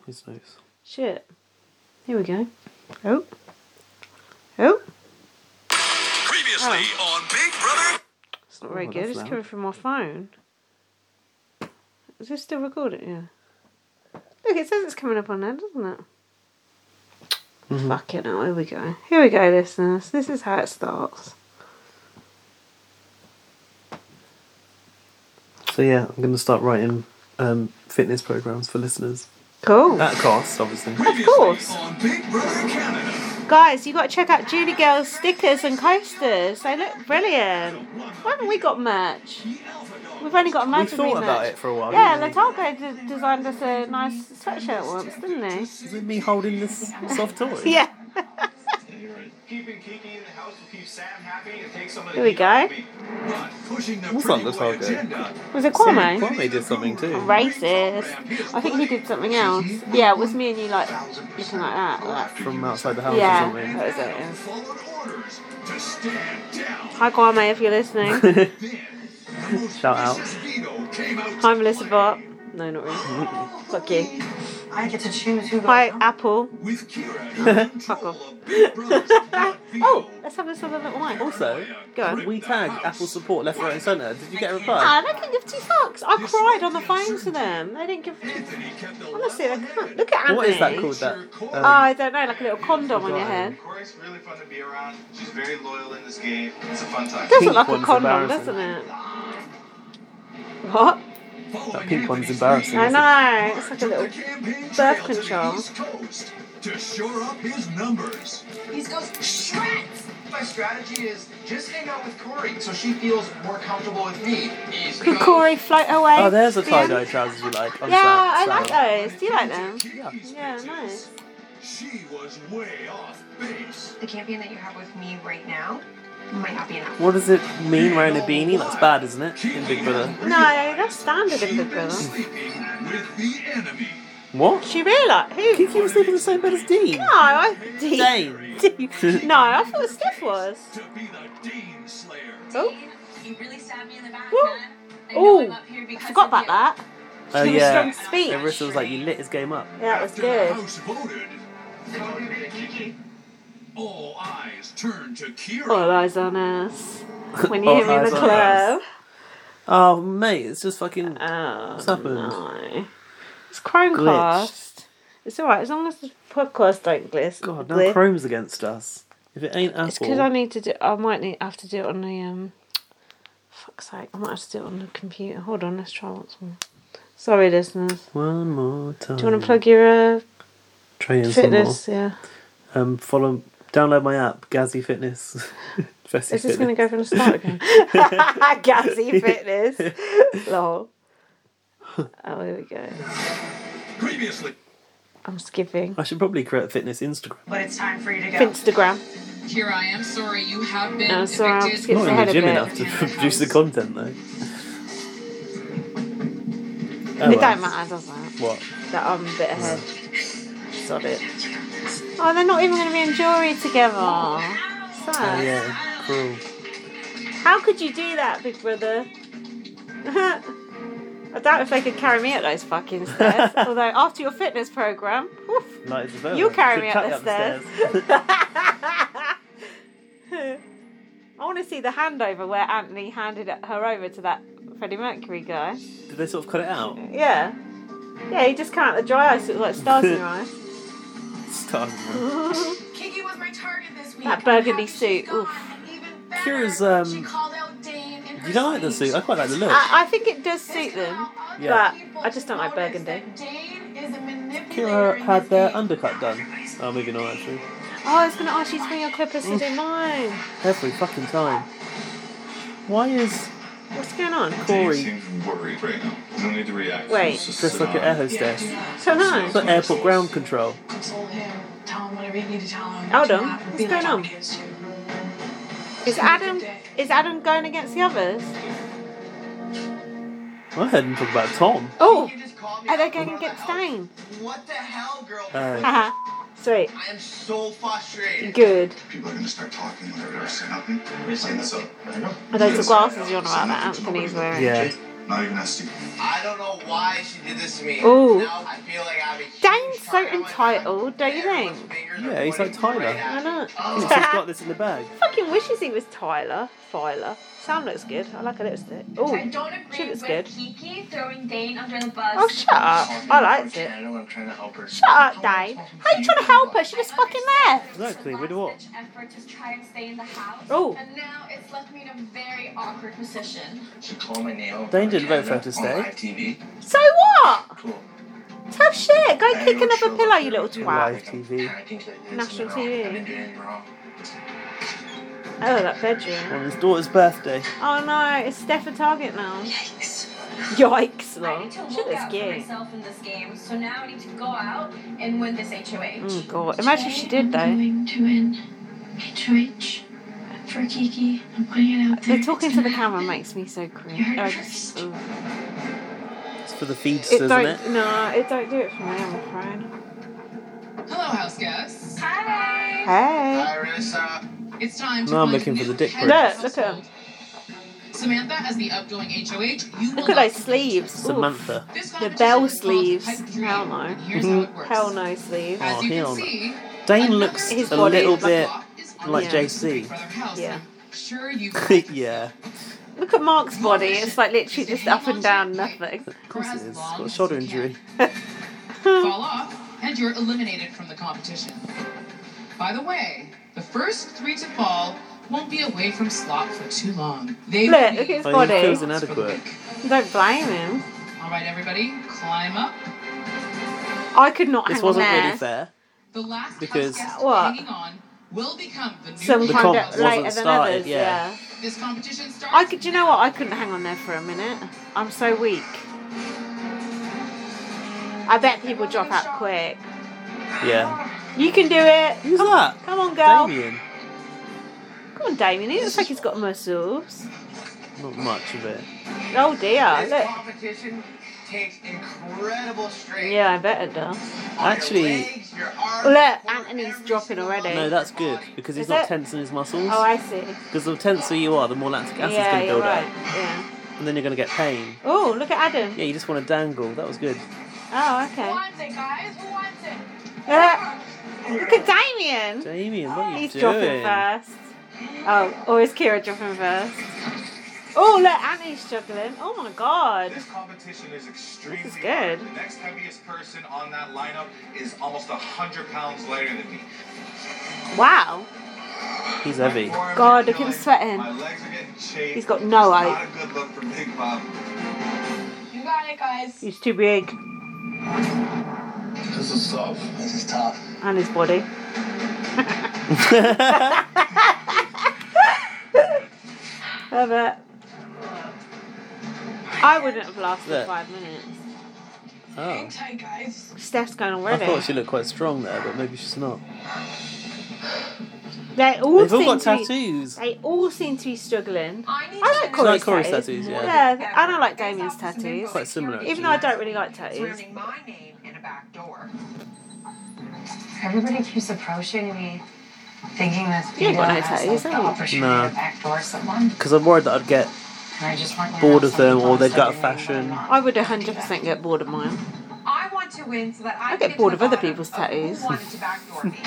A: Who's knows?
B: Shit. Here we go. Oh. Oh.
C: Previously on Big Brother.
B: It's not very
A: Oh,
B: good.
A: that's
B: It's
A: loud.
B: coming from my phone. Is this still recorded? Yeah. Look, it says it's coming up on there, doesn't it?
A: Mhm.
B: Fucking hell, here we go. Here we go, listeners. This is how it starts.
A: So yeah, I'm going to start writing um, fitness programs for listeners
B: Cool.
A: at cost, obviously.
B: of course.
C: On Big Brother Canada.
B: Guys, you got to check out Judy Girl's stickers and coasters. They look brilliant. Why haven't we got merch?
C: The Alpha Dog.
B: We've only got
A: We
B: merch.
A: thought about it for a while.
B: Yeah,
A: didn't
B: Letalco d- designed us a nice sweatshirt once, didn't he?
A: we? Is it me holding this soft toy?
B: Yeah.
D: Keeping Kiki in the house will keep Sam happy and take some of the
B: Here we
D: heat off
B: go.
D: me. But pushing the
A: What's on
D: pretty
A: the
D: boy
A: target?
D: agenda,
B: Was it Kwame?
A: Kwame did something too.
B: racist. I think he did something else. Yeah, it was me and you like looking like that. Like,
A: From outside the house
B: yeah,
A: or something.
B: that was it. yeah.
D: followed orders to stand down.
B: Hi Kwame, if you're listening.
D: Then,
A: Shout out.
D: Vito came out
B: Hi Melissa Bart. No, not really. Fuck you.
E: I get to choose who goes
B: Hi
E: on.
B: Apple.
D: with Kira in
B: Fuck
D: control
B: off.
D: of Big Brother's Blood Vito.
B: Oh, let's have this other little wine.
A: Also,
B: Go on.
A: we tagged Apple support left, right, and centre. Did you get a
B: Ah,
A: reply?
B: they can give two fucks. I cried on the phone to them. They didn't give.
D: Anthony kept the
B: Honestly, they
D: level
B: can't.
D: head.
B: Look at Anthony.
A: What is that called? That
B: Oh,
A: um,
B: I don't know, like a little condom on your head.
F: Corey's really fun to be around. She's very loyal in this game. It's a fun time.
B: Doesn't
A: Pink
B: look like a
A: one's
B: condom,
A: embarrassing.
B: doesn't it? What?
A: that pink one's embarrassing.
B: I
A: isn't it?
B: know. It's like a little.
D: birth
B: control.
D: To shore up his numbers.
E: He goes, Shrek!
F: my strategy is just hang out with Corey so she feels more comfortable with me. Easy.
B: Could Corey float away?
A: Oh, there's the
B: Yeah.
A: tie dye trousers you like. On
B: Yeah,
A: Sam-
B: I
A: Sam.
B: like those. Do you like them?
A: Yeah.
B: Yeah, nice.
G: She was way off base.
H: The campaign that you have with me right now might not be enough.
A: What does it mean wearing a beanie? That's bad, isn't it? In Big Brother.
B: No, that's standard in Big Brother.
G: Sleeping with the enemy.
A: What?
B: She realised who?
A: Kiki was sleeping in the same bed as Dean.
B: No, I
A: Dane.
B: Dean. No, I thought Steph was.
G: To be the Dean Slayer.
B: Oh.
H: You really stabbed me in the back,
B: Woo.
H: man. I know
B: Oh,
H: I'm up here
B: I
H: because
B: forgot
H: of
B: about
H: you.
B: that.
A: Oh
B: She was
A: yeah.
B: strong speech.
A: Everissa was like, "You lit his game up."
B: Yeah, that was
G: After the
B: good.
G: House voted. All eyes turned to Kira.
B: All eyes on us. When you
A: Oh, All
B: hear me in the
A: eyes on us.
B: club.
A: Oh mate, it's just fucking.
B: Oh,
A: What's happened?
B: no. It's Chromecast. It's alright, as long as the podcast don't glitch.
A: God, now oh, Chrome's against us. If it ain't Apple,
B: It's because I need to do. I might need have to do it on the um. Fuck's sake! I might have to do it on the computer. Hold on, let's try once more. Sorry, listeners.
A: one more time.
B: Do you want to plug your uh,
A: Try in Mm. some more.
B: fitness? Yeah.
A: Um, follow, download my app, Gazzy Fitness. Fessy
B: Is this
A: Fitness.
B: going to go from the start again? Gassy fitness. Lol. Oh, here we go.
G: Previously.
B: I'm skipping.
A: I should probably create a fitness Instagram.
I: But it's time for you to go.
B: Instagram.
E: Here I am. Sorry, you have been.
B: No, sorry, I'm
E: evicted.
B: skipping
A: Not in
B: ahead
A: the
B: a
A: gym
B: bit.
A: enough to produce the content though. Oh,
B: It
A: well.
B: don't matter, does it?
A: What?
B: That I'm a bit ahead. Sod it. Oh, they're not even going to be in jury together. Sad.
A: Oh, yeah, cruel.
B: How could you do that, Big Brother? I doubt if they could carry me up those fucking stairs. Although, after your fitness program, woof.
A: Light as a feather.
B: You carry me
A: Should Oh,
B: up the
A: cut you upstairs.
B: I want to see the handover where Anthony handed her over to that Freddie Mercury guy.
A: Did they sort of cut it out?
B: Yeah. Yeah, you just can't. The dry ice looks like stars in your eyes.
A: Stars.
H: Kiki was my target this week.
B: That burgundy
H: I'm happy she's
B: suit,
H: gone,
B: oof.
H: and even better,
A: Kira's, um,
H: She called out Dane in her
A: You don't like the
H: speech.
A: suit. I quite like the look.
B: I, I think it does
H: This
B: suit
H: can
B: them.
H: allow other
A: Yeah.
B: but
H: people
B: I just
H: to
B: don't like
H: notice
B: burgundy.
H: that Dane is a manipulator
A: Kira
H: in
A: had
H: this
A: their
H: game.
A: undercut done. Oh, moving on actually.
B: Oh, I was going to ask you to bring your clippers to do mine.
A: Every fucking time. Why is
B: What's going on?
A: Corey
D: worried right now. No need to react.
B: Wait.
D: It's just
A: dressed like an air hostess?
B: So nice.
A: But airport ground control.
I: Console him. Tell him whatever you need to tell him.
B: Hold on.
I: Do not
B: What's
I: be like
B: going on?
I: Tom Kiss, you.
B: Is Adam is Adam going against the others?
A: I heard him talk about Tom.
B: Oh,
F: You just called me
B: are they
F: out
B: going
F: about
B: against
F: the hell-
B: Dane?
F: What the hell, girl?
A: Uh,
B: Haha. Sweet.
F: I am so frustrated.
B: Good.
D: People are gonna start talking whenever I sign up. Sign this up.
B: Are those the glasses you're on about that Anthony's wearing?
A: yeah.
D: Not even that stupid.
F: I don't know why she did this to me.
B: Ooh.
F: Now I feel like I'm a huge
B: Dane's so
F: target.
B: entitled, don't you
F: Everyone's
B: think?
F: fingers are
A: Yeah, he's like
F: pointing
A: Tyler.
F: right
B: Why
F: at
B: not?
A: He's just got this in the bag.
B: Fucking wishes he was Tyler. Tyler. Sam looks good. I like a lipstick.
H: I
B: Oh,
H: don't
B: She
H: agree
B: looks
H: with
B: good.
H: Kiki throwing Dane under the bus.
B: oh, shut up. I liked it.
D: I know I'm trying to help her.
B: Shut up, Dave. How you trying to help her? She just fucking left.
A: Exactly, with what?
H: Effort to try and stay in the house.
B: Oh.
H: And now it's left me in a very awkward position.
D: Should call my name. over
A: Dane didn't vote for her
D: Canada
A: to
D: on
A: stay.
D: live TV.
B: So what?
D: Cool.
B: Tough shit. Go kick
D: I'm
B: another
D: sure
B: pillow,
D: that
B: you
D: they're
B: little
D: doing
B: twat.
A: Live TV.
D: panicking that there's
B: National
D: something wrong.
B: TV.
D: I didn't do anything wrong.
B: Oh, that bedroom.
A: On his daughter's birthday.
B: Oh no, it's Steph a target now.
H: Yikes.
B: Yikes,
H: I
B: lol.
H: need to
B: She
H: look
B: looks
H: out for
B: gay.
H: myself in this game, so now I need to go out and win this HOH.
B: Oh god, imagine if she did though.
J: to win HOH for Kiki. I'm putting it out there.
B: The talking to the camera makes me so cringe. I just, ugh.
A: It's for the feedsters,
B: it
A: isn't
B: don't,
A: it?
B: no, it don't do it for me, I'm afraid.
E: Hello, house guests.
H: Hi!
B: Hey.
F: Hi, Rissa.
E: It's time to
A: No, I'm
E: find
A: looking for
E: new
A: the dick
E: head
A: print.
B: Look,
E: of
B: look at 'em.
E: household. Samantha as the outgoing HOH. You
B: Look
E: will
B: at those
E: not-
B: sleeves. Oof.
A: Samantha.
E: This
B: The
E: competition
B: bell
E: is called
B: sleeves.
E: Pipe Dream,
B: Hell no.
E: and Here's how it works.
B: Hell no sleeve.
E: As
A: Oh,
E: you
A: hell no.
E: can see,
A: Dane looks
B: His
A: a
B: body
A: little
B: is-
A: bit
E: Bob is on
A: like
E: the
B: Yeah.
A: JC.
E: brother house.
B: Yeah.
E: Sure you
A: yeah.
B: Look at Mark's body. It's like literally just up and down, nothing.
A: Of course it is. He's got a shoulder injury.
E: fall off, and you're eliminated from the competition. By the way, the first three to fall won't be away from slot for too long. They
B: Look,
E: will
B: look
E: be
B: at his
A: Oh, he feels
B: body.
E: for the
A: inadequate.
E: week.
B: Don't blame him.
E: All right, everybody, climb up.
B: I could not
A: This
B: hang on
A: wasn't
B: there.
A: really fair.
E: The last
A: Because-
E: house guest
B: What?
E: hanging on
K: will become the new
B: Some
A: The
K: leader
B: kind
A: comp
B: of
K: of
A: wasn't
B: later than
A: started,
B: others.
A: yeah.
B: Yeah.
K: This competition starts.
B: I could. Do you know what? I couldn't hang on there for a minute. I'm so weak. I bet people drop out quick.
A: Yeah.
B: You can do it.
A: Who's
B: come,
A: that?
B: Come on, girl.
A: Damien.
B: Come on, Damien. He looks like he's got muscles.
A: Not much of it.
B: Oh dear.
F: This
B: Look.
F: competition takes incredible strength.
B: Yeah, I bet it does.
F: on your
A: Actually-
F: legs, your arms,
B: Look,
F: core,
B: Anthony's
F: every
B: dropping
F: single
B: already.
F: bone
A: No,
F: in
A: that's
F: your
A: good
F: body.
A: because he's
B: Is
A: not
B: it?
A: tensing his muscles.
B: Oh, I see.
A: Because the tenser you are, the more lactic acid's
B: yeah,
A: going to
B: you're
A: build
B: right.
A: up,
B: Yeah.
A: and then you're going to get pain.
B: Oh, look at Adam.
A: Yeah, you just want to dangle. That was good.
B: Oh,
L: Who
B: okay.
L: wants it, guys? Who wants it?
B: Ah, look at Damien.
A: Damien, what are you
B: He's dropping
A: doing?
B: first. Oh, or is Kira dropping first? Oh, look, Annie's juggling. Oh my god.
F: This competition is extremely
B: This is good.
F: hard. The next heaviest person on that lineup is almost 100 pounds lighter than me.
B: Wow.
A: He's heavy. Oh.
F: My forearms
B: God,
F: are
B: look at him
F: killing.
B: sweating.
F: My legs are getting chafed.
B: He's got no
F: It's
B: hope.
F: Not a good look for Big Bob.
L: You got it, guys.
B: He's too big.
C: This is tough.
F: This is tough.
B: And his body.
A: That's
B: Love it. I wouldn't have lasted
A: Look.
B: five minutes.
A: Oh.
E: tight, guys.
B: Steph's going
A: I
B: already.
A: thought she looked quite strong there, but maybe she's not.
B: They all
A: They've all
B: seem
A: got
B: to be-
A: tattoos.
B: They all seem to be struggling.
L: I need to
B: I like
L: know
B: Corey's,
A: like Corey's
B: tattoos.
A: tattoos, yeah.
B: yeah, and I like Damien's tattoos.
A: Quite similar.
B: Even though I don't really like tattoos.
H: surrounding my name in a back door. Everybody keeps approaching me, thinking that's
B: You ain't got no
H: has,
B: tattoos,
H: like,
B: have
H: the
B: you?
H: opportunity
A: No.
H: to back door someone.
A: Because I'm worried that I'd get
H: And I just want to
A: Bored
H: know
A: of them or
H: something
A: they got
H: else I can
A: fashion.
H: learn about.
B: I would 100% get bored of mine.
H: I want to win so that I,
B: I
H: can
B: get bored
H: to
B: of
H: the
B: other
H: bottom
B: people's
H: of who
B: tattoos.
H: wanted to backdoor me.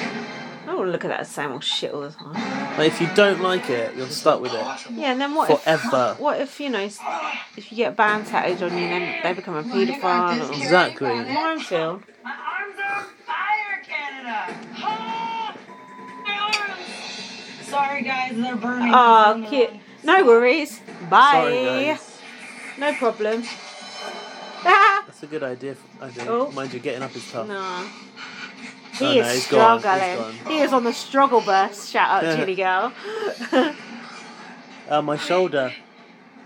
B: I want to look at that same old shit all the time.
A: But if you don't like it, you're stuck with it
B: Yeah, and then what if,
A: forever.
B: what if, you know, s- if you get banned tattoos on you, then they become a
K: Well, you got this,
B: paedophile or...
K: Kira.
A: Exactly.
K: You got it.
B: Minefield.
H: My arms are on fire, Canada! Ah, my arms! Sorry, guys, they're burning.
B: Oh, cute. No worries. Bye.
A: Sorry, guys.
B: No problem. Ah!
A: That's a good idea, f- I think.
B: Oh.
A: Mind you, getting up is tough.
B: No. He
A: Oh,
B: is
A: no, he's gone,
B: struggling.
A: he's
B: He is on the struggle bus. Shout out, Julie Girl.
A: Uh, my shoulder.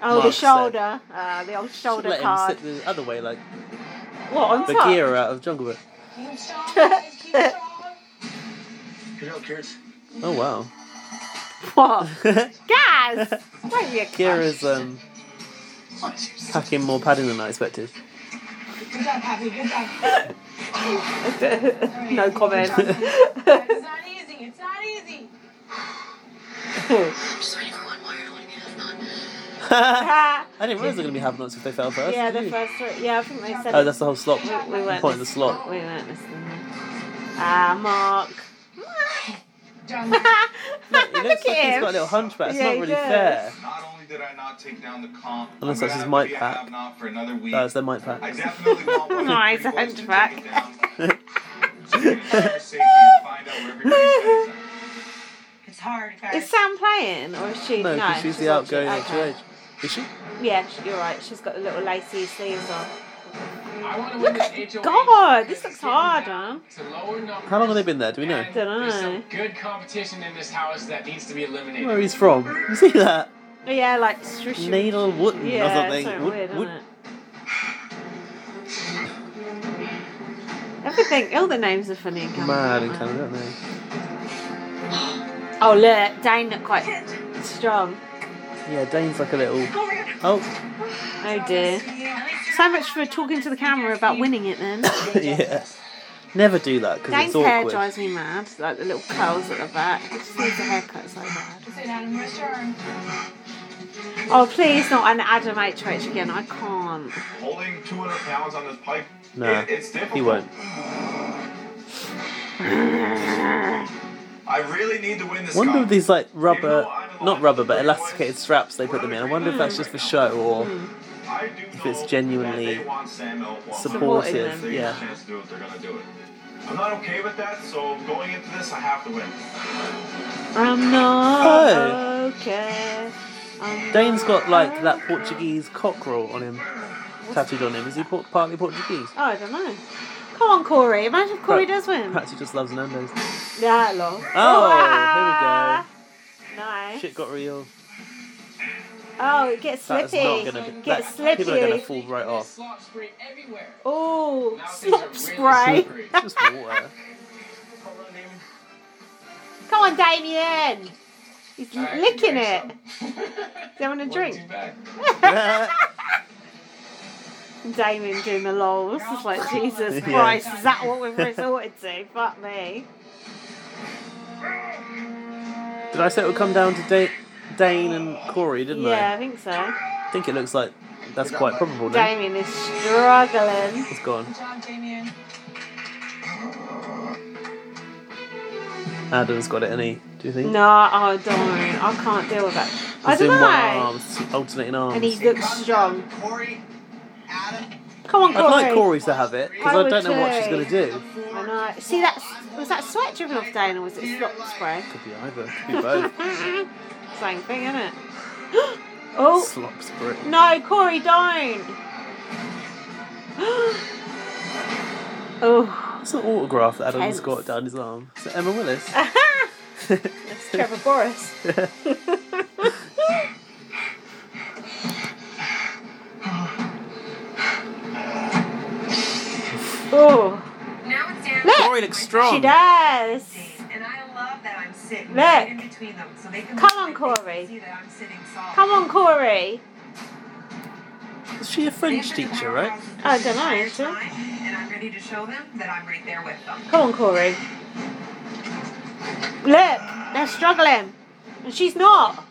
B: oh,
A: Mark
B: the
A: said.
B: shoulder. Uh, the old
A: Should
B: shoulder
A: let him
B: card.
A: sit the other way, like
B: What, on
A: the
B: top?
A: gear out of Jungle Book.
L: Keep strong, guys. Keep strong.
A: Oh wow.
B: What? Gaz! Don't be a
A: Kira's um, packing more padding than I expected.
L: Good job, Happy. Good job.
B: cunt. no comment.
L: it's not easy. It's not easy.
M: I'm sorry, everyone. Why are you holding me up?
A: I didn't realise they're gonna be have nuts if they fell first.
B: yeah, the
A: Ooh.
B: first three. Yeah, I think they said
A: Oh, that's the whole slot.
B: we, we weren't
A: Point of the
B: listening.
A: slot.
B: We weren't listening. Ah, Mark.
L: John,
A: He looks
B: Look
A: like he's
B: at
A: got a
B: him.
A: little hunchback. It's
B: Yeah,
A: not
B: he
A: really
B: does.
A: fair.
F: Not only did I not take down the comp,
A: Unless
F: I'm
A: that's his
F: gonna
A: mic
F: have to be a
A: pack.
F: have-not for another week.
A: Oh, it's their mic
F: I
A: pack.
F: definitely want one. of the
B: Nice
F: pretty boys to
B: hunchback.
F: take it down. So we can ensure safety and find out where everybody's at.
H: It's hard, guys.
B: Is Sam playing or is she?
A: No,
B: No,
A: because she's the outgoing
B: watching.
A: extra age. Is she?
B: Yeah, sh- you're right. She's got the little lacy sleeves on.
K: I want to
B: Look
K: win
B: at
K: this HOH
B: God, this
K: because
B: looks
K: it's getting
B: hard,
K: down To lower numbers.
A: How long have they been there? Do we know?
K: And
B: Dunno.
K: There's some good competition in this house that needs to be eliminated.
A: Where he's from? You see that?
B: Oh, yeah, like swish.
A: Needle Wooden
B: Yeah,
A: or something.
B: it's sort of
A: Wood-
B: weird,
A: wood-
B: isn't it? Everything, all the names are funny in Canada.
A: Mad in
B: aren't
A: Canada, aren't they?
B: they? Oh look, Dane looked quite strong.
A: Yeah, Dane's like a little. Oh,
B: Oh dear. So much for talking to the camera about winning it then.
A: yeah. Never do that because
B: Dane's
A: it's
B: hair
A: awkward.
B: drives me mad, like the little curls at the back. She needs a haircut so bad.
L: sit down and rest your arm.
B: Oh please not an Adam HH again, I can't.
F: Holding 200 pounds on this pipe,
A: Nah,
F: it, it's difficult.
A: He won't.
F: I really need to win this
A: Wonder
F: comp.
A: if these like rubber, not rubber, but elasticated straps they put them in. I wonder if that's just for show or
B: Hmm.
F: I do
A: if
F: know
A: it's genuinely
F: that they want Sam Elwell.
B: Supporting
A: supportive.
B: them.
F: They get a
A: Yeah.
F: chance to do it, they're gonna do it. I'm not okay with that, so going into this, I have to win.
B: I'm not
A: Oh.
B: okay. Um, oh, I'm
A: Dane's
B: not
A: got like that
B: okay.
A: Portuguese cockerel on him, tattooed on him. Is he por- partly Portuguese?
B: Oh, I don't know. Can't Come on, Corey. Imagine if Corey does win.
A: Perhaps he just loves Nando's.
B: Yeah, lol.
A: Oh,
B: Ah,
A: here we go.
B: Nice.
A: Shit got real.
B: Oh, it gets
A: That is not
B: slippy.
A: gonna be.
B: Gets
A: that, people are gonna
B: slippy.
A: fall right off.
K: Slop spray everywhere.
B: Oh,
K: Now things are
B: slop
K: really
B: spray.
K: slippery.
A: It's just water.
D: Hold on, Damon.
B: Come on, Damien. He's
D: I actually
B: licking it.
D: drank
B: He's having a
D: some.
B: drink.
D: Wasn't too bad.
B: Damien doing the lols. It's like, Jesus
A: Yeah.
B: Christ, is that what we've resorted to? Fuck me.
A: Did I say it would come down to da- Dane and Corey? Didn't
B: Yeah, I think so.
A: I? I think it looks like that's quite probable. Now.
B: Damien is struggling.
A: It's gone.
H: Good job, Damien.
A: Adam's got it, and he. Do you think?
B: No, I don't. I can't deal with it. I
A: He's
B: don't
A: in one
B: know.
A: arm, alternating arms.
B: And he looks strong.
F: Corey, Adam,
B: Come on,
A: I'd like
B: Corey.
A: Corey to have it because
B: I
A: I,
B: would
A: don't know what she's
B: too.
A: gonna do.
B: I know. See, that's was that sweat driven off Dana, or was it slop spray? Mm-hmm.
A: Could be either. Could be both.
B: Same thing, isn't it? oh
A: Slop spray.
B: no, Corey, don't! oh,
A: It's an autograph that Adam's
B: Tense.
A: got down his arm. Is it Emma Willis?
B: that's Trevor Boris. oh,
H: Now it's down.
B: look,
A: Corey looks strong.
B: she does.
H: And I love that I'm sitting
B: Look.
H: right in between them, so they can
B: Come on,
H: look like they
B: Corey.
H: can See that I'm sitting solid.
B: Come on, Corey.
A: Is she a French teacher, right?
B: I Oh, don't know, is she?
H: And I'm ready to show them that I'm right there with them.
B: Come on, Corey. Look, they're struggling, and she's not.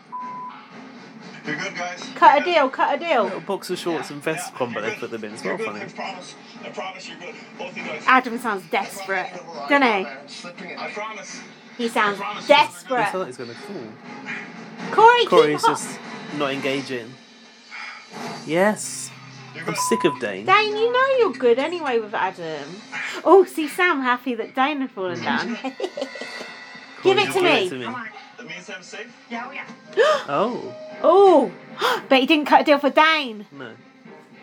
D: You're good, guys.
B: Cut a deal. Cut a deal.
A: Little boxer shorts and vest combo they put them in. It's
D: You're
A: well
D: good.
A: funny.
D: I promise. I promise you're good. Both of you guys.
B: Adam sounds desperate, doesn't he?
D: I promise.
B: He sounds desperate.
A: I feel like he's gonna fall.
B: Corey,
A: Corey's
B: keep up.
A: just not engaging. Yes. I'm sick of Dane.
B: Dane, you know you're good anyway with Adam. Oh, see, Sam happy that Dane had fallen down.
A: Corey,
B: give it to
A: give
B: me.
D: That means I'm safe.
H: Yeah, oh yeah.
A: Oh,
B: oh, but he didn't cut a deal for Dane.
A: no.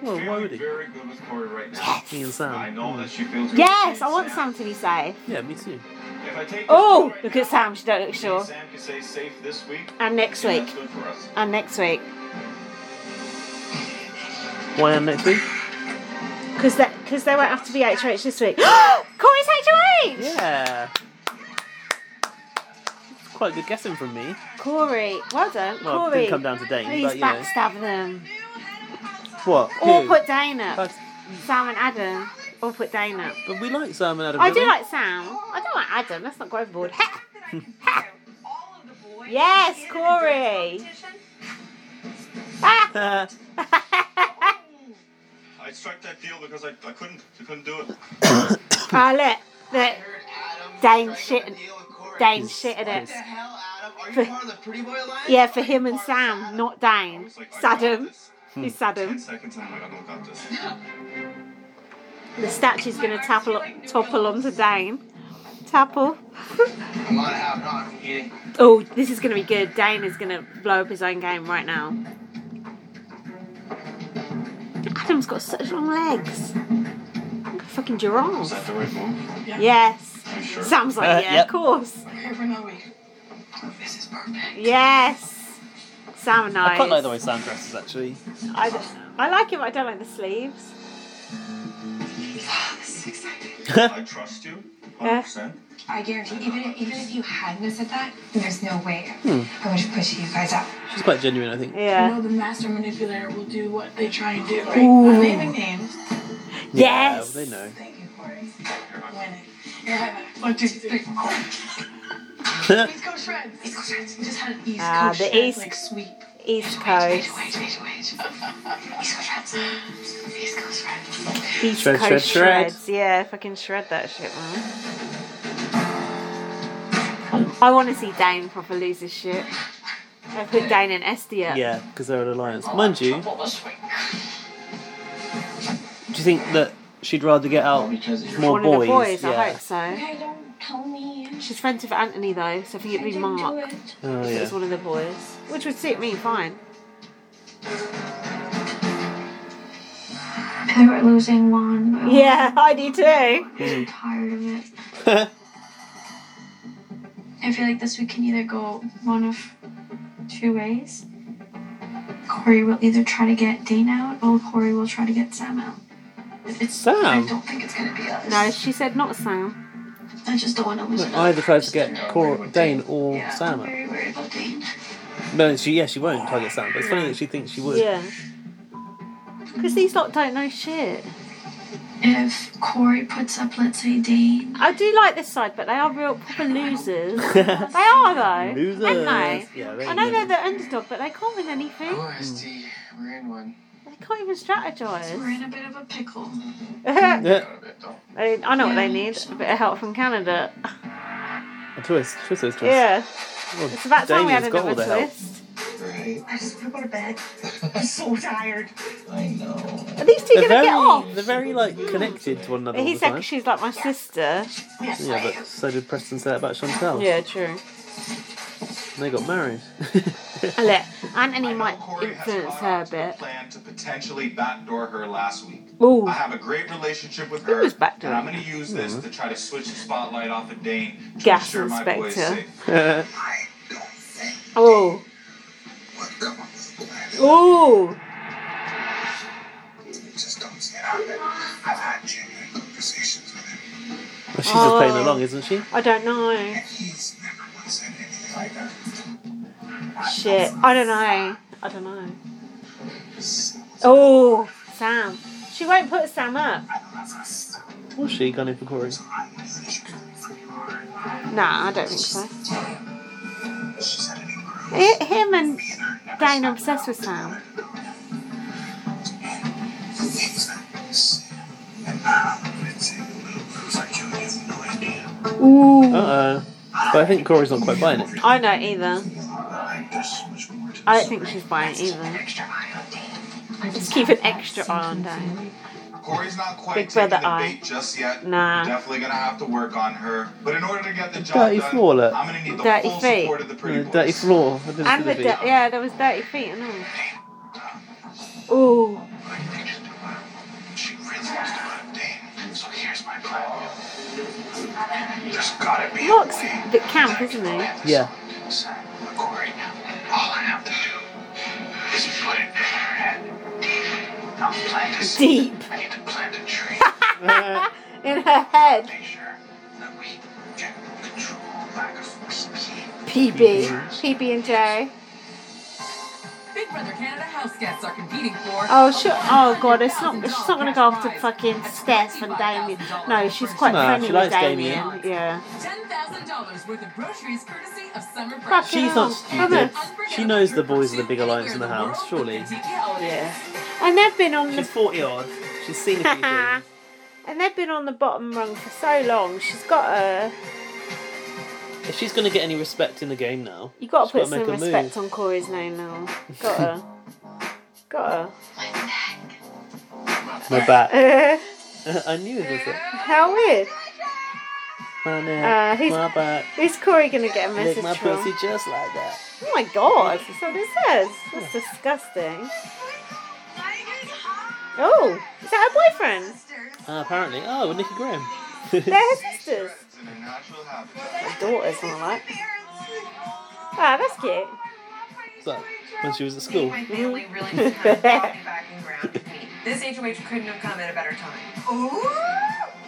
A: Well, why would he?
F: very good with Corey right now.
A: Me and
F: I
A: Ah, Sam.
F: know that she feels good.
B: Yes, I want Sam to be safe.
A: Yeah, me too.
F: If I take
B: Oh, look at Sam. She don't look sure.
F: Sam can say safe this week.
B: And next
F: and
B: week.
F: That's good for us.
B: And next week,
A: Why am next week?
B: because that because they won't have to be HOH this week. Corey's HOH.
A: Yeah. It's Quite good guessing from me.
B: Corey, well done,
A: Well, it
B: Corey.
A: didn't come down to Dane,
B: Please
A: but you know.
B: backstab them,
A: What?
B: or
A: Who?
B: put Dane up.
A: That's-
B: Sam and Adam, or put Dane up.
A: But we like Sam and Adam.
B: I
A: don't
B: do
A: we?
B: like Sam. I don't like Adam. That's not go overboard. Heh.
H: That I can do all of the boys
B: Yes,
H: in a
B: Corey.
H: dance competition.
B: Ah.
A: Uh,
D: I struck that deal because I, I couldn't I couldn't do it.
B: oh, look, look. Dane shitting. Dane shitted it. For- yeah, for him and Sam, not
D: I
B: Dane.
D: was like, I got
B: Saddam.
D: this.
B: He's
D: Ten
B: Saddam.
D: seconds and I'm like, I don't got this.
B: The statue's going to topple, topple onto Dane. Topple.
F: Come on out, not here.
B: Oh, this is going to be good. Dane is going to blow up his own game right now. Adam's got such long legs. Like a fucking
D: Is that
B: giraffe.
D: the right move?
B: Yes.
D: Are you sure?
B: Sam's like,
A: Uh,
B: yeah,
A: yep.
B: of course.
E: Okay, we're not weak. This is perfect.
B: Yes. Sam knows.
A: I quite like the way Sam dresses actually.
B: I, d- I like it, but I don't like the sleeves.
E: This is exciting.
D: I trust you.
B: Uh,
D: 100%.
M: I guarantee, even even if you hadn't have said that, there's no way
B: Hmm.
M: I would have put you guys up.
A: She's quite genuine, I think.
E: You
B: Yeah.
E: know the master manipulator will do what they try and do, right?
B: Ooh.
E: I'm naming names.
B: Yes.
A: Yeah, they know.
E: Thank you, Corey. You're winning. You're having one, two, three, four. East Coast Reds. East Coast Reds. We just had an East
B: Ah,
E: Coast
B: the
E: Reds,
B: East-
E: like sweep.
B: East
E: Wait,
B: Coast.
E: wait, wait, wait. East Coast Reds. East Coast Reds.
B: East
A: Shred,
B: Coast
A: shred, shred.
B: shreds. Yeah, fucking shred that shit, man. I want to see Dane proper lose his shit. I put Dane and Esty up.
A: Yeah, because they're an alliance. Mind you, do you think that she'd rather get out more
B: One of the
A: boys?
B: boys,
A: yeah.
B: I hope so.
M: Okay, don't tell me.
B: She's friends with Anthony though, so I think it'd be
M: Don't do
B: Mark
M: it.
A: Oh,
B: if it was
A: yeah.
B: one of the boys. Which would suit me fine.
N: Pirate losing one. but-
B: Yeah, I do too.
N: I'm tired of it. I feel like this we can either go one of two ways. Corey will either try to get Dane out, or Corey will try to get Sam out. It's I
A: Sam?
N: don't think it's gonna be us.
B: No, she said not Sam.
N: I just don't want to lose.
A: Look,
N: another
A: either tries to
N: person.
A: get Cor- Dane or
N: Yeah, I'm
A: Sam.
N: very worried about Dane.
A: No, she yeah she won't target Sam, but it's funny that she thinks she would.
B: Yeah. Because these lot don't know shit.
N: If Corey puts up, let's say Dane.
B: I do like this side, but they are real proper losers. they are though.
A: Losers.
B: Aren't they?
A: Yeah, they
B: I know
A: know.
B: they're the underdog, but they can't win anything.
O: ST, we're in one.
B: They can't even
N: We're
B: strategize.
N: in a bit of a pickle.
B: I,
A: Yeah,
B: mean, I know what they need. A bit of help from Canada.
A: a twist, twist, twist.
B: Yeah.
A: Well,
B: It's about time we had
A: Damien's got all
B: another
A: the help.
B: twist.
O: Right.
D: I just want to go to bed. I'm so tired.
O: I know.
B: Are these two
A: They're
B: gonna
A: very,
B: get off?
A: they're very like connected to one another.
B: He
A: all the
B: said
A: time.
B: she's like my sister.
D: Yes, I
A: Yeah,
D: am.
A: but so did Preston say that about Chantel.
B: Yeah, true.
A: And they got married.
B: I let Anthony
F: I know
B: might
F: Corey has
B: influence
F: caught
B: her
F: on
B: a
F: to the
B: bit.
F: plan to potentially backdoor her last week.
B: Ooh.
F: I have a great relationship with her,
B: was backdoor?
F: and I'm going to use this to try to switch the spotlight off of Dane to
B: Gas
F: ensure my boy's
B: inspector.
F: safe.
D: I don't think
B: Oh.
D: what the fuck
B: Oh.
D: you just don't see it happen. I've had genuine conversations with him,
A: Well, she's
B: Oh.
A: just playing along, isn't she?
B: I don't know.
D: and he's never once said anything like that.
B: Shit. I don't know. I don't know. Oh, Sam. She won't put Sam up.
A: Was she gunning for Corey?
B: Nah, I don't think so.
D: She said it in group.
B: Hi- Him and Dane are obsessed with Sam.
D: Things that Sam and I would say was like, yo, you have no idea.
B: Ooh.
A: Uh oh. But I think Corey's not quite buying it.
B: I don't either.
D: Like, there's so much more to
B: I
D: this.
B: don't think she's buying it either.
N: Extra eye on Dane. I
B: Just keep an extra eye on Dane.
F: Corey's not quite
B: Big
F: taking
B: brother
F: the
B: eye.
F: bait just yet.
B: Nah.
F: Definitely gonna have to work on her. But in order to get the job
A: dirty
F: done,
A: floor, look.
F: I'm gonna need the
B: Dirty
F: full
B: feet.
F: support of the pretty
A: Yeah,
F: boys.
A: dirty floor. I didn't see
B: And
A: the
B: the
A: feet.
B: di- yeah, there was dirty feet and all. Ooh.
D: I think she'll do well. She really wants to put up Dane. So here's my plan. There's gotta be a
B: Locke's
D: way.
B: a bit camp, isn't he?
A: Yeah.
D: Sam, Corey, all I have to do is put it in her head deep. I'll plant a seed.
B: Deep.
D: I need to plant a tree.
B: In her head.
D: Make sure that we can control lack of PP.
B: PB. PB and J.
P: Big Brother Canada house guests are competing for.
B: Oh, sure. Oh, God, it's not, she's not going to go after fucking Steph and Damien. No, she's quite
A: Nah,
B: friendly
A: she
B: with
A: likes
B: Damien.
A: Damien.
B: Yeah.
P: Ten thousand dollars worth of groceries, courtesy of Summer
B: Fuck
P: Fresh.
A: She's not stupid. She knows the boys are the big alliance in the house, surely.
B: Yeah. And they've been on the
A: She's 40 odd. She's seen a few things.
B: and they've been on the bottom rung for so long. She's got to.
A: If she's going to get any respect in the game now,
B: You got to
A: she's
B: put
A: gotta make
B: some
A: a move.
B: respect on Corey's name now. Gotta. gotta.
A: My back.
B: Uh,
A: I knew it was it.
B: how weird.
A: My
B: Uh,
A: neck,
B: he's-
A: my back.
B: Is Corey gonna get a
A: Lick
B: message
A: my
B: from?
A: pussy just like that.
B: Oh my god, that's what it says. That's disgusting. Oh, is that her boyfriend?
A: Ah, apparently. Oh, with Nicky Graham.
B: They're her sisters.
F: It's in her natural habitat.
B: Her daughters and all that. Ah, that's cute.
A: so, when she was at school.
Q: My family really just kind of brought me back and grounded me. This HOH couldn't have come at a better time.
R: Ooh,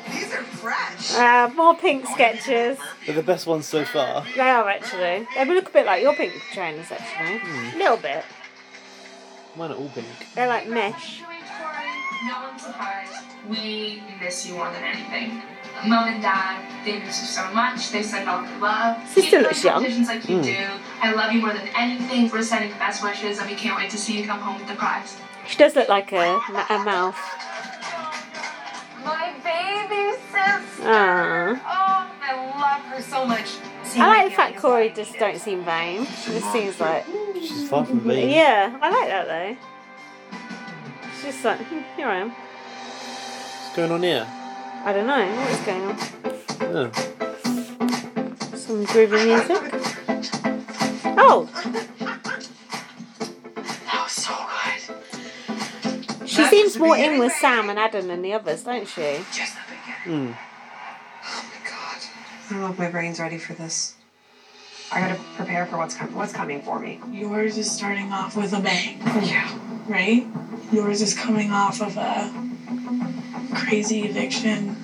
R: these are fresh.
B: Uh, more pink sketches.
A: They're the best ones so far.
B: They are actually. They look a bit like your pink trainers, actually. A little bit.
A: Mine are all pink.
B: They're like mesh.
Q: No one's surprised. We miss you more than anything. Mom and Dad, they miss you so much. They send all their love.
B: She still
Q: Keep
B: looks
Q: doing
B: young.
Q: competitions like you
A: Mm.
Q: do. I love you more than anything. We're sending best wishes, and we can't wait to see you come home with the prize.
B: She does look like a, a mouth.
H: My baby sister.
B: Aww.
H: Oh, I love her so much.
B: Ah. I like the fact Corey just don't seem vain. She just seems like
A: She's far from being.
B: Mm, yeah. I like that though. She's just like "Hmm, here I am.
A: What's going on here?
B: I don't know what's going on.
A: Oh.
B: Some groovy music. Oh,
D: That was so good.
B: she's seems more in with Sam and Adam than the others, don't she?
A: Mm.
S: I don't know if my brain's ready for this. I gotta prepare for what's com- what's coming for me.
E: Yours is starting off with a bang.
S: Yeah.
E: Right? Yours is coming off of a crazy eviction,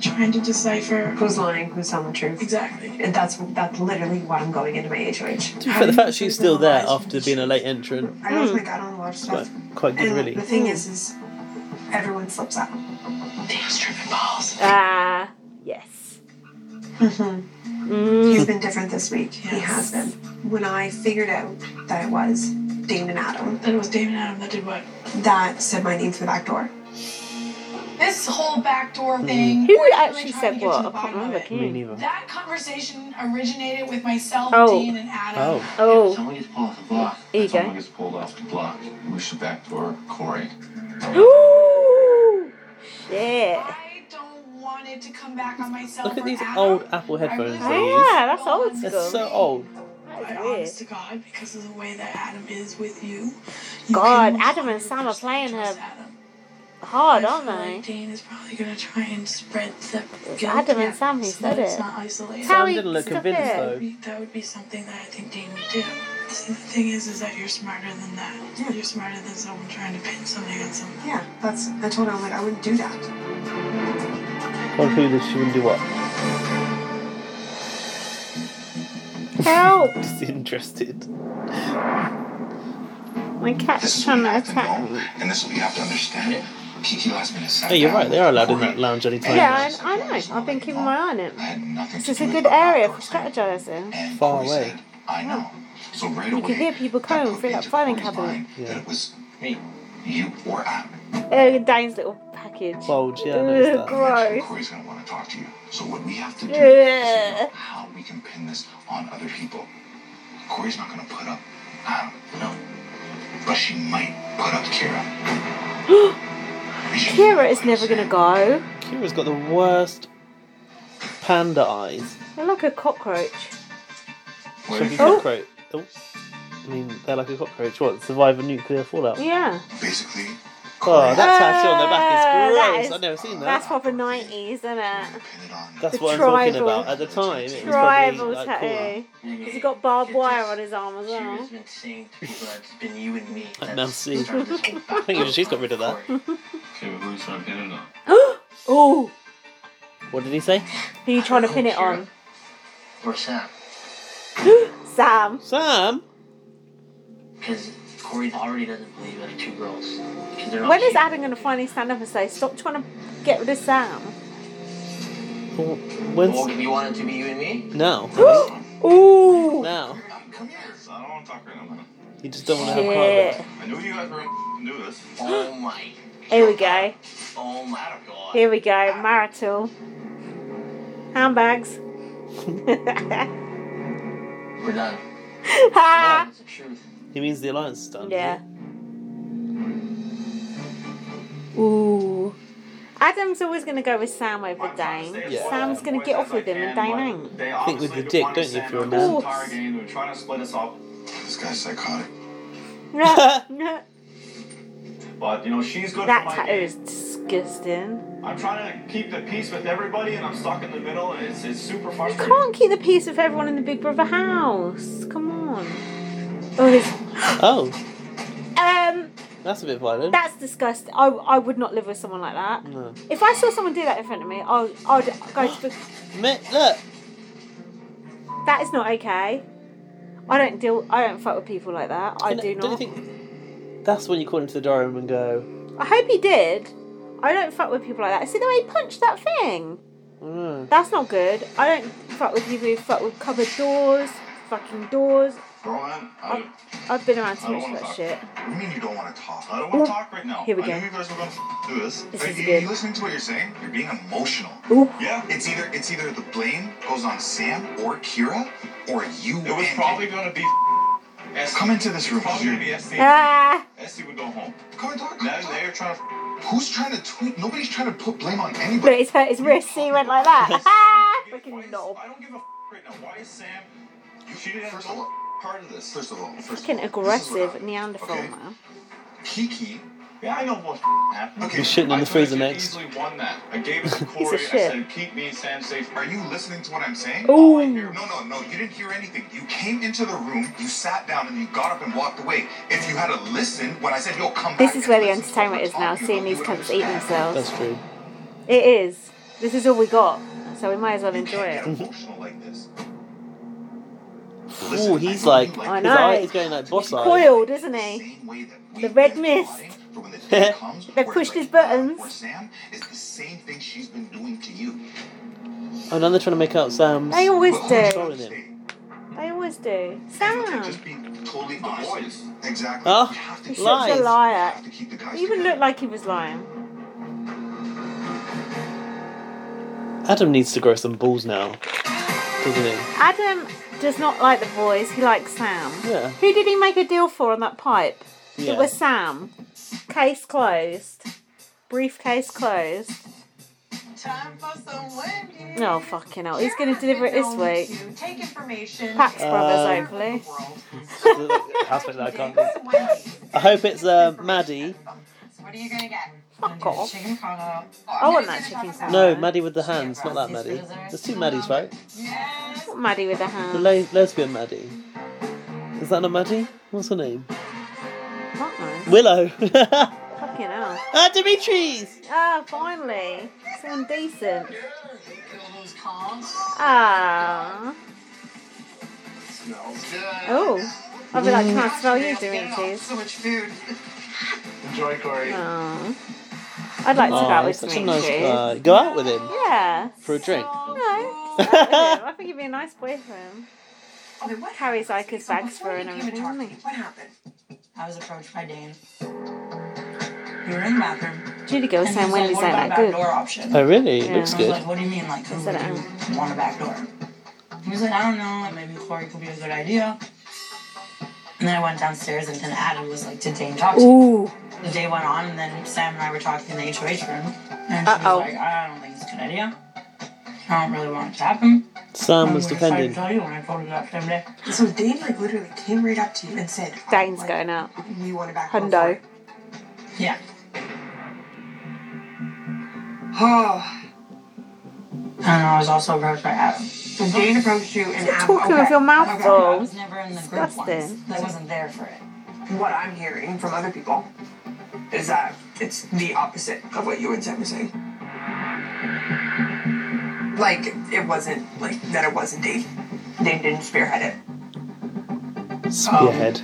E: trying to decipher
S: Who's lying? Who's telling the truth?
E: Exactly.
S: And that's that's literally what I'm going into my HOH.
A: But the fact she's still there after being a late entrant,
S: I don't think I don't know a lot of
A: it's quite,
S: stuff.
A: quite Hmm. good,
S: and
A: really.
S: The thing is, is everyone slips up.
E: Damn stripping balls.
B: Ah, yes. Mm.
S: Mm-hmm. He's been different this week. He has been. When I figured out that it was Damon Adam,
E: That it was Damon Adam that did what?
S: that said my name through the back door.
E: This whole
A: Hmm.
E: backdoor thing.
B: Who
E: we're really
B: actually
E: trying to
B: said
E: get to
B: what?
E: the
B: I can't
E: bottom of
B: remember.
E: it.
B: Can you?
E: That conversation originated with myself,
B: Oh.
E: Dean, and Adam.
A: Oh.
B: Oh.
F: Someone gets pulled off the block.
B: There you
F: If
B: go.
F: Someone gets pulled off the block. We should backdoor Corey.
B: Ooh, shit.
E: I don't want it to come back on myself.
A: Oh. Look at
E: or
A: these
E: Adam.
A: old Apple headphones
E: Oh,
A: they use.
B: yeah, that's old
A: They're
B: school.
A: so old.
E: But honest to God, because of the way that Adam is with you,
B: God, Adam and Sam are playing her hard, aren't
E: like
B: they?
E: Dean is probably gonna try and spread the
B: It's
E: guilt.
B: Adam and Sam who
E: so
B: said
E: that It's
B: it.
E: not isolated.
B: Sam Sally, didn't look stop convinced, it. though.
E: That would, be, that would be something that I think Dean would do. See, the thing is, is that you're smarter than that. You're smarter than someone trying to pin something on someone.
S: Yeah, that's. I told her I'm like I wouldn't do that.
A: Well, who does she wouldn't do what?
B: Help!
A: Just interested.
B: My cat's trying to attack me.
F: And this is what you have to understand. Kiki last minute sat
A: Oh, you're
F: down
A: right. They are allowed in that lounge anytime.
B: Yeah, I, I know. I've been keeping my eye on it. This is a good area for strategising.
A: Far away.
F: I know. So right
B: You can
F: away,
B: hear people coming through that filing cabinet.
A: Yeah.
F: it was me, you, or Adam.
B: Uh, Dane's little package.
A: Bulge, yeah, I noticed
B: Ugh,
A: that.
B: gross.
F: Corey's gonna want to talk to you. So what we have to do is figure
B: Ugh.
F: out how we can pin this on other people. Corey's not gonna put up Adam, no, but she might put up Kira.
B: Kira is never gonna go.
A: Kira's got the worst panda eyes.
B: They're like a cockroach.
A: She's like a
B: Oh.
A: cockroach. Oh. I mean, they're like a cockroach. What? Survive a nuclear fallout.
B: Yeah.
F: Basically,
A: Oh, that tattoo on their
B: Uh, that
A: back is gross.
B: is-
A: I've never seen
B: That's
A: that.
B: proper 90s, isn't it?
A: That's
B: the
A: what I'm talking
B: tribal-
A: about. At the time, it was probably
B: Tribal
A: like, cooler.
B: tattoo. Because he got barbed wire on his arm as well.
Q: been saying to people that it's been you and me.
A: Like Mel C. I think even she's got rid of that.
F: Okay, but who's trying to pin it on?
B: oh!
A: What did he say?
B: Who you trying to pin it on?
Q: Or Sam.
B: Sam.
A: Sam?
Q: Because Corey already doesn't believe in two girls. 'Cause they're not
B: When is
Q: cheating.
B: Adam going to finally stand up and say, stop trying to get rid of Sam?
Q: Well,
A: When's
Q: if you want it to be you and me,
A: now?
B: Ooh!
A: Now.
F: Come here. I don't want to talk right now.
A: You just don't want to have
B: Shit.
A: private.
F: I knew you guys were gonna do this.
Q: oh my,
B: Here we go.
Q: oh my god.
B: Here we go. Marital. Handbags.
Q: We're done.
B: Ha!
Q: That's the truth.
A: He means the alliance is done.
B: yeah. Ooh. Adam's always going to go with Sam over Dane.
A: Yeah.
B: Sam's going to get off with him and Dane ain't.
D: They
A: I think with
D: obviously
A: the dick,
D: want
A: don't
D: to
A: you, if
D: send
A: you're a
D: us
A: man?
D: this entire game. They're trying to split us up.
F: This guy's psychotic.
B: that
D: But, you know, she's good for my
B: tattoo
D: game.
B: is disgusting.
D: I'm trying to keep the peace with everybody, and I'm stuck in the middle, and it's, it's super frustrating.
B: Can't keep the peace with everyone in the Big Brother house. Come on. Oh, this.
A: Oh,
B: Um,
A: that's a bit violent.
B: that's disgusting. I, I would not live with someone like that.
A: No.
B: If I saw someone do that in front of me, I'll, I'd go to the.
A: Me- look.
B: That is not okay. I don't deal. I don't fuck with people like that. I
A: And
B: do
A: Don't you
B: not.
A: think that's when you call into the door room and go,
B: I hope he did. I don't fuck with people like that. See the way he punched that thing.
A: mm,
B: That's not good. I don't fuck with people who fuck with cupboard doors, fucking doors.
F: Bro, I'm,
B: I've,
F: I,
B: I've been around
F: I
B: too
F: don't
B: much
F: want
B: of
F: to
B: that
F: talk.
B: shit.
F: What do you mean you don't want to talk? I don't want to talk right now.
B: Here we
F: I
B: go.
F: knew you guys were going to do this.
B: This
F: Are
B: is
F: you,
B: good.
F: you listening to what you're saying? You're being emotional.
B: Ooh.
F: Yeah. It's either it's either the blame goes on Sam or Kira or you.
D: It was
F: and
D: probably going to be.
F: him. come into this room.
D: Probably going to be SC.
B: Ah,
D: SC would go home.
F: Come and talk. Come
D: Now
F: and talk.
D: they're trying to.
F: Who's trying to tweet? Nobody's trying to put blame on anybody.
B: but he's hurt his wrist. See, he went like that. Ah, freaking knob.
D: I don't give a f- right now. Why is Sam? She didn't have
F: First
D: to
F: of
D: be
F: all,
D: part of this.
F: first of all, first of all,
B: Freaking
F: this is what
B: aggressive
F: happened.
B: Neanderthal
F: Okay.
B: man.
F: Kiki
D: Yeah, I know what happened.
A: He's shitting in the freezer next.
D: Easily won that. I gave it
A: He's a
D: to Corey. I
A: shit.
D: said, keep me and Sam safe.
F: Are you listening to what I'm saying?
A: Ooh.
F: No, no, no. You didn't hear anything. You came into the room, you sat down, and you got up and walked away. If you had to listen when I said, yo, come
B: This
F: back.
B: is where the entertainment is now, seeing these cunts eat themselves.
A: That's true.
B: It is. This is all we got, so we might as well enjoy it.
A: Ooh, he's like, his
B: I know.
A: eye is going like boss eye.
B: Coiled, isn't he? The red mist. They've pushed his buttons.
F: It's the same thing she's been doing to you.
A: Oh, now they're trying to make out Sam's.
B: They always do.
A: controlling him.
B: They always do. Sam.
F: Totally honest. Exactly.
A: Oh,
B: He's such
A: lies.
B: a liar. He even looked like he was lying.
A: Adam needs to grow some balls now, doesn't he?
B: Adam does not like the boys. He likes Sam.
A: Yeah.
B: Who did he make a deal for on that pipe?
A: Yeah.
B: It was Sam. Case closed. Briefcase closed.
H: Time for some Wendy.
B: Oh fucking hell! He's going to deliver it this week.
H: To take information.
B: Pax
A: Uh,
B: Brothers, hopefully.
A: Housemate that I can't. I hope it's uh, Maddie.
H: What are you gonna get?
B: Fuck off.
H: Chicken Congo.
B: I want that chicken salad.
A: No, Maddie with the hands, not that Maddie. There's two Maddies, right?
B: Not Maddie with the
A: The
B: hand.
A: le- lesbian Maddie. Is that not Maddie? What's her name?
B: Not nice.
A: Willow.
B: Fucking hell.
A: ah, Dimitri's!
B: Ah, finally. Someone decent. Ah.
D: Smells good.
B: Oh. I'd be like, can I smell you,
H: Get it all.
B: Dimitri's?
H: So much food.
D: Enjoy, Corey.
B: Aw. I'd like to go out
A: Oh,
B: with
A: such a nice
B: Dimitri.
A: guy. Go out with him
B: Yeah.
A: for a drink. Oh,
B: No. just out with him. I think he'd be a nice boyfriend. Carries like his bags for her and everything, doesn't he?
H: What happened? I was approached by Dane. You were in the bathroom.
B: Judy girls
H: And
B: saying
H: he's
B: Wendy's
H: like, what
B: ain't that
H: about back
B: good.
H: door option?
A: Oh, really? It
B: Yeah.
A: looks
H: I was
A: good.
H: like, what do you mean, like, who
B: Instead
H: would
B: of
H: you want a back door? He was like, I don't know, like, maybe Corey could be a good idea. And then I went downstairs, and then Adam was like, did Dane talk to you?
B: Ooh.
H: The day went on, and then Sam and I were talking in the HOH room. And she
B: Uh-oh.
H: was like, I don't think it's a good idea. I don't really want it to happen.
A: Sam
H: And
A: was
H: we decided to
A: defending.
H: tell you, and I told her that same day.
S: So Dane like literally came right up to you and said,
B: Dane's going out.
S: "We want to back off."
B: Hundo.
H: Yeah.
S: Oh,
H: And I was also approached by Adam.
S: so Dane approached you and asked,
B: Talking with your mouth
H: Okay, I
B: full.
H: was never in the group once.
B: Disgusting.
H: I wasn't there for it.
S: "What I'm hearing from other people is that it's the opposite of what you and Sam were saying. Like it wasn't like that. It wasn't Dane. Dane didn't spearhead it."
A: Spearhead.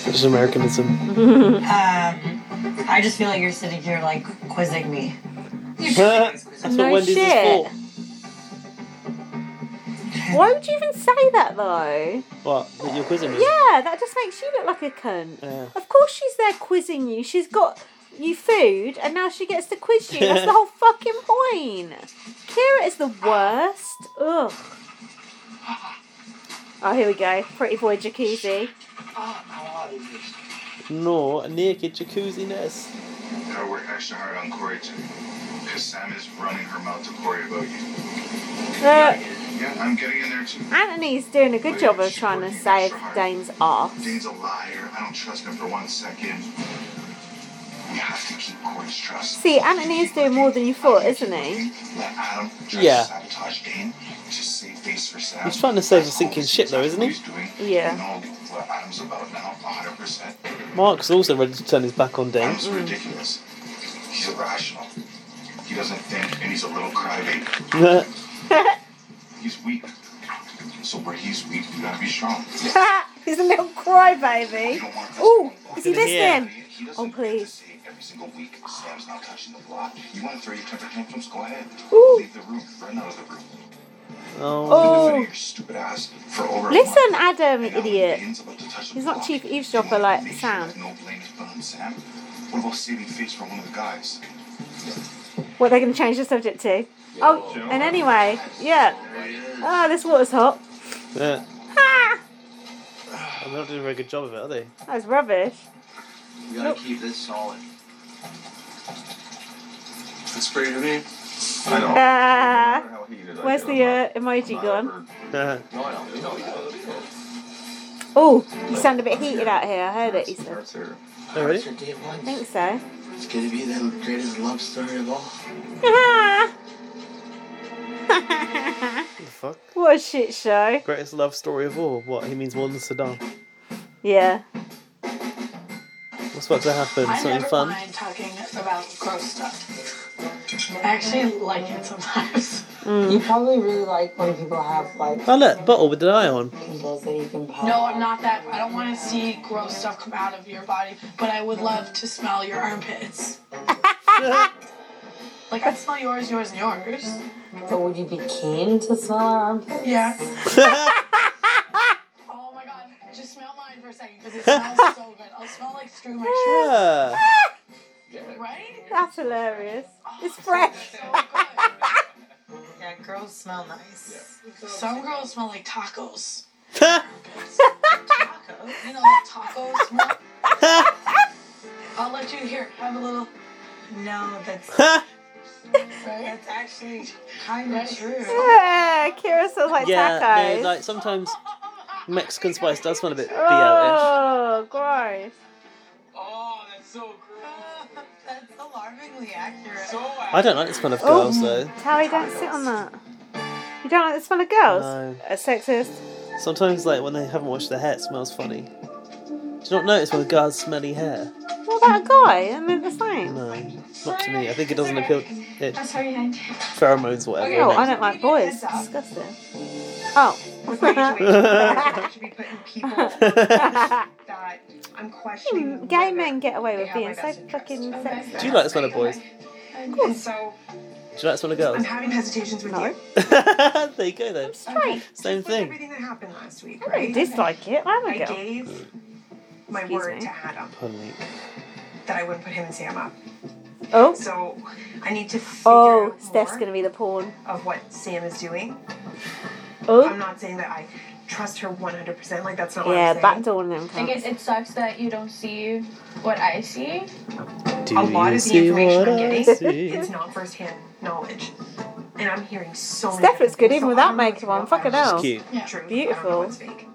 A: Such an Americanism.
H: Um, I just feel like you're sitting here like quizzing me.
A: That's what
B: No
A: Wendy's
B: shit.
A: is
B: Why would you even say that though?
A: for. What? That you're quizzing me?
B: Yeah, that just makes you look like a cunt.
A: Yeah.
B: Of course she's there quizzing you. She's got you food and now she gets to quiz you. That's the whole fucking point. Kira is the worst. Ugh. Oh, here we go. Pretty boy jacuzzi.
A: No, naked jacuzzi ness.
F: Gotta work extra hard on Corey too. Because Sam is running her mouth to Corey about you.
B: Uh,
F: Yeah, I'm getting in there too.
B: Anthony's doing a good job of trying to save Dane's ass.
F: Dane's a liar. I don't trust him for one second. You have to keep Corey's trust.
B: See, Anthony is doing more than you thought, isn't he?
F: Let Adam try
A: Yeah.
F: to sabotage Dane to save face for Sam.
A: He's trying to save a sinking ship, though, isn't he?
F: He's doing. You
B: Yeah.
F: know what Adam's about now, 100%.
A: Mark's also ready to turn his back on Dane.
B: Mm.
F: Adam's ridiculous. He's irrational. He doesn't think, and he's a little crybaby.
A: Oh,
F: He's weak. So where he's weak, you gotta be strong.
B: He's a little crybaby. Oh, is he listening? Oh, please.
F: Every single week, Sam's not touching the block. You want to throw your temper tantrums? Go ahead.
B: Ooh.
F: Leave the room. Run out of the room.
A: Oh.
F: Defending your stupid ass for over a
B: Listen,
F: month.
B: Adam,
F: And
B: you
F: now when
B: idiot.
F: Dane's about to touch the
B: He's not
F: block,
B: chief
F: you wanna
B: eavesdropper like
F: make sure
B: Sam.
F: that No blame is put on Sam. What about saving face for one of the guys?
B: What they're going to change the subject to? Oh, and anyway, yeah. Oh, this water's hot.
A: Yeah.
B: Ha!
A: And they're not doing a very good job of it, are they?
B: That was rubbish.
Q: We gotta keep this solid.
D: It's pretty to me.
F: I know.
B: Ah,
F: How heated I
B: where's
F: get.
B: the uh,
F: I'm
B: emoji
F: not
B: gone?
F: ever-
A: Uh,
F: No, I know. You know, you know.
B: Oh, you sound a bit heated out here. I heard it. He said.
Q: That's her.
A: Oh, really?
Q: That's her day
B: I
Q: one.
B: think so.
Q: It's gonna be the greatest love story of all.
A: What the fuck?
B: what a shit show.
A: Greatest love story of all. What? He means more than Saddam.
B: Yeah.
A: What's about to happen?
D: I
A: Something
D: never
A: fun?
D: mind talking about gross stuff. I actually like it sometimes.
E: You probably really like when people have like
A: Oh look, bottle with an eye on.
E: candles that you can pop.
D: No, I'm not that. I don't want to see gross stuff come out of your body, but I would love to smell your armpits. like I smell yours, yours, and yours.
E: But would you be keen to smell our armpits?
D: Yeah. Oh my god, just smell mine for a second because it smells so good. I'll smell like through my
A: Yeah.
D: shirt. Right?
B: That's hilarious. It's fresh.
E: yeah, girls smell nice.
D: Some girls smell like tacos.
E: Tacos.
D: You know, like tacos. smell. I'll let you hear. Have a little.
E: No, that's
D: Right?
E: that's actually kind of true.
B: Yeah, Kira smells like
A: yeah,
B: tacos.
A: no, like sometimes Mexican spice does smell a bit oh.
B: oh, gross.
T: Oh, that's so gross.
E: That's alarmingly accurate.
T: So
A: I don't like the smell of girls
B: oh,
A: though.
B: Howie, don't sit on that. You don't like the smell of girls?
A: No.
B: A sexist.
A: Sometimes like when they haven't washed their hair, it smells funny. Do you not notice when a girl's smelly hair?
B: What about a guy? Isn't it the same?
A: No, not to me. I think it doesn't appeal. It,
D: I'm sorry, Hank.
A: pheromones, whatever.
B: No, Oh, I don't like boys. It's disgusting. Oh.
D: should be putting people that I'm questioning.
B: Hmm, Gay men get away with
D: have
B: being
D: my
B: so
D: best
B: fucking sexist.
A: Do you like the smell of boys? Do
D: And so
A: you like the smell of
D: I'm
A: girls?
D: having hesitations with you.
A: there you go then.
B: Straight.
A: Same
D: With
A: thing.
D: everything that happened last week,
B: I
D: right?
B: don't dislike it. I'm a
D: I
B: girl.
D: gave my
B: Excuse
D: word
B: me.
D: to Adam
A: Pardon me.
D: that I wouldn't put him and Sam up.
B: Oh.
D: So I need to figure
B: Oh,
D: out
B: Steph's
D: more
B: going to be the pawn.
D: of what Sam is doing. I'm
B: Oh.
D: not saying that I trust her 100%. Like that's not
B: Yeah,
D: what I'm saying.
B: backdoor one of them.
N: Like, it,
B: cunts.
N: it sucks that you don't see what I see.
A: Do
D: a lot
A: you
D: of the
A: see
D: information
A: what
D: I'm
A: I
D: getting
A: see?
D: is not firsthand knowledge, and I'm hearing so. many
B: Steph looks
D: different
B: good even
D: things, so I
B: without
D: don't know what's
B: makeup on.
D: real,
B: Fucking
D: I don't
A: She's
B: hell.
A: cute.
D: know what's true, I don't know
B: Beautiful.
D: what's fake.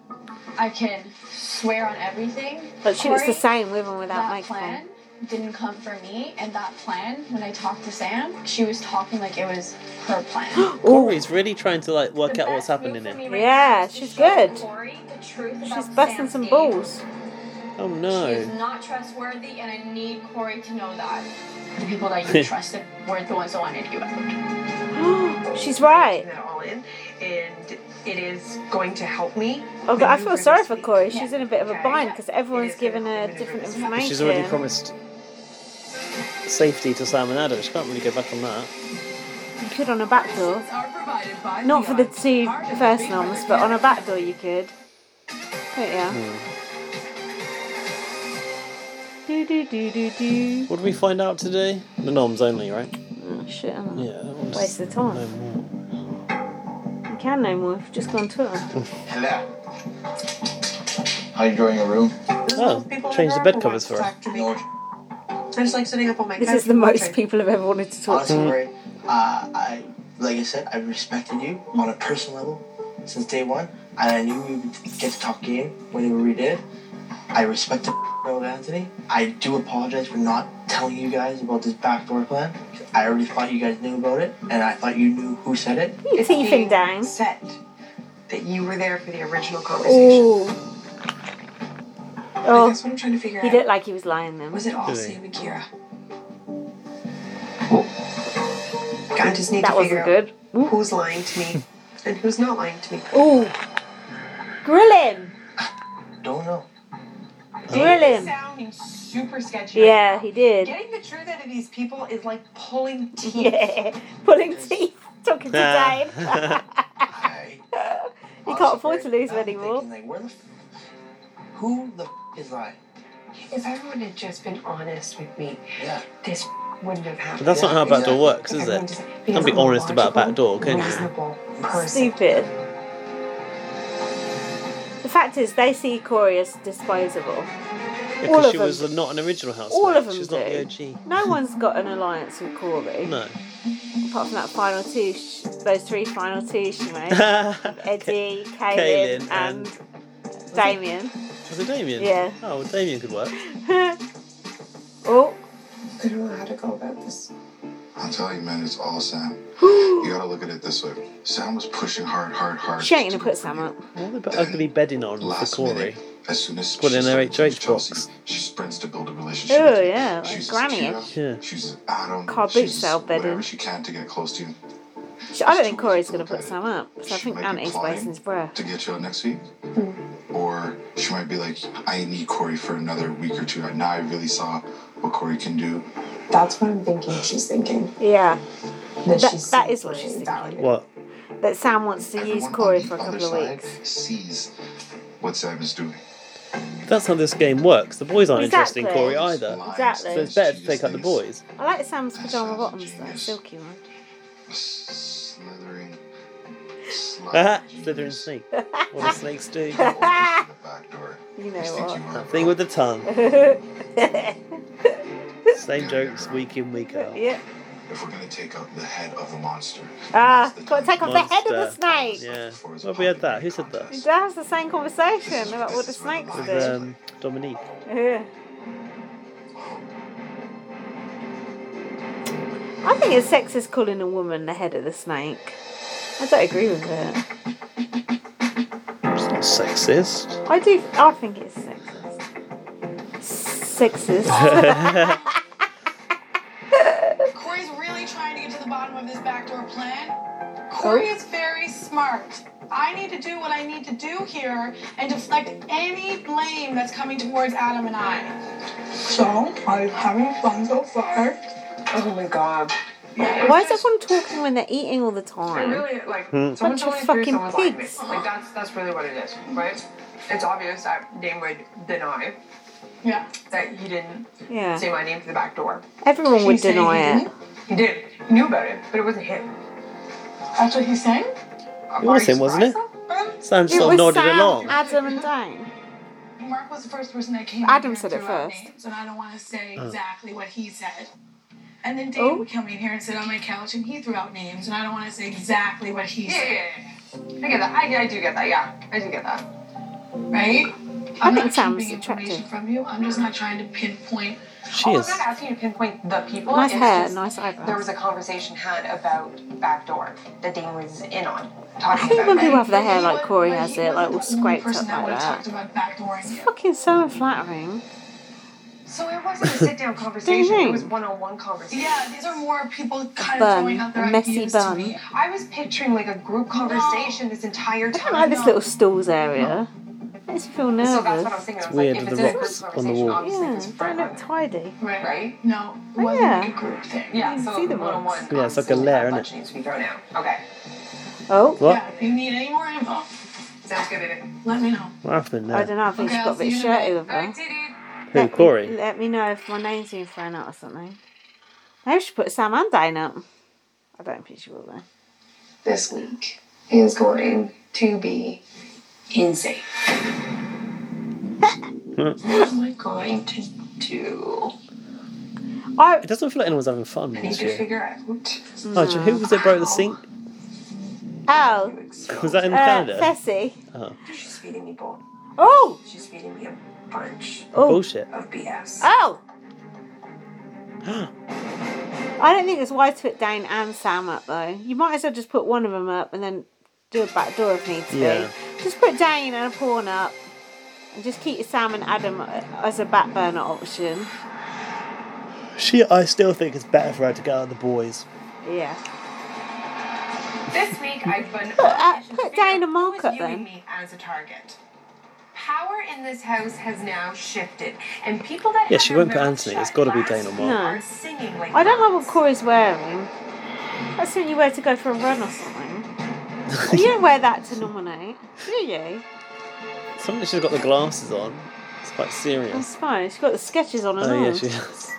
N: I can swear on everything.
B: But she looks the
N: Corey,
B: same with and without
N: that
B: makeup on.
N: plan didn't come from me, and that plan, when I talked to Sam, she was talking like it was her plan.
A: Corey's really trying to like work
N: The
A: out what's
N: best move
A: happening
N: for me
A: here.
N: right
B: Yeah,
N: now is to
B: she's
N: show
B: good.
N: Corey the truth
B: She's
N: about
B: busting
N: Sam's
B: some
N: game.
B: balls.
A: Oh
N: She is
A: no.
N: not trustworthy, and I need Corey to know that. The people that you trusted weren't the ones that wanted you out.
B: She's
D: Taking
B: right.
D: that all in, and it is going to help me.
B: Oh, God, I feel
D: maneuver
B: sorry
D: this
B: for
D: week.
B: Corey.
N: Yeah.
B: She's in a bit of a
D: Okay.
B: bind because everyone's
D: It is gonna
B: giving
D: help
B: her
D: me
B: different
D: maneuver this
B: information.
A: She's already promised safety to Sam and Adam. She can't really go back on that.
B: You could on a back door. Not for the two first noms, but on a back door you could. But yeah. Do do do do do.
A: What did we find out today? The noms only, right?
B: Oh, shit. I'm
A: Yeah. I want to
B: Waste of
A: know
B: time.
A: more.
B: You can no more. We've just gone Twitter.
U: Hello. How you drawing a room?
A: Oh, change the bed covers for her.
D: No. I just like sitting up on my
B: This
D: couch
B: is the
D: and
B: most
D: watching.
B: people have ever wanted to talk
Q: Honestly,
B: to.
Q: Corey, uh, I like I said, I respected you on a personal level since day one, and I knew we would get to talk game whenever we did. I respect the of Anthony. I do apologize for not telling you guys about this backdoor plan. I already thought you guys knew about it, and I thought you knew who said it.
B: You
D: It's being
B: teething down.
D: said that you were there for the original conversation.
B: Oh.
D: Like,
B: Oh.
D: that's what I'm trying to figure
B: He
D: out.
B: looked like he was lying then.
D: Was it all
A: Did he?
D: Sam and Kira? I just need
B: That
D: to figure
B: wasn't
D: out
B: good.
D: who's lying to me and who's not lying to me.
B: Ooh. Grill him.
Q: Don't know.
B: Grill him.
D: Sounding super sketchy. right
B: Yeah,
D: now.
B: he did.
D: Getting the truth out of these people is like pulling teeth.
B: Yeah. Pulling teeth. Talking to Dane.
Q: I
B: You
Q: honestly,
B: can't afford to
Q: Corey,
B: lose
Q: I'm
B: anymore.
Q: thinking, like, where the f- who the f- is lying?
D: If everyone had just been honest with me,
Q: Yeah.
D: this wouldn't have
A: But
D: happened.
A: that's not how a back door works, is
D: If everyone
A: it?
D: just- because
A: Can't be
D: I'm a
A: honest about a back
D: logical,
A: door, can you?
D: reasonable person.
B: Stupid. The fact is, they see Corey as disposable. All
A: Because
B: of
A: she
B: them.
A: was not an original housemate.
B: All of them
A: She's
B: do.
A: not the OG.
B: No one's got an alliance with Corey.
A: No.
B: Apart from that final two, sh- those three final two she made.
A: Eddie,
B: Eddie, Kaylin, and, Damien.
A: Was it Damien?
B: Yeah.
A: Oh, Damien could work.
B: oh.
V: I don't know how to go about this.
F: I'll tell you, man, it's all Sam. you gotta look at it this way. Sam was pushing hard, hard, hard.
B: She ain't gonna put Sam up.
A: What about ugly bedding on for
F: Last
A: Corey?
F: minute, as soon as
A: Put
F: she
A: in her
F: started to
A: HH box.
F: Chelsea, she sprints to build a relationship.
B: Oh
F: with you.
B: yeah, like
F: She's
B: granny.
F: just
A: Yeah.
F: She's Adam.
B: Car boot
F: She's
B: sale bedding.
F: whatever she can to get close to you.
B: She- I don't think Corey's gonna put Sam up. So I think Auntie's wasting his breath.
F: to get you out next week.
B: Hmm.
F: Or she might be like, I need Corey for another week or two. Now I really saw what Corey can do.
V: That's what I'm thinking she's thinking.
B: Yeah.
V: That
B: That,
V: she's
B: that is what she's thinking.
A: What?
B: That Sam wants to use Corey for a couple of weeks.
F: Sees what Sam is doing.
A: That's how this game works. The boys aren't interested in
B: Exactly.
A: Corey either.
B: Exactly.
A: So it's better to take out the boys.
B: I like Sam's pajama bottoms though, silky one.
F: Slithering.
A: Ah, Slithering snake. What do snakes do?
B: you
A: that
B: know
A: thing with the tongue.
B: what?
A: Same jokes week in, week out.
B: yeah.
F: If we're gonna take out the head of the monster,
B: Ah, gotta take off the head of the
A: Monster.
B: snake.
A: Yeah. Well, we had that. Who said that?
B: Did I have the same conversation about what the snakes
A: With
B: do?
A: um, Dominique.
B: Yeah. I think it's sexist calling a woman the head of the snake. I don't agree with it.
A: It's not sexist.
B: I do. I think it's sexist. Sexist.
E: Corey's really trying to get to the bottom of this backdoor plan. Corey
D: Oh.
E: is very smart. I need to do what I need to do here and deflect any blame that's coming towards Adam and I.
D: So, are you having fun so far? Oh my god.
B: Why is everyone talking when they're eating all the
D: I
B: time?
D: really like
A: Hmm.
D: someone's
B: Bunch of
D: only through
B: fucking
D: someone's life.
B: pigs.
D: Like that's that's really what it is, right? It's obvious that Dane would deny
E: Yeah.
D: that he didn't
B: Yeah.
D: say my name to the back door.
B: Everyone would
D: She's saying
B: deny
D: he
B: it.
D: didn't? He did. He knew about it, but it wasn't him.
E: That's what he's saying?
A: It was him, wasn't it? Sam just
B: it
A: sort of
B: was
A: nodded
B: Sam,
A: along.
B: Adam and Dane.
E: Mark was the first person that came.
B: Adam
E: in here
B: said it
E: and threw out
B: first.
E: Names, and I don't want to say
A: Oh.
E: exactly what he said. And
D: Oh.
E: then Dave would come in here and sit on my couch, and he threw out names, and I don't want to say exactly what he
D: Yeah,
E: said.
D: yeah, yeah. I get that. I, I do get that. Yeah, I do get that.
E: Right?
B: I
E: I'm
B: think
E: not
B: Sam's
E: keeping information from you. I'm just not trying to pinpoint.
A: She
D: oh,
A: is.
D: I'm not asking you to pinpoint the people.
B: Nice
D: it's
B: hair,
D: just
B: nice
D: There
B: eyebrows.
D: was a conversation had about backdoor that Dane was in on.
B: I
D: Talking
B: hate
D: about
B: when people
D: it.
B: have their hair like Corey
E: But
B: has
E: he
B: it, like all
E: wasn't the only
B: scraped
E: person
B: up like
E: would have talked
B: that.
E: about backdooring you.
B: Fucking so flattering.
D: So it wasn't a sit down conversation, it was one on one conversation.
E: Yeah, these are more people kind of
B: Bun,
E: throwing out their
B: a messy
E: ideas to
B: bun.
E: me.
D: I was picturing like a group conversation this entire
B: I
D: time.
B: don't like this little stools area. Makes you feel
D: So that's what I'm
B: nervous.
D: thinking.
A: It's
D: I was
A: weird
D: like,
A: with
D: if
A: the rocks
D: it's in a group
A: on the
D: conversation,
A: wall.
D: obviously
B: Yeah,
D: it's
B: don't look
D: private,
B: tidy.
E: Right.
D: right?
E: No, it
B: Oh,
E: wasn't like
B: yeah.
E: a group thing.
D: Yeah,
B: can
D: so
B: see the
D: one on one.
B: rocks.
A: Yeah, it's like a lair,
D: That
A: innit?
D: bunch needs to be thrown out. Okay,
B: Oh,
A: What?
E: Yeah, if you need any more info,
D: sounds good, baby.
E: let me know.
A: What happened
B: I
A: there?
B: don't know. I think
E: Okay,
B: she
E: I'll
B: got a bit
E: see you in a
B: shirty with her.
D: Alright, Didi.
A: Who,
B: Let me-
A: Corey?
B: let me know if my name's being thrown out or something. Maybe she put Sam and Dane up. I don't think she will though.
V: This week is going to be insane.
A: Hmm.
V: What am I going to do?
B: I
A: It doesn't feel like anyone's having fun
V: I need
A: this
V: to
A: year.
V: figure out.
A: Oh, do you- who was it broke the sink?
B: oh,
A: Was that in
B: uh,
A: Canada?
B: Fessy.
A: Oh,
V: She's feeding me bull.
B: Oh,
V: She's feeding me a bunch
B: oh,
A: bullshit.
V: of
D: Uh,
V: BS.
B: oh!
A: Why
B: I don't think it's wise to put Dane and Sam up though. You might as well just put one of them up and then do a back door if needs to
A: Yeah.
B: be. Just put Dane and a pawn up, and just keep Sam and Adam uh, as a back burner option.
A: She, I still think it's better for her to go out with the boys.
B: Yeah.
D: This week I've been
B: Put, uh,
D: auditioned to
B: put
D: figure
B: Dane
D: out
B: and
D: who
B: Mark
D: is
B: up
D: viewing
B: then.
D: me as a target. Power in this house has now shifted, and people that
A: Yeah,
D: have
A: she
D: their
A: won't put
D: mouths
A: Anthony, it's
D: shut
A: gotta be
D: last
A: Dane or Mark.
D: week
B: No.
D: are singing like
B: I don't
D: nuns.
B: like what Corey's wearing. That's something you wear to go for a run or something. you don't wear that to nominate, do you?
A: Something she's got the glasses on. It's quite
B: I
A: serious.
B: suppose. She's got the sketches on as
A: Oh
B: well.
A: yeah, she has.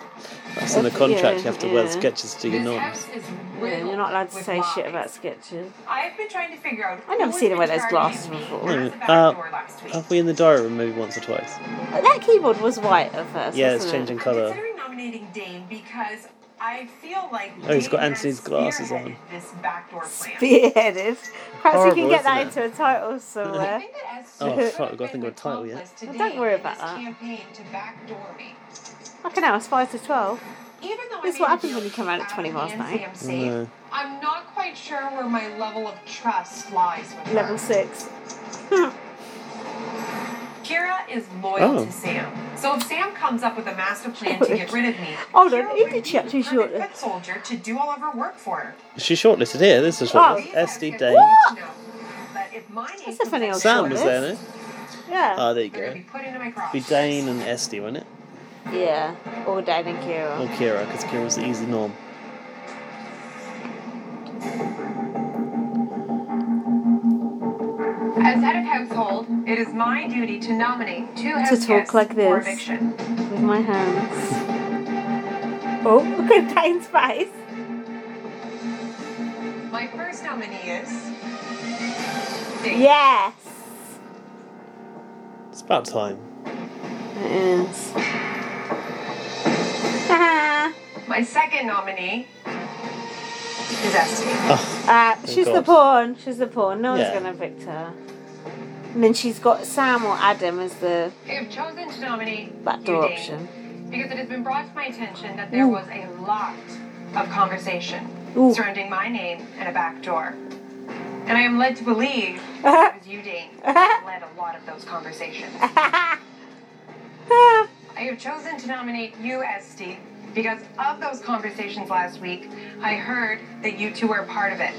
A: That's in the
B: Yeah,
A: contract. You have to wear
B: yeah.
A: sketches to your
D: This
A: noms.
D: house is
B: Yeah,
D: riddled
B: you're not allowed to
D: with
B: say shit
D: lies.
B: about sketches.
D: I've been trying to figure out.
B: I never
D: who
B: seen her
D: has
B: wear
D: been
B: those
D: targeting
B: glasses
D: me
B: before.
A: Wait a
D: as
A: minute,
D: a back
A: uh,
D: door last week.
A: Have we in the diary room maybe once or twice?
B: But that keyboard was white at first.
A: Yeah, it's
B: wasn't it?
A: changing
D: I'm
A: colour.
D: considering nominating Dane because I feel like
A: Oh, he's got
D: Dana
A: Anthony's glasses on.
D: spearheaded This backdoor plan.
B: Spearheaded. Perhaps we
A: Horrible,
B: can get
A: isn't
B: that
A: it?
B: into a title somewhere.
A: Oh fuck! I've got to think of a title yet.
B: Well, don't worry about that. I can now aspire to 12. This is what happens when you come out at 20 miles an hour.
A: No.
D: I'm not quite sure where my level of trust lies with her.
B: Level 6.
D: Kira is loyal
B: Oh.
D: to Sam. So if Sam comes up with a master plan to get rid of me,
B: Hold on, who did she actually short?
D: foot soldier to do all of her work for her.
A: She shortlisted here. This is short.
B: Oh.
A: SD Dane.
B: What?
D: But if my name
B: That's a funny old
A: Sam was
B: shortlist.
A: there, no?
B: Yeah.
A: Oh, there you
D: they're
A: go.
D: gonna be put into my
A: Be
D: garage.
A: Dane and Esty, wasn't it?
B: Yeah. Or Dan and Kira.
A: Or Kira, because Kira was the easy norm.
D: As head of household, it is my duty to nominate two
B: to
D: house
B: talk
D: guests
B: like
D: for
B: this
D: eviction.
B: with my hands. Oh, look at Dane's face.
D: My first nominee is.
B: Yes.
A: It's about time.
B: It is.
D: My second nominee is Esty.
A: Oh,
B: Uh,
A: Thank
B: she's the
A: God.
B: pawn. She's the pawn. No
A: Yeah.
B: one's going to pick her. And then she's got Sam or Adam as the
D: I have chosen to nominate
B: backdoor
D: you, Dane,
B: option.
D: because it has been brought to my attention that there
B: Ooh.
D: was a lot of conversation
B: Ooh.
D: surrounding my name and a back door. And I am led to believe that it was you, Dane, that led a lot of those conversations. I
B: ah,
D: have chosen to nominate you, Esty, because of those conversations last week, I heard that you two were part of it.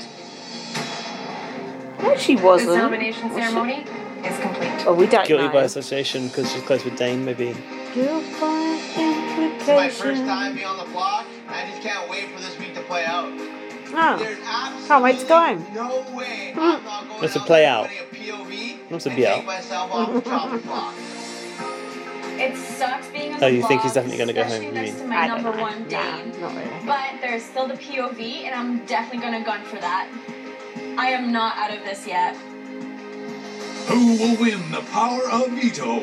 B: No, she wasn't.
D: This nomination
B: Was she?
D: ceremony is complete.
B: Oh, we don't
A: Guilty
B: know.
A: by association because she's close with Dane, maybe.
B: Guilt by
Q: It's my first
B: implication.
Q: time being on the block. I just can't wait for this week to play out. There's
B: Oh, can't wait to go home.
Q: no way
B: Mm.
Q: I'm not going
A: That's a
Q: out
A: play
Q: there
A: out.
Q: winning a POV
A: That's a
Q: and
A: be
Q: take
A: out.
Q: myself off the chopping block.
L: It sucks being on
A: Oh,
L: the
A: you think he's
L: blog,
A: definitely gonna go
L: especially
A: home, you
L: next
A: mean?
L: to my
B: I don't
L: number
B: know.
L: one Dane.
B: Not really.
L: But there's still the POV, and I'm definitely gonna gun for that. I am not out of this yet.
C: Who will win the power of veto?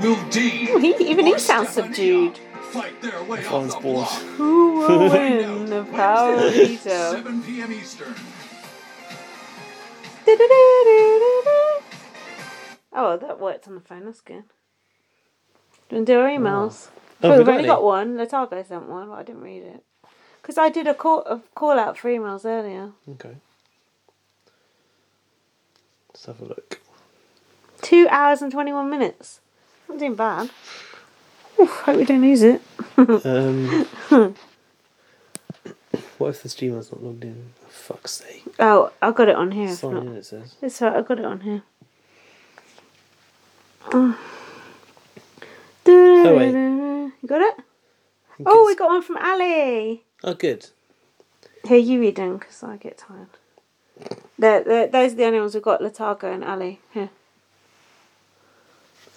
C: Will Dane
B: Ooh, he, even he
C: or
B: sounds subdued.
C: fight their way off
A: Everyone's
C: the
A: bored.
C: block?
B: Who will win the power of
C: Wednesday,
B: veto?
C: 7 p.m. Eastern.
B: Oh, well, Oh, that worked on the phone. That's good. Do you want to do our emails?
A: Oh, have we
B: Well, we've
A: got
B: only
A: any?
B: got one. Letargo sent one, but I didn't read it. Because I did a call, a call out for emails earlier.
A: Okay. Let's have a look.
B: Two hours and 21 minutes. Not doing bad. Oof, hope we don't use it.
A: Um, what if this Gmail's not logged in? For fuck's sake.
B: Oh, I got it on here. If
A: Sign
B: not.
A: in, it says.
B: It's right, I got it on here. Oh,
A: wait.
B: You got it? Oh, we got one from Ali.
A: Oh, good.
B: Here, you read them because I get tired. They're, they're, those are the only ones we've got Letargo and Ali. Here.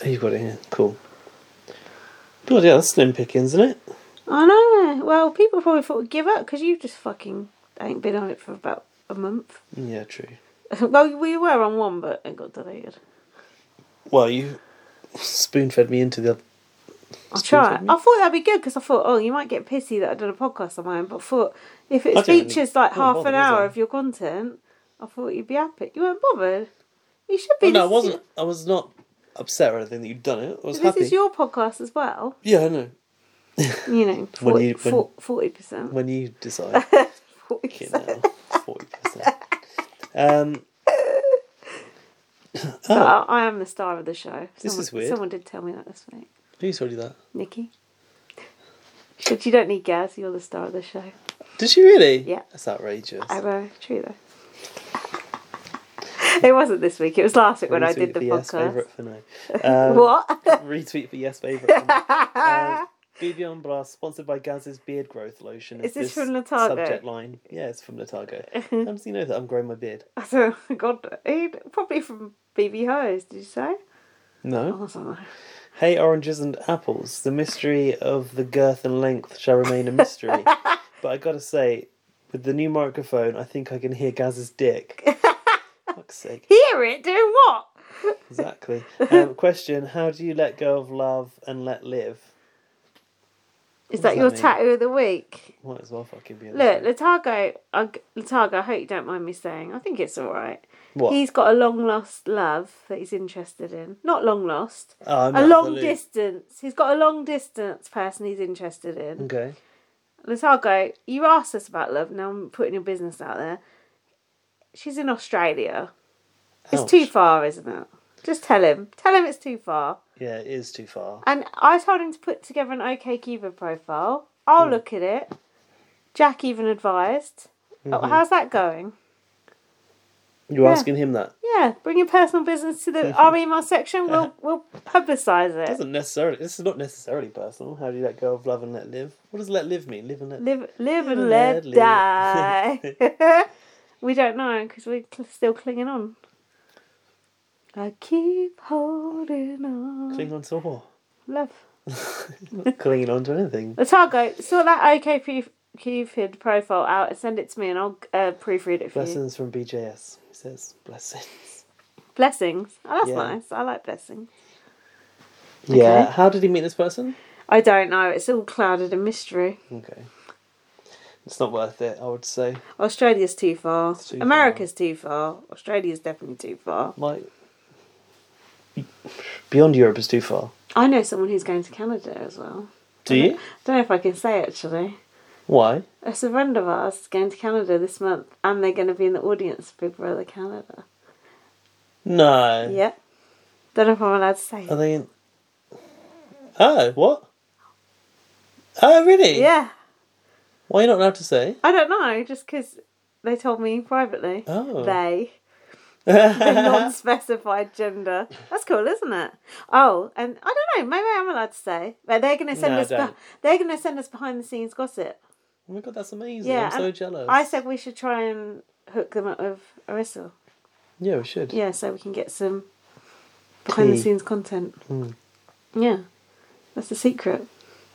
A: Oh, you got it here. Cool. Bloody hell, that's slim pickings, isn't it?
B: I know. Well, people probably thought we'd give up because you just fucking ain't been on it for about a month.
A: Yeah, true.
B: well, we were on one, but it got deleted.
A: Well, you spoon fed me into the.
B: I'll
A: Spoon
B: try. Oh, it.
A: fed
B: I thought that'd be good because I thought, oh, you might get pissy that I did a podcast on mine, but I thought if
A: I
B: it
A: didn't really-
B: features
A: I wasn't
B: like half
A: bothered,
B: an
A: was I?
B: hour of your content, I thought you'd be happy. You weren't bothered. You should be.
A: Oh, no, I
B: This is
A: wasn't. I was not upset or anything that you'd done it. I was
B: your- This
A: happy.
B: is your podcast as well.
A: Yeah, I know.
B: You know,
A: When you-
B: 40
A: when-
B: percent.
A: When you decide. Fucking hell. 40%. Um,
B: But I, I am the star of the show. Someone,
A: Oh. This is weird.
B: Someone did tell me that this week.
A: who told you that?
B: Nikki. She said, You don't need gas, you're the star of the show.
A: Did she really?
B: Yeah.
A: That's outrageous.
B: I know, true though. it wasn't this week, it was last week when I did
A: Retweet
B: the
A: for yes,
B: podcast.
A: favourite for no. Um,
B: What?
A: retweet for yes, favourite for no. Uh, BB on Blast, sponsored by Gaz's Beard Growth Lotion.
B: Is this from Letargo?
A: Subject line. Yeah, it's from Letargo. How does he know that I'm growing my beard?
B: I don't know, God, he'd- probably from BB Hose, did you say?
A: No.
B: Awesome.
A: Hey, oranges and apples. The mystery of the girth and length shall remain a mystery. but I gotta say, with the new microphone, I think I can hear Gaz's dick. Fuck's sake.
B: Hear it? Doing what?
A: Exactly. Um, question How do you let go of love and let live?
B: Is
A: What
B: that
A: does
B: your
A: that mean?
B: tattoo of the week?
A: Might as well fucking be. in this
B: Look, Letargo, I, Letargo, I hope you don't mind me saying, I think it's all right.
A: What?
B: He's got a long lost love that he's interested in. Not long lost.
A: Oh, I'm out of
B: a
A: the
B: long
A: loop.
B: distance. He's got a long distance person he's interested in.
A: one. Okay.
B: Letargo, you asked us about love. Now I'm putting your business out there. She's in Australia. It's
A: Ouch.
B: too far, isn't it? Just tell him. Tell him it's too far.
A: Yeah, it is too far.
B: And I told him to put together an OK Cupid profile. I'll look at it. Jack even advised. Oh,
A: Mhm.
B: how's that going?
A: You're
B: Yeah.
A: asking him that.
B: Yeah, bring your personal business to the our email section. We'll we'll publicise it.
A: Doesn't necessarily. This is not necessarily personal. How do you let go of love and let live? What does let live mean? Live and let
B: Live, live
A: and
B: and let
A: let
B: die. we don't know because we're cl- still clinging on. I keep holding on.
A: cling on to what?
B: Love.
A: Not clinging on to anything.
B: Let's all go. Sort that OK Pu- Cupid profile out and send it to me, and I'll uh, proofread it for you.
A: Blessings from BJS. He says blessings.
B: Blessings. Oh, that's
A: Yeah.
B: nice. I like blessings.
A: Yeah. How did he meet this person?
B: I don't know. It's all clouded in mystery.
A: Okay. It's not worth it. I would say.
B: Australia's too far.
A: too far.
B: America's too far. Australia's definitely too far.
A: Like beyond Europe is too far.
B: I know someone who's going to Canada as well.
A: Do you?
B: don't know if I can say actually.
A: Why?
B: A surrender of ours is going to Canada this month, and they're going to be in the audience for Big Brother Canada.
A: No.
B: Yeah. Don't know if I'm allowed to say.
A: Are they in? Oh, what? Oh, really?
B: Yeah,
A: Why are you not allowed to say?
B: I don't know, just because they told me privately.
A: Oh.
B: They. the non-specified gender. That's cool, isn't it? Oh, and I don't know. Maybe I'm allowed to say, but they're going to send
A: No,
B: us.
A: don't.
B: beh- they're going to send us behind-the-scenes gossip.
A: Oh my god, that's amazing.
B: Yeah,
A: I'm so
B: and
A: jealous.
B: I said we should try and hook them up with Arissa.
A: Yeah, we should.
B: Yeah, so we can get some behind-the-scenes content.
A: Mm.
B: Yeah, that's the secret.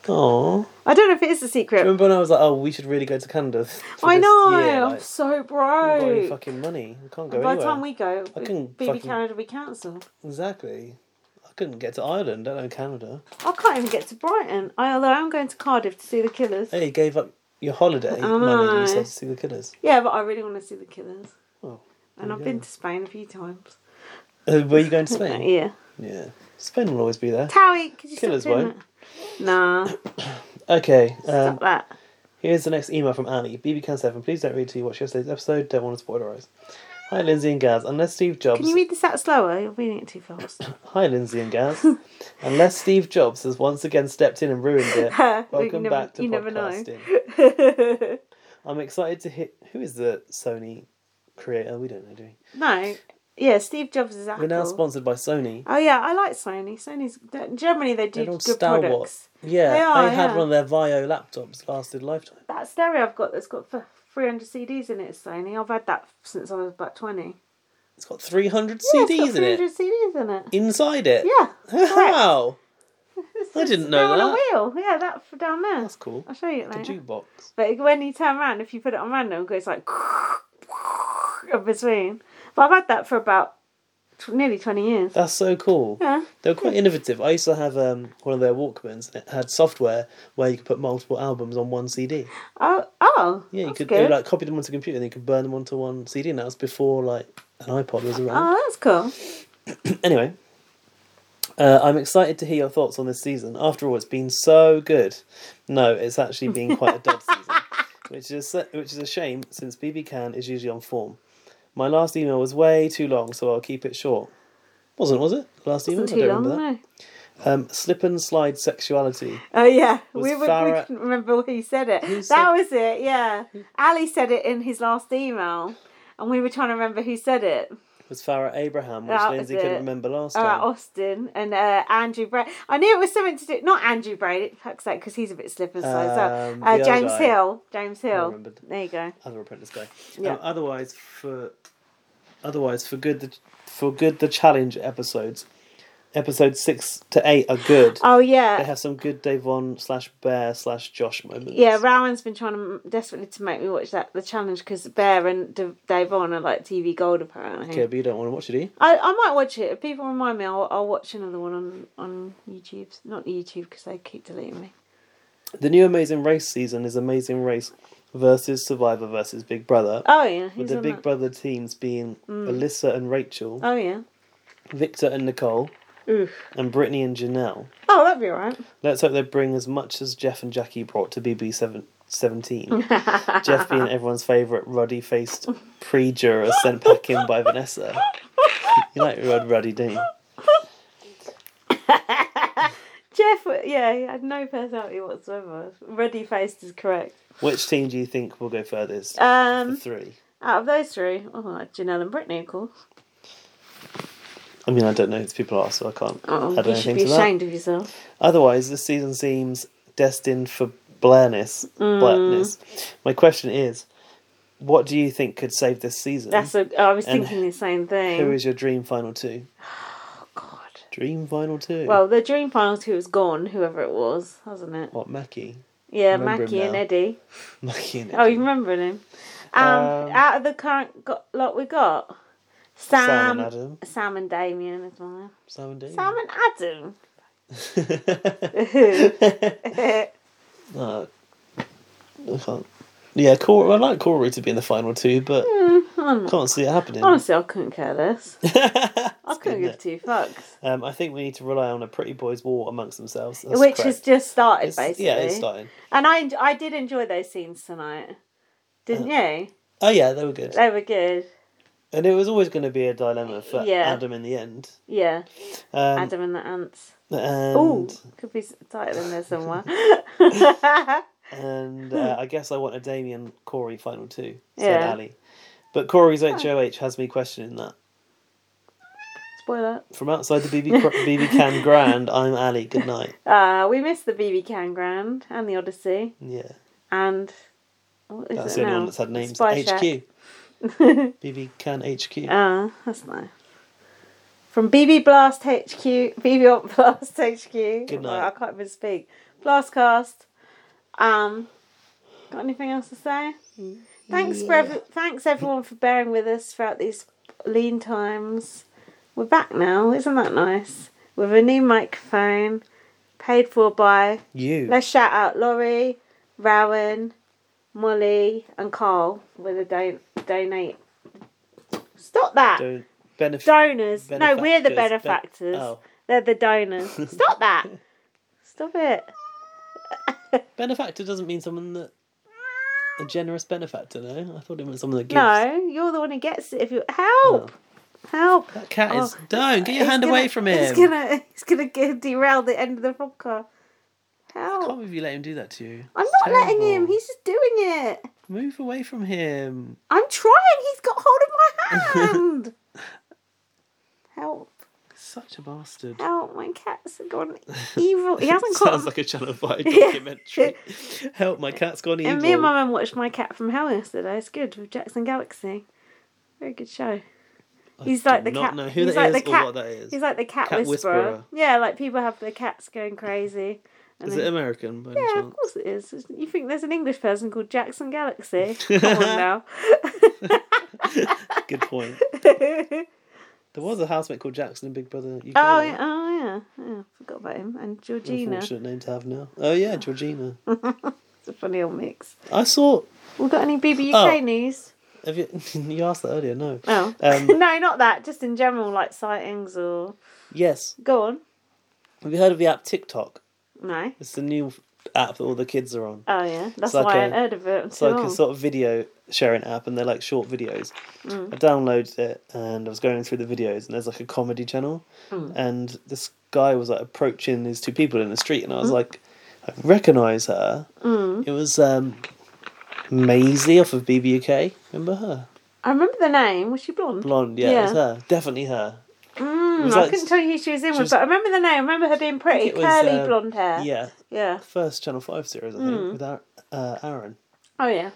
A: Aww.
B: I don't know if it is a secret.
A: Remember when I was like, oh, we should really go to Canada? for
B: I
A: this
B: know.
A: year,
B: I'm
A: like,
B: so
A: we've got any
B: broke.
A: fucking money. We can't
B: And
A: go
B: By the
A: anywhere.
B: time we go,
A: I couldn't
B: BB
A: fucking-
B: Canada will be cancelled.
A: Exactly. I couldn't get to Ireland, don't know Canada.
B: I can't even get to Brighton. I, although I'm going to Cardiff to see the Killers.
A: Hey, you gave up your holiday
B: I
A: money.
B: know.
A: You said to see the killers.
B: Yeah, but I really want to see the Killers.
A: Oh,
B: and
A: there
B: I've
A: you
B: been
A: go.
B: to Spain a few times.
A: Uh, were you going to Spain?
B: Yeah.
A: Yeah. Spain will always be there.
B: Towie, could you stop
A: Killers
B: doing
A: won't.
B: that? Nah.
A: Okay. Um,
B: Stop that.
A: Here's the next email from Annie. BB Can 7, please don't read to you watch yesterday's episode. Don't want to spoilerize. Hi, Lindsay and Gaz. Unless Steve Jobs.
B: Can you read this out slower? You're reading it too fast.
A: Hi, Lindsay and Gaz. Unless Steve Jobs has once again stepped in and ruined it,
B: We
A: welcome
B: never-
A: back to
B: you never know.
A: podcasting. I'm excited to hit. Who is the Sony creator? We don't know, do we?
B: No. Yeah, Steve Jobs is
A: We're
B: Apple.
A: now sponsored by Sony.
B: oh yeah, I like Sony. Sony's generally they do
A: They're all
B: good
A: stalwart.
B: products.
A: Yeah,
B: They
A: they,
B: are,
A: had
B: yeah.
A: one of their Vio laptops lasted a lifetime.
B: That stereo I've got that's got f- 300 CDs in it is Sony. I've had that since I was about 20.
A: It's got 300
B: Yeah, it's
A: CDs
B: got 300
A: in it.
B: CDs in it.
A: Inside it.
B: Yeah.
A: Wow.
B: It's
A: I
B: just
A: didn't know
B: on a
A: that.
B: wheel. Yeah, that f- down there. That's
A: cool.
B: I'll show you it
A: Like
B: later.
A: a jukebox.
B: But when you turn around, if you put it on random, it goes like in between. But I've had that for about tw- nearly 20 years.
A: That's so cool.
B: Yeah.
A: They were quite innovative. I used to have um, one of their Walkmans, and it had software where you could put multiple albums on one CD.
B: Oh, oh.
A: Yeah, you
B: that's
A: could it
B: good.
A: would, like copy them onto a computer, and you could burn them onto one CD. And that was before like an iPod was around.
B: Oh, that's cool. Ah.
A: anyway, uh, I'm excited to hear your thoughts on this season. After all, it's been so good. No, it's actually been quite a dud season, which is which is a shame since BB Can is usually on form. My last email was way too long, so I'll keep it short. Wasn't was it? Last email?
B: Wasn't
A: I
B: too
A: don't
B: long,
A: remember
B: no.
A: that. Um, slip and slide sexuality.
B: Oh, yeah.
A: Was
B: We, we, we
A: Farah-
B: couldn't remember who said it. that
A: said-
B: was it, yeah. Ali said it in his last email, and we were trying to remember who said it.
A: Was Farah Abraham, which
B: That
A: Lindsay
B: was
A: couldn't
B: it.
A: remember last
B: All right,
A: time.
B: Uh, Austin and uh, Andrew Bray. I knew it was something to do. Not Andrew Bray, fuck's sake, because he's a bit slip and slide. as well.
A: Um, the
B: uh,
A: other
B: James
A: guy.
B: Hill. James
A: I
B: Hill.
A: remembered.
B: There you go.
A: Other apprentice guy.
B: Yeah.
A: Um, otherwise, for otherwise for good the for good the challenge episodes, episodes six to eight are good.
B: Oh, yeah.
A: They have some good Davon slash Bear slash Josh moments.
B: Yeah, Rowan's been trying to, desperately to make me watch that the challenge because Bear and D- Davon are like TV gold apparently.
A: Okay, but you don't want to watch it, do you?
B: I, I might watch it. If people remind me, I'll, I'll watch another one on, on YouTube. Not YouTube because they keep deleting me.
A: The new Amazing Race season is Amazing Race versus Survivor versus Big Brother.
B: Oh, yeah,
A: With
B: he's
A: the
B: on
A: Big
B: that.
A: Brother teams being
B: Mm.
A: Alyssa and Rachel,
B: Oh yeah.
A: Victor and Nicole,
B: Oof.
A: and Brittany and Janelle.
B: Oh, that'd be alright.
A: Let's hope they bring as much as Jeff and Jackie brought to BB seven, 17. Jeff being everyone's favourite ruddy faced pre juror sent back in by Vanessa. You like Rod Ruddy, don't you?
B: Jeff, yeah, he had no personality whatsoever. Ready faced is correct.
A: Which team do you think will go furthest?
B: Um,
A: for three.
B: Out of those three, oh, Janelle and Brittany, of course.
A: I mean, I don't know who these people are, so I can't
B: Oh,
A: add
B: you
A: anything
B: should be
A: to
B: ashamed
A: that.
B: of yourself.
A: Otherwise, this season seems destined for blairness.
B: Mm.
A: Blairness. My question is, what do you think could save this season?
B: That's a. I was
A: And
B: thinking the same thing.
A: Who is your dream final two? Oh God. Dream final two.
B: Well, the dream final two was gone, whoever it was, wasn't it?
A: what Mackie?
B: Yeah,
A: Oh, Remember him
B: Mackie and
A: now.
B: Eddie.
A: Mackie and
B: Oh, you remember him? Um,
A: Um,
B: out of the current got, lot we got, Sam,
A: Sam and Adam.
B: Sam and Damien is mine.
A: Sam and Dean.
B: Sam and Adam.
A: No, I can't. Yeah, Corey. I like Corey to be in the final two, but
B: Hmm, I'm not-
A: can't see it happening.
B: honestly, I couldn't care less. I couldn't
A: isn't
B: give two fucks.
A: Um, I think we need to rely on a pretty boys' war amongst themselves. That's
B: Which
A: correct.
B: has just started,
A: It's-
B: basically.
A: yeah, it's starting.
B: And I, en- I did enjoy those scenes tonight, didn't you?
A: Oh yeah, they were good.
B: They were good.
A: And it was always going to be a dilemma for
B: Yeah.
A: Adam in the end.
B: Yeah.
A: Um,
B: Adam and the ants.
A: And,
B: Ooh, could be s- tighter than this somewhere.
A: and uh, I guess I want a Damien Corey final two. Said
B: Hmm. Yeah.
A: Ali. But Corey's HOH has me questioning that.
B: Spoiler.
A: From outside the BB, cr- BB Can Grand, I'm Ali. Good night.
B: Uh, we missed the BB Can Grand and the Odyssey
A: Yeah.
B: and what is
A: That's
B: it
A: the only
B: now?
A: one that's had names.
B: Spy
A: HQ.
B: Shack.
A: BB Can HQ.
B: Ah, that's nice. From BB Blast HQ, BB on Blast HQ. Good
A: night.
B: I can't even speak. Blastcast. Um, got anything else to say? Thanks for ev- thanks everyone for bearing with us throughout these lean times. We're back now, isn't that nice? With a new microphone, paid for by
A: You.
B: Let's shout out Laurie, Rowan, Molly, and Carl with a don- donate. Stop that.
A: Don't benefit.
B: donors. No, we're the
A: benefactors. Ben-
B: benefactors.
A: oh.
B: They're the donors. Stop that. Stop it.
A: Benefactor doesn't mean someone that. A generous benefactor, no? I thought it meant someone that gives.
B: No, you're the one who gets it. If you help, help. That
A: Cat is. Don't! Get your hand away from him!
B: It's gonna, it's gonna get, derail the end of the podcast.
A: I
B: Help!
A: can't believe you let him do that to you.
B: I'm
A: It's
B: not letting
A: terrible.
B: him. He's just doing it.
A: Move away from him.
B: I'm trying. He's got hold of my hand. help!
A: Such a bastard.
B: Help! My cat's gone evil. He hasn't
A: Sounds
B: caught.
A: like a Channel 5
B: Yeah.
A: documentary. Help, my cat's gone evil.
B: and me and my mum watched My Cat from Hell yesterday. It's good with Jackson Galaxy. Very good show. He's like the
A: not
B: cat.
A: know who
B: he's
A: that
B: like the
A: is or
B: cat.
A: what that is.
B: He's like the cat,
A: Cat
B: whisperer.
A: whisperer.
B: Yeah, like people have their cats going crazy. and
A: Is
B: then-
A: it American by any
B: Yeah, of
A: chance?
B: course it is. It's- You think there's an English person called Jackson Galaxy? Come on now.
A: Good point.
B: oh,
A: There was a housemate called Jackson in Big Brother. UK,
B: yeah, oh yeah. yeah. Forgot about him and
A: though.
B: Georgina.
A: Unfortunate name to have now. Oh, yeah, Georgina.
B: it's a funny old mix.
A: I saw.
B: We got any BBUK
A: Oh.
B: news?
A: Have you, you asked that earlier, no.
B: Oh
A: Um,
B: no, not that. Just in general, like sightings or
A: yes.
B: go on.
A: Have you heard of the app TikTok?
B: No.
A: It's the new app that all the kids are on.
B: Oh yeah, that's
A: like
B: why I
A: a-
B: I heard of it.
A: It's like a sort of video sharing app, and they're like short videos.
B: Mm.
A: I downloaded it, and I was going through the videos, and there's like a comedy channel,
B: Mm.
A: and this guy was like approaching these two people in the street, and I was
B: Mm.
A: like, I recognise her.
B: Mm.
A: It was um, Maisie off of BBUK. Remember her?
B: I remember the name. Was she blonde?
A: Blonde, yeah, it was her. Definitely her. It
B: Mm,
A: was
B: I
A: like-
B: couldn't tell you who she was in
A: she
B: with,
A: was-
B: but I remember the name. I remember her being pretty,
A: It was,
B: curly
A: uh,
B: blonde hair.
A: Yeah.
B: Yeah.
A: First Channel 5 series, I think,
B: Mm.
A: with Ar- uh, Aaron.
B: Oh yeah.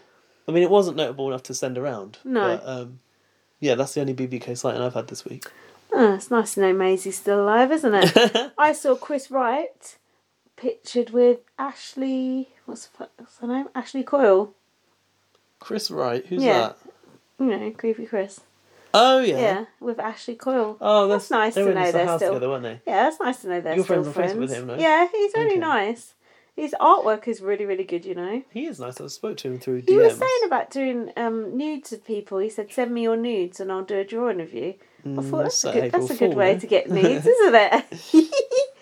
A: I mean, it wasn't notable enough to send around.
B: No.
A: But, um, yeah, that's the only BBK sighting I've had this week.
B: Oh, it's nice to know Maisie's still alive, isn't it? I saw Chris Wright pictured with Ashley. What's, the fu- what's her name? Ashley Coyle.
A: Chris Wright, who's
B: Yeah.
A: that?
B: You know, creepy Chris.
A: Oh, yeah.
B: Yeah, with Ashley Coyle.
A: Oh, that's,
B: nice
A: they
B: to
A: were in
B: know
A: the
B: they're
A: house
B: still.
A: together, weren't they?
B: Yeah, that's nice to know they're
A: You're
B: still
A: friends on Facebook with him, no?
B: Yeah, he's really
A: Okay.
B: nice. His artwork is really, really good, you know.
A: He is nice. I spoke to him through
B: He was
A: DMs.
B: saying about doing um, nudes of people. He said, "Send me your nudes, and I'll do a drawing of you." I
A: Mm,
B: thought that's,
A: so
B: a good, that's a
A: April Fool,
B: good way
A: eh?
B: to get nudes, isn't it?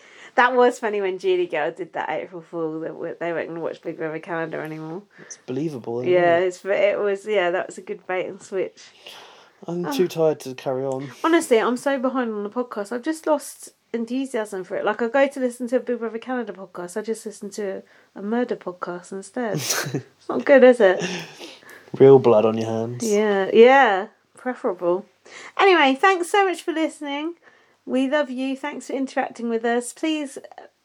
B: that was funny when Julie Girl did that April Fool. That we- they weren't going to watch Big Brother calendar anymore.
A: It's believable. Isn't
B: Yeah,
A: It?
B: it's, but it was. Yeah, that was a good bait and switch.
A: I'm
B: Oh.
A: too tired to carry on.
B: Honestly, I'm so behind on the podcast. I've just lost enthusiasm for it. Like I go to listen to a Big Brother Canada podcast, I just listen to a murder podcast instead. it's not good, is it?
A: Real blood on your hands.
B: Yeah, yeah, preferable. Anyway, thanks so much for listening. We love you. Thanks for interacting with us. Please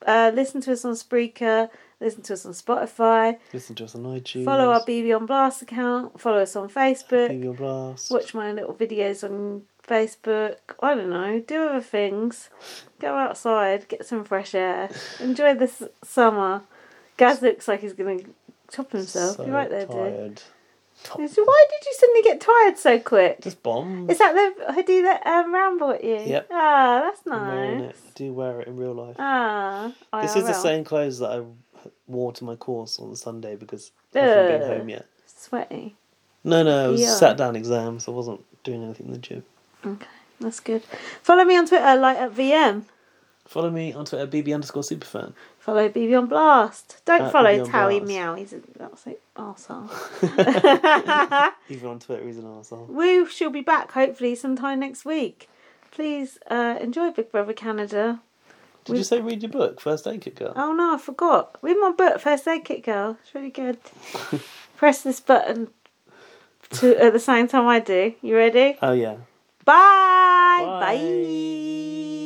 B: uh, listen to us on Spreaker, listen to us on Spotify,
A: Listen to us on iTunes.
B: follow our BB on Blast account, follow us on Facebook.
A: Leave your blast.
B: Watch my little videos on Facebook. I don't know. Do other things. Go outside. Get some fresh air. Enjoy this summer. Gaz looks like he's going to top himself.
A: So
B: You're right there, dude.
A: tired.
B: So why did you suddenly get tired so quick?
A: Just bomb.
B: Is that the hoodie that um, Ram bought you?
A: Yep.
B: Ah, that's
A: I'm wearing
B: nice.
A: it. Do wear it in real life.
B: Ah, I
A: this is
B: I
A: the
B: will.
A: same clothes that I wore to my course on Sunday because I haven't been
B: Ugh.
A: home yet.
B: Sweaty.
A: No, no, it was
B: Yeah.
A: sat down exam, so I wasn't doing anything in the gym.
B: Okay, that's good. Follow me on Twitter, light up VM.
A: Follow me on Twitter, bb underscore superfan.
B: Follow BB on Blast. Don't
A: At
B: follow
A: BB on
B: Towie
A: Blast.
B: Meow. He's an absolute arsehole.
A: Even on Twitter, he's an arsehole.
B: we shall be back hopefully sometime next week. Please uh, enjoy Big Brother Canada.
A: Did you say read your book, First Aid Kit Girl?
B: Oh no, I forgot. Read my book, First Aid Kit Girl. It's really good. Press this button to at the same time I do. You ready?
A: Oh, yeah.
B: Bye. Bye.